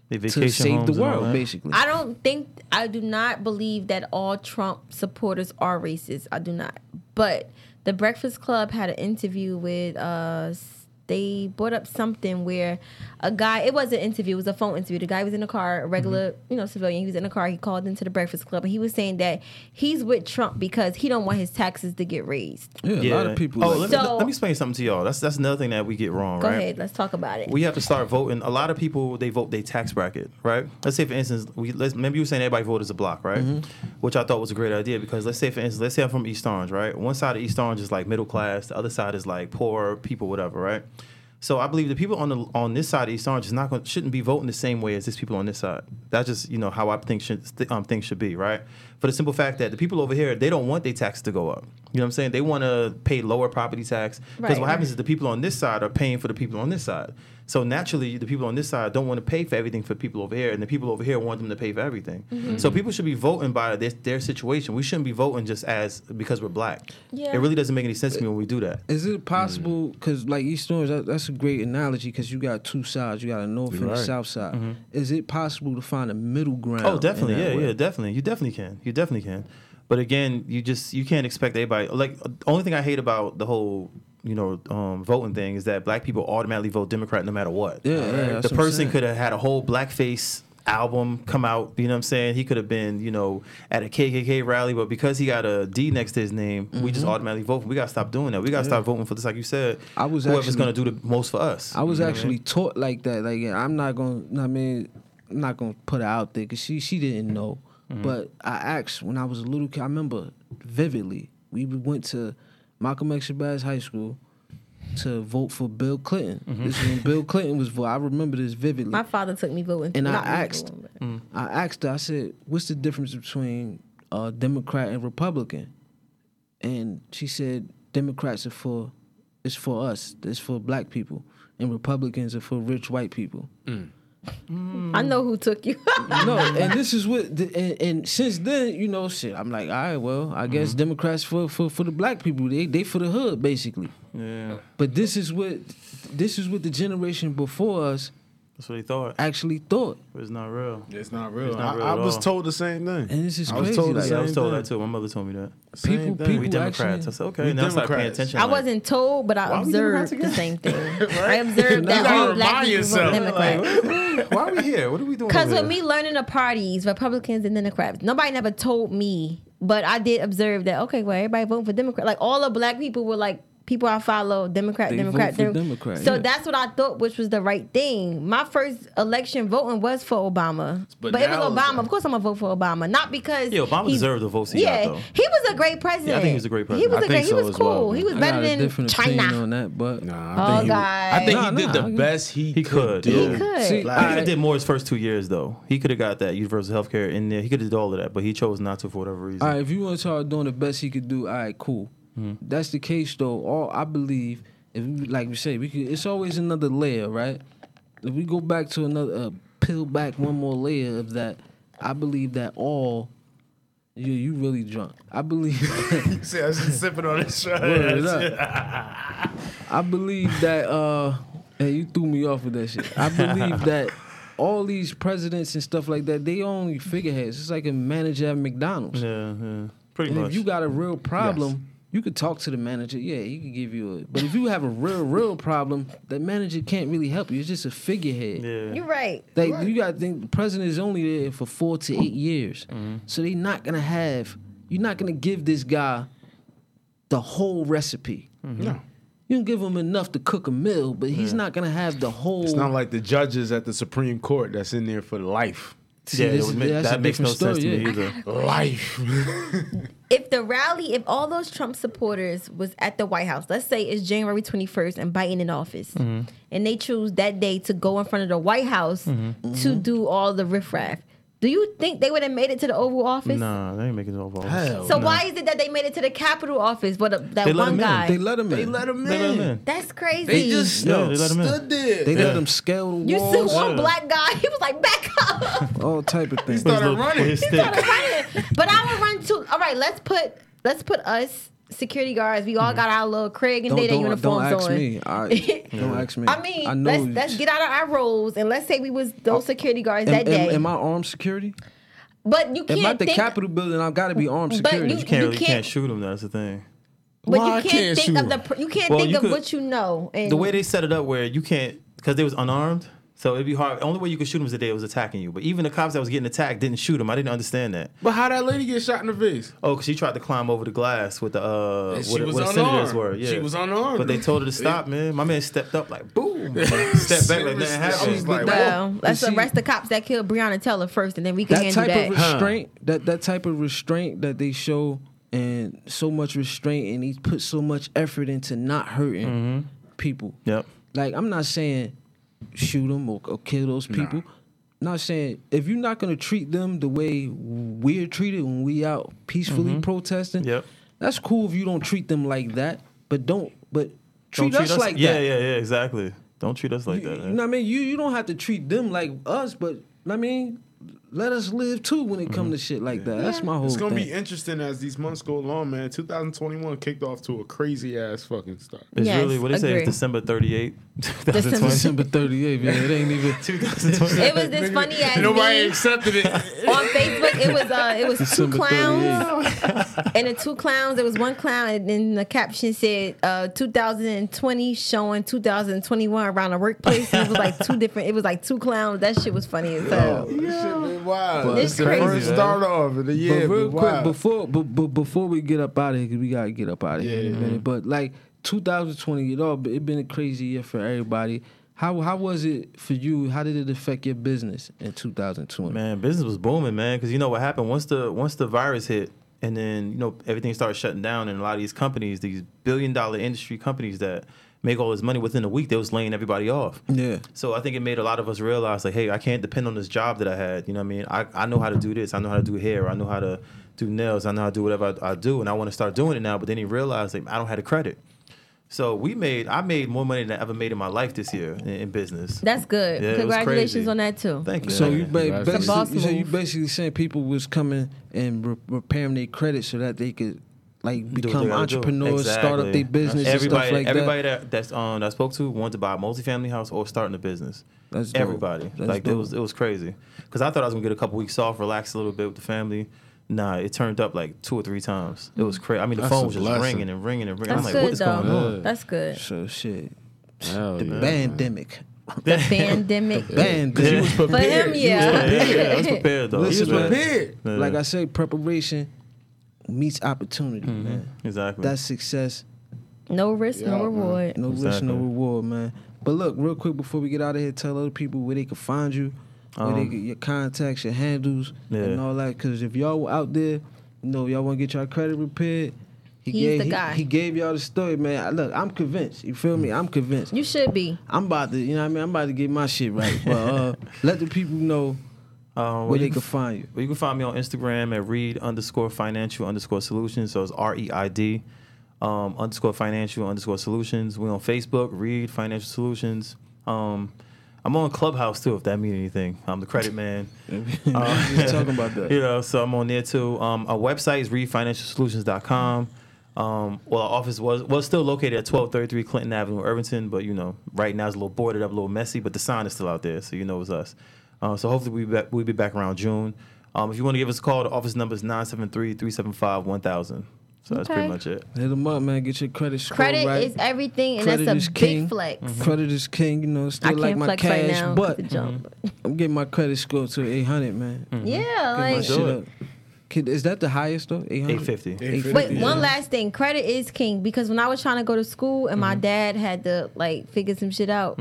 [SPEAKER 5] They
[SPEAKER 2] to
[SPEAKER 5] vacation
[SPEAKER 2] save
[SPEAKER 5] homes
[SPEAKER 2] the
[SPEAKER 5] and all
[SPEAKER 2] world,
[SPEAKER 5] that.
[SPEAKER 2] basically.
[SPEAKER 4] I don't think I do not believe that all Trump supporters are racist. I do not. But the Breakfast Club had an interview with uh s- they brought up something where a guy it was an interview, it was a phone interview. The guy was in a car,
[SPEAKER 2] Mm-hmm.
[SPEAKER 4] a regular, you know, civilian. He was in a car, he called into the Breakfast Club and he was saying that he's with Trump because he don't want his taxes to get raised.
[SPEAKER 2] yeah, a lot of people.
[SPEAKER 5] Oh,
[SPEAKER 2] like
[SPEAKER 5] let,
[SPEAKER 2] that.
[SPEAKER 5] me,
[SPEAKER 4] So-
[SPEAKER 5] let me explain something to y'all. That's that's another thing that we get wrong.
[SPEAKER 4] Go
[SPEAKER 5] right?
[SPEAKER 4] ahead, let's talk about it.
[SPEAKER 5] We have to start voting. A lot of people they vote their tax bracket, right? Let's say for instance, we let's maybe you were saying everybody voted as a block, right?
[SPEAKER 4] Mm-hmm.
[SPEAKER 5] Which I thought was a great idea because let's say for instance, let's say I'm from East Orange, right? One side of East Orange is like middle class, the other side is like poor people, whatever, right? So I believe the people on the on this side of East Orange is not going shouldn't be voting the same way as these people on this side. That's just you know how I think should, um, things should be, right? For the simple fact that the people over here they don't want their tax to go up. You know what I'm saying? They want to pay lower property tax because
[SPEAKER 4] Right.
[SPEAKER 5] what happens is the people on this side are paying for the people on this side. So naturally, the people on this side don't want to pay for everything for people over here, and the people over here want them to pay for everything. So people should be voting by their, their situation. We shouldn't be voting just as because we're black.
[SPEAKER 4] Yeah.
[SPEAKER 5] It really doesn't make any sense to me when we do that.
[SPEAKER 2] Is it possible?
[SPEAKER 5] Mm-hmm.
[SPEAKER 2] Because like East Orange, that, that's a great analogy. Because you got two sides. You got a north and a
[SPEAKER 3] right.
[SPEAKER 2] south side. Is it possible to find a middle ground?
[SPEAKER 5] Mm-hmm. Oh,
[SPEAKER 2] in
[SPEAKER 5] definitely,
[SPEAKER 2] that
[SPEAKER 5] yeah,
[SPEAKER 2] way?
[SPEAKER 5] yeah, definitely. You definitely can. You definitely can. But again, you just you can't expect everybody. Like uh, the only thing I hate about the whole you know um, voting thing is that black people automatically vote Democrat no matter what.
[SPEAKER 2] Yeah, yeah, that's
[SPEAKER 5] the
[SPEAKER 2] what I'm
[SPEAKER 5] person
[SPEAKER 2] saying.
[SPEAKER 5] could have had a whole blackface album come out. You know what I'm saying? He could have been you know at a KKK rally, but because he got a D next to his name, we just automatically vote. We gotta stop doing that. We gotta stop voting for this, like you said.
[SPEAKER 2] Mm-hmm. I was
[SPEAKER 5] whoever's
[SPEAKER 2] actually-
[SPEAKER 5] gonna do the most for us.
[SPEAKER 2] I was
[SPEAKER 5] You know what
[SPEAKER 2] actually taught like that. Like I'm not gonna. I mean, I'm not gonna put it out there because she she didn't know. But I asked when I was a little kid. I remember vividly. We went to Malcolm X Shabazz High School to vote for Bill Clinton. This is when Bill Clinton was voted. I remember this vividly.
[SPEAKER 4] My father took me voting.
[SPEAKER 2] And I
[SPEAKER 4] not me
[SPEAKER 2] asked-
[SPEAKER 4] voting, but-
[SPEAKER 2] I asked her, I said, what's the difference between uh, Democrat and Republican? And she said, Democrats are for, it's for us, it's for black people, and Republicans are for rich white people.
[SPEAKER 4] I know who took you.
[SPEAKER 2] no, and this is what, the, and, and since then, you know, shit, I'm like, all right, well, I guess Democrats for, for, for the black people, they, they for the hood, basically.
[SPEAKER 5] Yeah,
[SPEAKER 2] But this is what, this is what the generation before us
[SPEAKER 5] that's what he thought.
[SPEAKER 2] actually thought.
[SPEAKER 5] But it's not real.
[SPEAKER 3] It's not real.
[SPEAKER 5] It's not
[SPEAKER 3] I-
[SPEAKER 5] real
[SPEAKER 3] I,
[SPEAKER 5] at
[SPEAKER 3] was
[SPEAKER 5] all.
[SPEAKER 3] told the same thing.
[SPEAKER 2] And this is
[SPEAKER 3] I was
[SPEAKER 2] crazy,
[SPEAKER 3] told the
[SPEAKER 2] like-
[SPEAKER 5] Yeah, I
[SPEAKER 3] same
[SPEAKER 5] was told
[SPEAKER 3] thing.
[SPEAKER 5] that too. My mother told me that.
[SPEAKER 3] Same
[SPEAKER 2] People,
[SPEAKER 3] thing.
[SPEAKER 2] people
[SPEAKER 5] We Democrats.
[SPEAKER 2] actually-
[SPEAKER 5] I said, okay,
[SPEAKER 3] We
[SPEAKER 5] now start paying
[SPEAKER 3] Democrats.
[SPEAKER 5] attention.
[SPEAKER 4] I
[SPEAKER 5] to that.
[SPEAKER 4] wasn't told, but I
[SPEAKER 5] Why we Democrats
[SPEAKER 4] observed the same thing. I observed
[SPEAKER 2] You
[SPEAKER 4] that
[SPEAKER 2] gotta
[SPEAKER 4] all
[SPEAKER 3] remind
[SPEAKER 4] black people vote
[SPEAKER 3] yourself.
[SPEAKER 4] Democrat.
[SPEAKER 5] Like, why are we here? What are we doing?
[SPEAKER 4] Because
[SPEAKER 5] over
[SPEAKER 4] with me
[SPEAKER 5] here?
[SPEAKER 4] learning the parties, Republicans and Democrats, nobody never told me, but I did observe that, okay, well, everybody voting for Democrat. Like, all the black people were like, people I follow, Democrat,
[SPEAKER 2] They
[SPEAKER 4] Democrat,
[SPEAKER 2] vote for
[SPEAKER 4] Dem-
[SPEAKER 2] Democrat,
[SPEAKER 4] So
[SPEAKER 2] yeah.
[SPEAKER 4] that's what I thought, which was the right thing. My first election voting was for Obama.
[SPEAKER 3] But
[SPEAKER 4] But, it was
[SPEAKER 3] now it's
[SPEAKER 4] Obama.
[SPEAKER 3] like-
[SPEAKER 4] of course, I'm going to vote for Obama. Not because.
[SPEAKER 5] Yeah, Obama
[SPEAKER 4] he-
[SPEAKER 5] deserved the votes he got,
[SPEAKER 4] yeah,
[SPEAKER 5] though.
[SPEAKER 4] He was a great president.
[SPEAKER 5] Yeah, I think he was a great
[SPEAKER 4] He
[SPEAKER 5] president.
[SPEAKER 4] was,
[SPEAKER 5] I
[SPEAKER 4] a great,
[SPEAKER 5] think
[SPEAKER 4] he
[SPEAKER 5] so
[SPEAKER 4] was
[SPEAKER 5] as
[SPEAKER 4] cool.
[SPEAKER 5] well,
[SPEAKER 4] he
[SPEAKER 5] man.
[SPEAKER 4] was better
[SPEAKER 2] I got a
[SPEAKER 4] than
[SPEAKER 2] different opinion
[SPEAKER 4] China.
[SPEAKER 2] on that, but
[SPEAKER 3] Nah,
[SPEAKER 4] Oh,
[SPEAKER 3] I think, he, I
[SPEAKER 4] guys.
[SPEAKER 3] think
[SPEAKER 2] Nah,
[SPEAKER 3] he did
[SPEAKER 2] nah,
[SPEAKER 3] the
[SPEAKER 2] he-
[SPEAKER 3] best he,
[SPEAKER 5] He could,
[SPEAKER 3] could, do.
[SPEAKER 5] yeah.
[SPEAKER 4] He could.
[SPEAKER 2] See,
[SPEAKER 5] He
[SPEAKER 3] Like-
[SPEAKER 5] could have did more his first two years though. He could have got that universal health care in there. He could have did all of that, but he chose not to for whatever reason.
[SPEAKER 2] All right, if you want to talk doing the best he could do, all right, cool. That's the case though. All I believe, if we, like we say, we could, it's always another layer, right? If we go back to another, uh, peel back one more layer of that, I believe that all, you you really drunk. I believe,
[SPEAKER 3] See, I was just sipping on this. shit.
[SPEAKER 2] Word it up. I believe that. uh Hey, you threw me off with that shit. I believe that. All these presidents and stuff like that, they only figureheads. It's like a manager at McDonald's.
[SPEAKER 5] yeah, yeah, pretty
[SPEAKER 2] And
[SPEAKER 5] much.
[SPEAKER 2] if you got a real problem, you could talk to the manager. Yeah, he could give you a. But if you have a real, real problem, the manager can't really help you. It's just a figurehead.
[SPEAKER 5] yeah,
[SPEAKER 4] You're right.
[SPEAKER 2] They, You got to think the president is only there for four to eight years.
[SPEAKER 5] Mm-hmm.
[SPEAKER 2] So they're not going to have, you're not going to give this guy the whole recipe.
[SPEAKER 5] Mm-hmm.
[SPEAKER 3] No.
[SPEAKER 2] You can give him enough to cook a meal, but he's not going to have the whole.
[SPEAKER 3] It's not like the judges at the Supreme Court that's in there for life.
[SPEAKER 5] yeah.
[SPEAKER 2] this
[SPEAKER 5] it would
[SPEAKER 2] is-
[SPEAKER 5] make-
[SPEAKER 2] that's a
[SPEAKER 5] that makes no
[SPEAKER 2] different
[SPEAKER 5] sense
[SPEAKER 2] story,
[SPEAKER 5] to me
[SPEAKER 2] yeah.
[SPEAKER 5] either.
[SPEAKER 3] Life.
[SPEAKER 4] if the rally, if all those Trump supporters was at the White House, let's say it's January 21st and Biden in office,
[SPEAKER 5] Mm-hmm.
[SPEAKER 4] and they choose that day to go in front of the White House
[SPEAKER 5] Mm-hmm.
[SPEAKER 4] to do all the riffraff, do you think they would have made it to the Oval Office?
[SPEAKER 5] Nah, they ain't making no votes.
[SPEAKER 3] Hell.
[SPEAKER 4] So why is it that they made it to the Capitol office? But uh, that
[SPEAKER 5] They let
[SPEAKER 4] one
[SPEAKER 5] him in.
[SPEAKER 4] guy,
[SPEAKER 2] They let him in.
[SPEAKER 3] him
[SPEAKER 5] They let him in.
[SPEAKER 4] that's crazy.
[SPEAKER 5] Yeah, they let him in.
[SPEAKER 3] there.
[SPEAKER 2] They
[SPEAKER 5] Yeah.
[SPEAKER 2] let him scale the
[SPEAKER 4] you see
[SPEAKER 2] walls,
[SPEAKER 4] one
[SPEAKER 5] Yeah.
[SPEAKER 4] black guy, he was like, back up.
[SPEAKER 2] all type of things.
[SPEAKER 5] With his
[SPEAKER 3] started
[SPEAKER 5] little-
[SPEAKER 3] running.
[SPEAKER 5] with his
[SPEAKER 3] He
[SPEAKER 5] stick.
[SPEAKER 4] but I would run to. All right, let's put let's put us security guards. We all got our little Craig and
[SPEAKER 2] Mm. Don't,
[SPEAKER 4] Data
[SPEAKER 2] don't,
[SPEAKER 4] uniforms
[SPEAKER 2] don't ask
[SPEAKER 4] on.
[SPEAKER 2] me. I, don't ask me.
[SPEAKER 4] I mean,
[SPEAKER 2] know
[SPEAKER 4] let's,
[SPEAKER 2] you-
[SPEAKER 4] let's get out of our roles and let's say we was those security guards
[SPEAKER 2] Am,
[SPEAKER 4] that day.
[SPEAKER 2] am- am I armed security?
[SPEAKER 4] but you can't
[SPEAKER 2] Am I at the
[SPEAKER 4] think,
[SPEAKER 2] Capitol building? I've got to be armed
[SPEAKER 4] But
[SPEAKER 2] security.
[SPEAKER 5] You can't
[SPEAKER 4] You
[SPEAKER 5] really you can't
[SPEAKER 4] can't-
[SPEAKER 5] shoot him. That's the thing.
[SPEAKER 4] but
[SPEAKER 3] Why I
[SPEAKER 4] you can't,
[SPEAKER 3] can't
[SPEAKER 4] think
[SPEAKER 3] shoot
[SPEAKER 4] of the pr- you can't
[SPEAKER 5] Well,
[SPEAKER 4] think
[SPEAKER 5] you
[SPEAKER 4] of
[SPEAKER 5] could-
[SPEAKER 4] what you know. And
[SPEAKER 5] the way they set it up where you can't because they was unarmed so it'd be hard only way you could shoot him is the day it was attacking you but even the cops that was getting attacked didn't shoot him i didn't understand that
[SPEAKER 3] But how that lady get shot in the face?
[SPEAKER 5] oh because she tried to climb over the glass with the uh
[SPEAKER 3] And she
[SPEAKER 5] where, the-
[SPEAKER 3] was
[SPEAKER 5] where the senators
[SPEAKER 3] unarmed.
[SPEAKER 5] were yeah
[SPEAKER 3] She was unarmed.
[SPEAKER 5] but they told her to stop man my man stepped up like boom stepped back like nothing
[SPEAKER 3] I was
[SPEAKER 5] happened
[SPEAKER 3] like,
[SPEAKER 4] well,
[SPEAKER 2] Well,
[SPEAKER 4] let's
[SPEAKER 2] you see-
[SPEAKER 4] arrest the cops that killed Breonna Teller first, and then we can
[SPEAKER 2] that
[SPEAKER 4] handle
[SPEAKER 2] type
[SPEAKER 4] that.
[SPEAKER 2] of restraint, that that type of restraint that they show, and so much restraint, and he put so much effort into not hurting
[SPEAKER 5] Mm-hmm.
[SPEAKER 2] people.
[SPEAKER 5] yep
[SPEAKER 2] Like I'm not saying shoot them or, or kill those people. not saying if you're not gonna treat them the way we're treated when we out peacefully protesting.
[SPEAKER 5] Mm-hmm. Yep.
[SPEAKER 2] That's cool if you don't treat them like that, but don't but
[SPEAKER 5] Don't
[SPEAKER 2] treat, us, like
[SPEAKER 5] yeah,
[SPEAKER 2] that.
[SPEAKER 5] Yeah, yeah, exactly. Don't treat us like
[SPEAKER 2] You,
[SPEAKER 5] that.
[SPEAKER 2] you
[SPEAKER 5] man.
[SPEAKER 2] know what I mean? You you don't have to treat them like us, but I mean, let us live too when it
[SPEAKER 5] Mm-hmm.
[SPEAKER 2] comes to shit like that. That's my whole
[SPEAKER 3] It's gonna
[SPEAKER 2] thing.
[SPEAKER 3] be interesting as these months go along, man. 2021 kicked off to a crazy ass fucking start.
[SPEAKER 5] It's
[SPEAKER 4] Yes,
[SPEAKER 5] really what they say
[SPEAKER 4] agree.
[SPEAKER 5] is December 38,
[SPEAKER 4] December-
[SPEAKER 5] 2020.
[SPEAKER 2] December 38th, yeah, it ain't even.
[SPEAKER 5] 2020.
[SPEAKER 4] It was this funny ass
[SPEAKER 3] Nobody
[SPEAKER 4] meme.
[SPEAKER 3] accepted it.
[SPEAKER 4] on Facebook, it was uh, it was
[SPEAKER 2] December
[SPEAKER 4] two clowns, and the two clowns. There was one clown, and then the caption said uh, 2020 showing 2021 around the workplace. And it was like two different. It was like two clowns. That shit was funny as hell.
[SPEAKER 3] wow,
[SPEAKER 2] It's
[SPEAKER 3] the
[SPEAKER 4] crazy,
[SPEAKER 3] first
[SPEAKER 5] man.
[SPEAKER 3] start off of the
[SPEAKER 2] But
[SPEAKER 3] year.
[SPEAKER 2] real
[SPEAKER 3] but
[SPEAKER 2] quick,
[SPEAKER 3] wow.
[SPEAKER 2] before but, but before we get up out of here, 'cause we gotta get up out of here. in
[SPEAKER 3] Yeah,
[SPEAKER 2] a
[SPEAKER 3] yeah.
[SPEAKER 2] minute. But like 2020, it all it been a crazy year for everybody. How how was it for you? How did it affect your business in 2020?
[SPEAKER 5] Man, business was booming, man. Because you know what happened once the once the virus hit, and then you know everything started shutting down, and a lot of these companies, these billion dollar industry companies that make all this money within a week, they was laying everybody off.
[SPEAKER 2] Yeah.
[SPEAKER 5] So I think it made a lot of us realize, like, hey, I can't depend on this job that I had. You know what I mean? I, I know how to do this. I know how to do hair. I know how to do nails. I know how to do whatever I, I do, and I want to start doing it now. But then he realized, like, I don't have the credit. So we made, I made more money than I ever made in my life this year in, in business.
[SPEAKER 4] That's good.
[SPEAKER 5] Yeah, it was
[SPEAKER 4] Congratulations
[SPEAKER 5] crazy.
[SPEAKER 4] on that too.
[SPEAKER 5] Thank you.
[SPEAKER 2] So
[SPEAKER 5] man.
[SPEAKER 2] you ba-
[SPEAKER 3] It's a
[SPEAKER 4] boss
[SPEAKER 2] basically, so you
[SPEAKER 4] move.
[SPEAKER 2] basically saying people was coming and re- repairing their credit so that they could like
[SPEAKER 5] do what
[SPEAKER 2] become
[SPEAKER 5] they gotta do.
[SPEAKER 2] entrepreneurs, start up
[SPEAKER 5] Exactly.
[SPEAKER 2] their business,
[SPEAKER 5] Everybody,
[SPEAKER 2] and stuff like
[SPEAKER 5] everybody
[SPEAKER 2] that.
[SPEAKER 5] that, that's um that I spoke to wanted to buy a multifamily house or starting a business.
[SPEAKER 2] That's dope.
[SPEAKER 5] everybody.
[SPEAKER 2] That's
[SPEAKER 5] like it
[SPEAKER 2] dope.
[SPEAKER 5] was it was crazy because I thought I was gonna get a couple weeks off, relax a little bit with the family. Nah, it turned up like two or three times. It was crazy. I mean, the
[SPEAKER 3] That's
[SPEAKER 5] phone
[SPEAKER 3] a
[SPEAKER 5] was just
[SPEAKER 3] blessing.
[SPEAKER 5] ringing and ringing and ringing.
[SPEAKER 4] That's
[SPEAKER 5] I'm like,
[SPEAKER 4] good
[SPEAKER 5] what is
[SPEAKER 4] though.
[SPEAKER 5] going on?
[SPEAKER 4] That's good.
[SPEAKER 2] So shit,
[SPEAKER 3] Hell
[SPEAKER 2] the
[SPEAKER 3] yeah,
[SPEAKER 2] pandemic,
[SPEAKER 4] The pandemic.
[SPEAKER 2] pandemic.
[SPEAKER 3] He was
[SPEAKER 4] For him,
[SPEAKER 3] prepared.
[SPEAKER 5] Yeah,
[SPEAKER 4] yeah.
[SPEAKER 5] yeah, yeah, I was prepared though. I was
[SPEAKER 2] Listen,
[SPEAKER 5] prepared.
[SPEAKER 3] Prepared.
[SPEAKER 5] Yeah.
[SPEAKER 2] Like I say, preparation meets opportunity,
[SPEAKER 5] Mm-hmm.
[SPEAKER 2] man.
[SPEAKER 5] exactly.
[SPEAKER 2] That's success.
[SPEAKER 4] No risk,
[SPEAKER 3] Yeah,
[SPEAKER 4] no
[SPEAKER 3] man.
[SPEAKER 4] reward.
[SPEAKER 2] No risk, no
[SPEAKER 5] Exactly.
[SPEAKER 2] reward, man. But look, real quick before we get out of here, tell other people where they can find you, where they
[SPEAKER 5] Um,
[SPEAKER 2] get your contacts, your handles,
[SPEAKER 5] Yeah.
[SPEAKER 2] and all that. Because if y'all out there, you know y'all want to get your credit repaired. He
[SPEAKER 4] He's
[SPEAKER 2] gave,
[SPEAKER 4] the
[SPEAKER 2] he-
[SPEAKER 4] guy.
[SPEAKER 2] He, gave y'all the story, man. I- Look, I'm convinced. You feel me? I'm convinced.
[SPEAKER 4] You should be.
[SPEAKER 2] I'm about to, you know what I mean? I'm about to get my shit right. But uh, let the people know
[SPEAKER 5] um,
[SPEAKER 2] where
[SPEAKER 5] you
[SPEAKER 2] they can find you.
[SPEAKER 5] Well, you can find me on Instagram at read underscore financial underscore solutions. So it's R E I D um, underscore financial underscore solutions. We're on Facebook, read financial solutions. Um, I'm on Clubhouse too, if that means anything. I'm the credit man.
[SPEAKER 2] We just talking about that.
[SPEAKER 5] You know, so I'm on there too. Um, our website is readfinancialsolutions.com. Um, well, our office was was still located at 1233 Clinton Avenue, Irvington, but you know, right now it's a little boarded up, a little messy, but the sign is still out there, so you know it's us. Uh, so hopefully we be back, we'll be back around June. Um, if you want to give us a call, the office number is 973-375-1000. So that's pretty
[SPEAKER 4] Okay.
[SPEAKER 5] much it.
[SPEAKER 2] Hit them up, man. Get your credit score
[SPEAKER 4] Credit
[SPEAKER 2] right.
[SPEAKER 4] is everything, and
[SPEAKER 2] Credit
[SPEAKER 4] that's
[SPEAKER 2] is
[SPEAKER 4] a
[SPEAKER 2] king.
[SPEAKER 4] big flex.
[SPEAKER 5] Mm-hmm.
[SPEAKER 2] Credit is king. You know,
[SPEAKER 4] I
[SPEAKER 2] still
[SPEAKER 4] can't
[SPEAKER 2] like my
[SPEAKER 4] flex
[SPEAKER 2] cash,
[SPEAKER 4] right now. 'cause
[SPEAKER 2] but
[SPEAKER 4] the jump.
[SPEAKER 2] I'm getting my credit score to 800, man.
[SPEAKER 5] Mm-hmm.
[SPEAKER 4] Yeah,
[SPEAKER 2] Get my
[SPEAKER 4] like
[SPEAKER 2] shit
[SPEAKER 5] Do it.
[SPEAKER 2] up. Kid, is that the highest though? 800?
[SPEAKER 5] 850.
[SPEAKER 3] 850.
[SPEAKER 4] Wait,
[SPEAKER 3] Yeah.
[SPEAKER 4] one last thing. Credit is king because when I was trying to go to school and
[SPEAKER 2] Mm-hmm.
[SPEAKER 4] my dad had to like figure some shit out,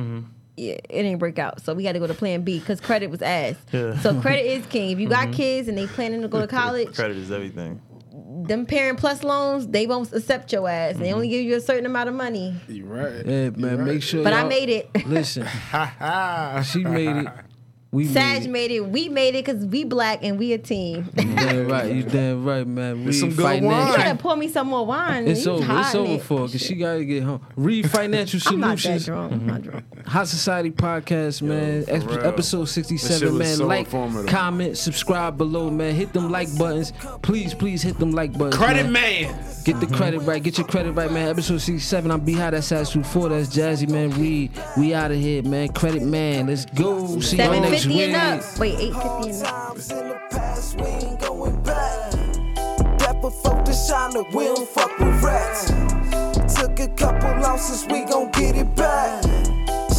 [SPEAKER 4] yeah, it didn't break out. So we had to go to Plan B because credit was ass.
[SPEAKER 5] Yeah.
[SPEAKER 4] So credit is king. If you got
[SPEAKER 2] Mm-hmm.
[SPEAKER 4] kids and they planning to go to college,
[SPEAKER 5] Credit is everything.
[SPEAKER 4] them parent plus loans they won't accept your ass. They
[SPEAKER 2] Mm-hmm.
[SPEAKER 4] only give you a certain amount of money.
[SPEAKER 3] You right.
[SPEAKER 2] Yeah, man. Make
[SPEAKER 3] You right. Ah.
[SPEAKER 2] sure.
[SPEAKER 4] But I
[SPEAKER 2] y'all-
[SPEAKER 4] made it.
[SPEAKER 2] Listen,
[SPEAKER 3] Ha ha.
[SPEAKER 2] she made it. We
[SPEAKER 4] Sag
[SPEAKER 2] made it.
[SPEAKER 4] made it. We made it because we black and we a team. you
[SPEAKER 2] Damn right, you damn right, man. Read
[SPEAKER 3] some good
[SPEAKER 2] financial.
[SPEAKER 3] wine.
[SPEAKER 4] gotta pour me some more wine.
[SPEAKER 2] It's
[SPEAKER 4] You
[SPEAKER 2] over. It's
[SPEAKER 4] hiding
[SPEAKER 2] over
[SPEAKER 4] it.
[SPEAKER 2] for her, cause she gotta get home. Read financial
[SPEAKER 4] I'm not that
[SPEAKER 2] solutions.
[SPEAKER 4] drunk. I'm
[SPEAKER 2] Mm-hmm.
[SPEAKER 4] not drunk.
[SPEAKER 2] Hot Society Podcast, man.
[SPEAKER 3] for
[SPEAKER 2] Ep-
[SPEAKER 3] real.
[SPEAKER 2] episode
[SPEAKER 3] That shit
[SPEAKER 2] 67,
[SPEAKER 3] was
[SPEAKER 2] man.
[SPEAKER 3] so
[SPEAKER 2] like,
[SPEAKER 3] informative.
[SPEAKER 2] comment, subscribe below, man. Hit them like buttons. Please, please hit them like buttons.
[SPEAKER 3] Credit
[SPEAKER 2] man.
[SPEAKER 3] man.
[SPEAKER 2] Get the credit right. Get your credit right, man. Episode 67. I'm B High. That's Sasu 4. That's Jazzy, man. Reed. We out of here, man. Credit, man. Let's go. See y'all next
[SPEAKER 4] 750
[SPEAKER 2] week.
[SPEAKER 4] and up. Wait, 850 and up.
[SPEAKER 1] Times in the past, we ain't going back. Dapper folk to shine, we don't fuck with rats. Took a couple losses, we gon' get it back.